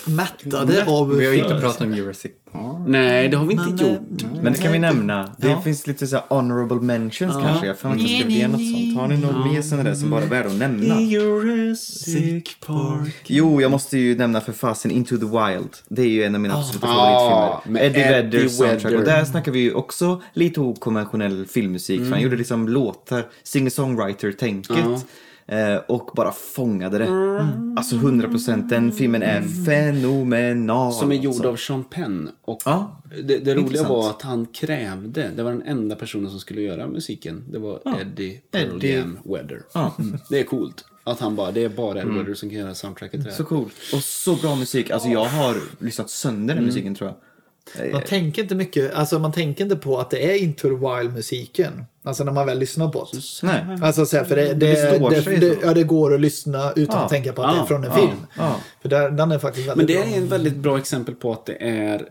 Mättade av... Vi har ju inte pratat om Jurassic Park. Nej, det har vi inte Men, eh, gjort. Men det kan vi nämna. Det finns lite så här honorable mentions kanske. Jag fan att jag skrev ner något sånt. Har ni något mer sådana där som bara är värd att nämna? Jurassic Park. Jo, jag måste ju nämna för fasen Into the Wild. Det är ju en av mina absoluta Ah, favoritfilmer. med Eddie Eddie Vedders soundtrack. Vedder. Och där snackar vi ju också lite okonventionell filmmusik. Mm. För han gjorde liksom låtar, singer-songwriter-tänket. eh, Och bara fångade det. Mm. Alltså 100% den filmen är fenomenal. Som är gjord alltså. av Sean Penn. Och Ja, det, det roliga intressant. var att han krävde, det var den enda personen som skulle göra musiken. Det var Eddie Pearl Eddie. Jam Weather. Ja. Mm. Det är coolt. Att han bara, det är bara Eddie Weather som kan göra soundtracket till det Så här. coolt. Och så bra musik. Alltså jag har lyssnat sönder Mm. den musiken tror jag. Man tänker inte mycket, alltså man tänker inte på att det är Into the Wild-musiken. Alltså när man väl lyssnar på det. Nej. Alltså så här, för det, det, Det består det, sig det, så. ja, det går att lyssna utan Ja. att tänka på att det Ja. är från en Ja. film. Ja. För där, den är faktiskt Men väldigt det bra. är ett väldigt bra exempel på att det är...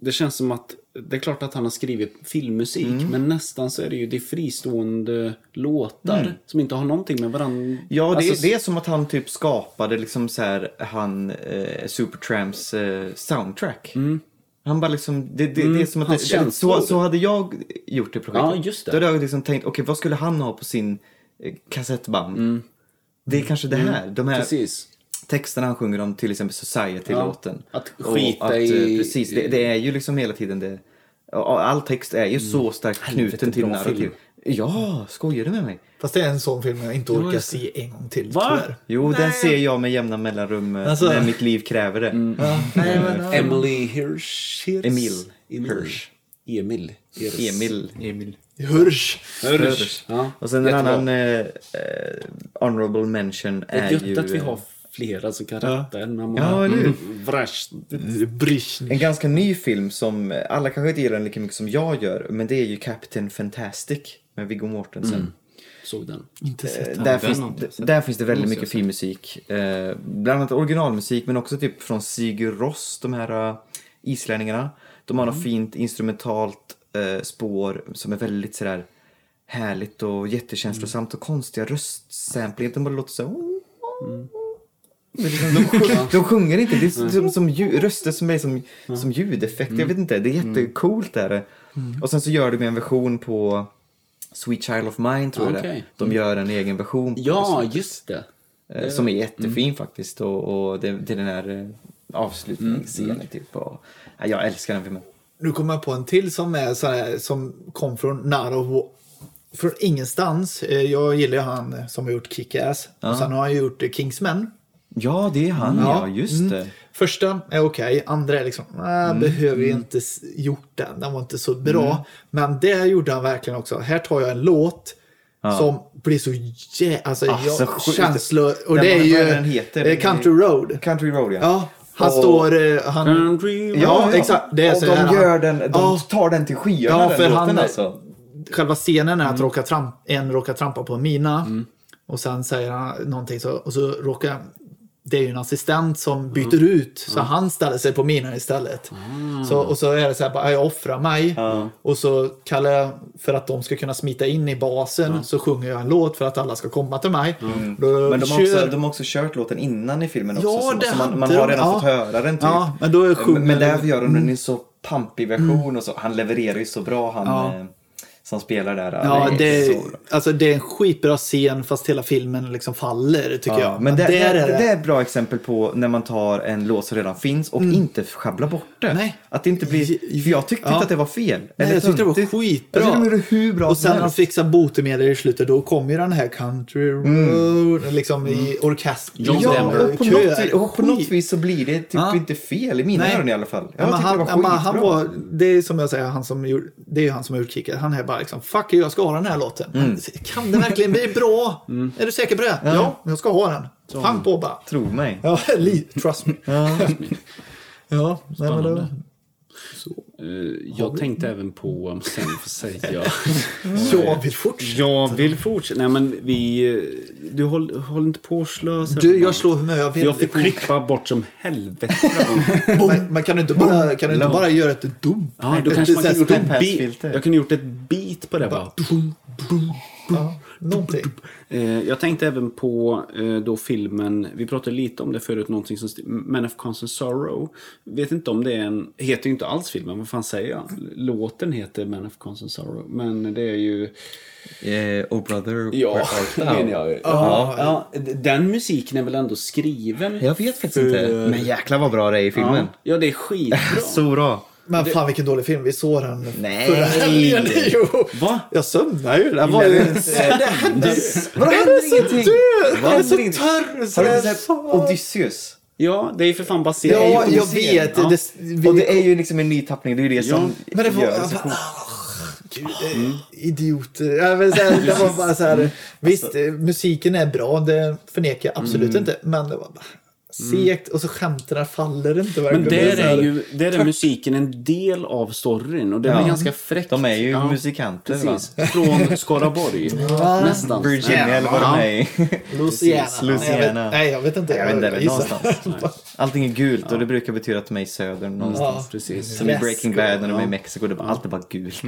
Det känns som att det är klart att han har skrivit filmmusik, Mm. men nästan så är det ju det fristående låtar som inte har någonting med varandra. Mm. Ja, det, Alltså, är, det är som att han typ skapade liksom så här, han eh, Supertramps eh, soundtrack. Han bara liksom, det, det, det är som att Mm. hans det, det, känslor. så, så hade jag gjort det projektet. Ja, just det. Då hade jag liksom tänkt, okej vad skulle han ha på sin eh, kassettband? Det är kanske det här, de här Mm. Precis. texterna han sjunger om till exempel Society-låten. Ja, att Och skita att, eh, i- Precis, det, det är ju liksom hela tiden det. ja, All text är ju så starkt knuten till Mm. bra narrativ. film. Ja, skojar du med mig? Fast det är en sån film jag inte orkar se en gång till Va? tyvärr. Jo, den ser jag med jämna mellanrum eh, Alltså- när mitt liv kräver det. Mm. Mm. Ja, nej, men, ja. Emily Hirsch. Hirsch. Emil. Emil. Hirsch. Emil. Hirsch. Emil. Emil. Hirsch. Hirsch. Ja. Och sen en Jättebra. annan eh, eh, honorable mention Det är är ju gött att vi eh, har flera som kan rätta en. Man Ja, bara, eller hur? mm, Vrash. Brischny. en ganska ny film som eh, alla kanske inte gillar den lika mycket som jag gör, men det är ju Captain Fantastic med Viggo Mortensen. Mm. Såg den. Inte sett Där, den finns, har inte jag sett. där finns det väldigt Måste mycket jag fin musik. Eh, bland annat originalmusik men också typ från Sigur Rós, de här eh, islänningarna. De har något fint instrumentalt eh, spår som är väldigt sådär härligt och jättekänslosamt och konstiga röstsamplingar. De bara låter så här, de sjunger inte. Det är som, som, ljud, röster som är som, som ljudeffekt. Jag vet inte. Det är jättecoolt. Där. Och sen så gör de en version på Sweet Child of Mine tror jag det är. Okej. De gör en egen version. på Ja, just det. Mm. det, eh, som är jättefin faktiskt. Och, och det, det är den här eh, avslutningsscenen typ. Och, ja, jag älskar den filmen. Nu kommer jag på en till som, är så här, som kom från Naro. Från ingenstans. Eh, Jag gillar ju han eh, som har gjort Kick-Ass. Och sen har han gjort eh, Kingsman. Ja, det är han ja. Mm. Just det. Första är okej, andra är liksom, "Ah, Mm, behöver ju inte s- gjort den, den var inte så bra. Men det gjorde han verkligen också. Här tar jag en låt som blir så jä... Alltså, Ah, så jag, sjukt. känslor... Och Den- det är vad- ju vad är den heter? eh, Country Road. Country Road ja. Ja, han Och- står... eh, Han, Country Ja, exakt. Det är och så de, här. gör den, de Ja. tar den till skyarna Ja, den för låten han- alltså. själva scenen är Mm. att råkar tramp, en råkar trampa på en mina. Och sen säger han någonting så, och så råkar... Det är ju en assistent Mm. som byter ut, så han ställer sig på minan istället. Mm. Så, och så är det så här, bara, jag offrar mig. Och så kallar jag, för att de ska kunna smita in i basen, så sjunger jag en låt för att alla ska komma till mig. Då Mm. Men de har, kör- också, de har också kört låten innan i filmen också. Ja, så, det så man, man hade har de, redan ja. fått höra den typ. Ja, men då Mm. sjunger men, men där gör de den i så pampig version och så. Han levererar ju så bra han, Mm. Ja. eh, som spelar där. Ja, det, så är- bra. alltså, det är en skitbra scen fast hela filmen liksom faller tycker Ja, jag. men det, Där det, är det, är ett bra exempel på när man tar en låt som redan finns och inte sjabblar bort det. Mm. Nej. Att det inte blir... För jag tyckte Ja. inte att det var fel. Nej, eller jag tyckte det var töntigt. skitbra. Jag tyckte de gjorde hur bra och sen som när de helst. fixar botemedel i slutet, då kommer ju den här country road, liksom i orkester. John Mm. Ja, Denver. och på, något, vis- och på något vis så blir det typ Ja. inte fel i mina Nej. öron i alla fall. Jag Ja, men tyckte han, det var ja, men han skitbra. var, det är som jag säger, han som gjorde, det är ju han som har gjort kicket. Han är bara liksom, fuck it, jag ska ha den här låten. Mm. Kan det verkligen bli bra? Är du säker på det? Ja, jag ska ha den. Pang på bara. Tro mig. Ja, li- trust me. Ja, ja nej, men då, Eh, Jag tänkte även på, om sen får säga. jag vill fortsätta. Jag vill fortsätta. Nej men vi, eh, du håll, håll inte på och slösa. Du, jag slår humör. Jag vet Jag får inte. klippa bort som helvete. Men, men kan du inte bara, kan du inte bara göra ett dum? Ja, då Ett kanske man så här kan gjort ett stomp- beat. Jag kunde gjort ett beat på det bara. Ja, någonting. Eh, Jag tänkte även på eh, då filmen, vi pratade lite om det förut, någonting som st- Men of Constant Sorrow. Vet inte om det är en, heter ju inte alls filmen, vad fan säger jag? Låten heter Men of Constant Sorrow, men det är ju... Eh, oh brother, Ja, where art menar thou? jag. Ja, ja, d- den musiken är väl ändå skriven? Jag vet faktiskt inte. Men jäklar vad bra det är i filmen. Ja, ja det är skitbra. Så bra. Men fan vilken dålig film. Vi såg den Nej. förra helgen. Jo. Va? Jag sömnade ju. Den var ju... Det hände Vadå, händer ingenting? Jag är så Händer ingenting? törr. så Har du jag inte sett sa- Odysseus? Ja, det är ju för fan baserat. Ja, ju jag scen. vet. Ja. Det, vi, Och det är ju liksom en ny tappning, det är ju det som men det var, gör det så jag bara, "Ah, coolt. Gud, eh, idioter. Ja, men så här, det var bara så här, visst, eh, musiken är bra, det förnekar jag absolut inte. Men det var bara segt och så skämten faller inte verkligen. Men Det där så här- är ju där är musiken en del av storyn och den är ganska fräckt. De är ju Ja, musikanter va? Precis, från Skaraborg. Nästan. Virginia eller vad de är i. Louisiana. Nej, jag Louisiana. vet, nej, jag vet inte. Jag vet inte, jag men gissar. någonstans. Allting är gult och det brukar betyda att de är i södern någonstans. Ja. Precis. Som i Väst- Breaking Bad när de är i Mexiko, det var allt är bara gult.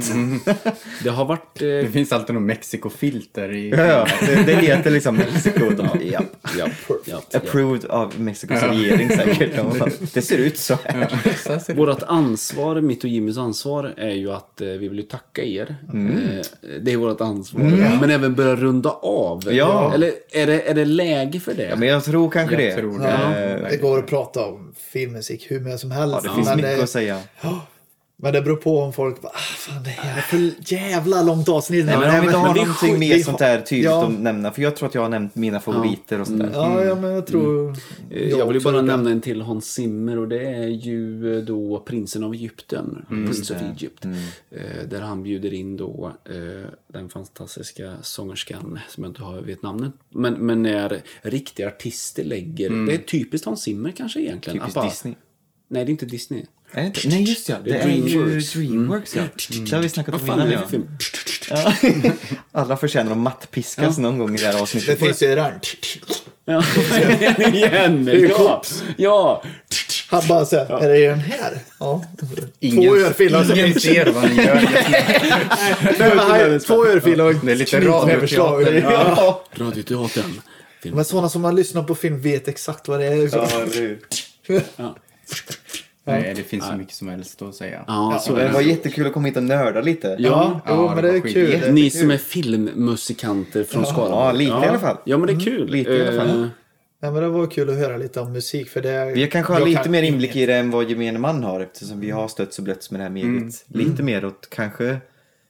Det har varit... Eh, Det finns alltid någon Mexiko-filter i... Ja, ja, det, det heter liksom Mexiko. De, ja. ja, ja, ja. Approved av Mexikos regering säkert. De bara, det ser ut så här. Vårt ansvar, mitt och Jimmys ansvar, är ju att eh, vi vill ju tacka er. Eh, det är vårt ansvar. Men även börja runda av. Ja. Eller är det, är det läge för det? Ja, men jag tror kanske det. Jag tror det. Ja, Eh, det går att prata om filmmusik hur mycket som helst. Ja, det finns men, mycket det, att säga. men det beror på om folk bara, ah, fan det här är för jävla långt avsnitt. Nej, men om vi inte har någonting mer sånt där tydligt Ja. Mm. att nämna. För jag tror att jag har nämnt mina favoriter och sånt där. Ja, ja, men jag tror... Mm. Eh, Jag vill ju också bara det. nämna en till Hans Zimmer och det är ju eh, då prinsen av Egypten, Mm, prins of Egypt. Eh, Där han bjuder in då eh, den fantastiska sångerskan som jag inte har, vet namnet. Men, men när riktiga artister lägger, det är typiskt Hans Zimmer kanske egentligen. Mm. Typiskt att bara- Disney. Nej, det är inte Disney. Är det inte? Nej, just ja. Det är ju Dreamworks. Dreamworks, ja. Det har vi snackat Vad om fan är innan, det ja. för film? Ja. Alla förtjänar att mattpiskas någon gång i det här Det avsnittet. finns ju redan. Ja, igen! Ja! ja. Han bara så här, är det den här? Ja. Ingen- två örfilar som Ingen ser vad ni gör. Nej, men här, två örfilar och Det är lite knytnäveslag. radioteater. Ja. Radioteatern. Film. Men sådana som har lyssnat på film vet exakt vad det är. Nej, det finns så mycket som helst att säga. Ja, så är Det det. var jättekul att komma hit och nörda lite. Ja, Ja, jo, det men det var är skit. kul. Ni som är filmmusikanter från Skaraborg. Ja, lite i alla fall. Mm. Ja, men det är kul. Lite i alla fall. Eh, Nej, men det var kul att höra lite om musik. För det är, Vi kanske har jag lite kan mer inblick inget. i det än vad gemene man har eftersom vi har stötts och blötts med det här mediet. Lite mer åt kanske...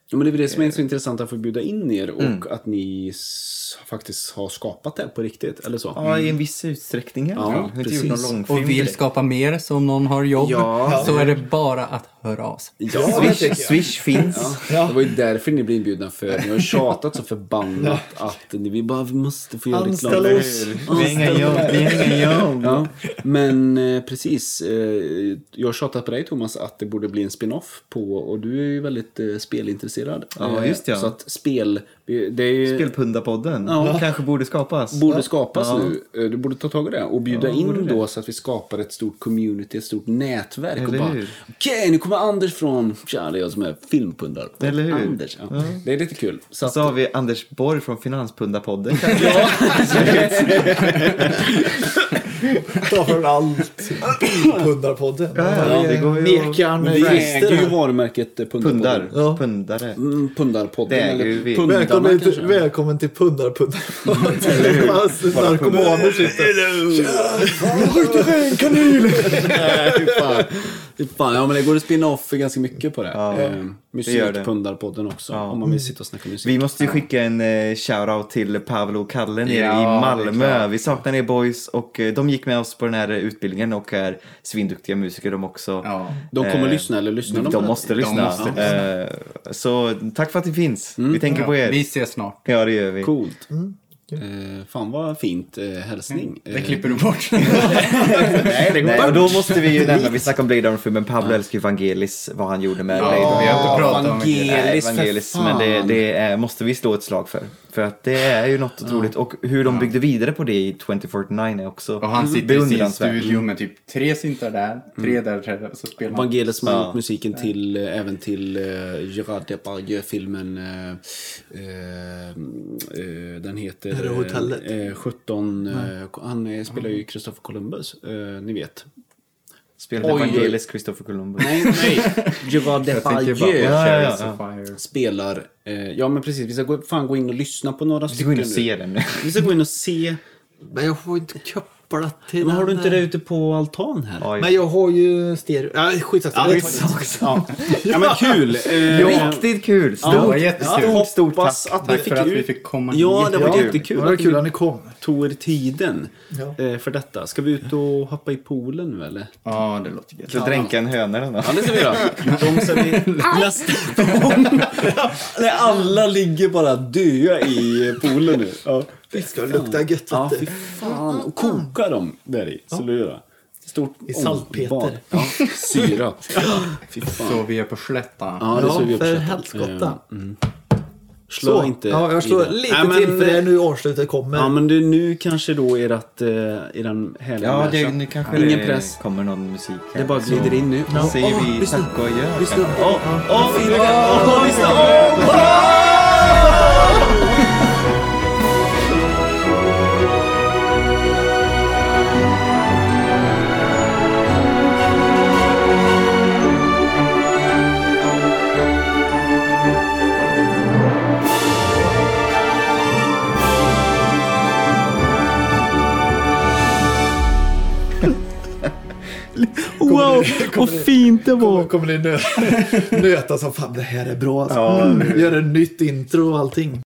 Ja, men det är väl det som Eh. är så intressant att få bjuda in er och Mm. att ni s- faktiskt har skapat det på riktigt. Eller så. Ja, i en viss utsträckning. i alla Ja, fall. Vi har inte gjort någon precis. långfilm. Och vill direkt. skapa mer, så om någon har jobb, Ja. så är det bara att höra av sig. Ja, det tycker Swish, jag. swish finns. Ja. Det var ju därför ni blev inbjudna för ni har ju tjatat så förbannat att ni vi bara vi måste få göra reklam. Anställ oss. Vi har inga jobb, vi har inga jobb. Ja, men eh, precis. Eh, jag har tjatat på dig Thomas att det borde bli en spin-off på och du är ju väldigt eh, spelintresserad. Ja, Eh, just ja. Så att spel, det är ju... Spelpundarpodden kanske borde skapas. borde skapas nu. Eh, Du borde ta tag i det och bjuda in då så att vi skapar ett stort community, ett stort nätverk. och Eller bara, hur? Okej, nu kommer Anders från... Tja, det är jag som är filmpundare. Eller hur? Anders. Ja. Det är lite kul. Så att, Så har vi Anders Borg från Finanspundarpodden. Ta från allt. Pundarpodden. ja, det går ju att- Mekan Vi äger ju Christer. varumärket eh, Pundarpodden. Pundar. Ja. Pundare. Mm, Det pundarpodden. äger eller ju vi. Pundarna Välkommen kanske. Mm, till, välkommen till pundarpodden. Alltså, Narkomaner sitter. en kanin! Fy fan. Fy fan. Ja, men det går att spinna off för ganska mycket på det. Eh, gör det. Musikpundarpodden också, om man vill sitta och snacka musik. Vi måste ju skicka en eh, shoutout till Pavlo och Kalle nere Ja, i det är Malmö. klart. Vi saknar er boys och eh, de gick med oss på den här utbildningen och är svinduktiga musiker de också. Ja. De kommer Eh, lyssna, eller lyssna De, måste lyssna. måste Mm. Eh, så tack för att ni finns. Vi tänker på Vi er. ses snart. Ja, det gör vi. Coolt. Eh, fan vad fint eh, hälsning. Det Eh, klipper du bort. Nej, det går Nej, och då måste vi ju nämna, vi snackade om Blade Runner men Pablo älskar ju Vangelis, vad han gjorde med Blade vi Runner. har inte pratat om det. Nej, Vangelis, för Vangelis, men fan. det, det är, måste vi slå ett slag för. För att det är ju något otroligt. Och hur de byggde vidare på det i 2049 är också Och han sitter i sin beundransvärt. studio med typ tre syntar där, tre där, tre där. Och så spelar han. Vangelis som har gjort musiken till, eh, även till uh, Gerard Depardieu-filmen. eh, eh, eh, den heter... Är det eh, hotellet? eh, 17... eh, han eh, spelar ju Christopher Columbus, eh, ni vet. Spelade Oj. Vangelis Christopher Columbus. Nej, nej. Gerard Jag tänker bara på Depardieu Ja, Chariots ja, of Fire. spelar... Eh, ja, men precis. Vi ska gå, fan gå in och lyssna på några Vi ska gå in och stycken nu. se den nu. Vi ska gå in och se. Men jag får inte kopplat till Men har du inte det den. ute på altan här? Oj. Men jag har ju stereo. Ja, skitsamma. Ja, Det visst. tar vi. Ja. ja, men kul. Eh, Riktigt kul! Ja, Det var Stort, jättestort. stort, stort tack. hoppas att Tack vi för fick att vi ut- fick komma Ja, det var Ja, jättekul. Det var kul att ni ni kom. tog er tiden Ja. eh, för detta. Ska vi ut och hoppa i poolen nu eller? Ja, det låter gött. Så dränka en höna eller nåt. Ja, det ska vi göra. De ska vi lasta igång. Nej, alla ligger bara döda i poolen nu. Ja, Det ska lukta gött. ja vet fy du. fan. Och koka dem där i. Så du göra. Stort I saltpeter. ombad. Ja, syra. Fy fan. Så vi är på slätta. Ja, det såg vi Ja, också. Eh, för helskotta. Slå inte ja, jag i slår det. lite Nej, men- eh, till för det är nu avslutet kommer. Ja, men du, nu kanske då är att eh, i den härliga Ja, det, matchen. nu kanske Ingen det press. kommer någon musik här. Det bara glider in nu. Så säger Åh, vi lyssna. tack och adjö. Lyssna. kanske. Åh, Åh, fy fan! Åh, lyssna! Wow, vad fint det var! Kommer, kommer ni nö- nöta som fan det här är bra. Alltså. Gör ett nytt intro och allting.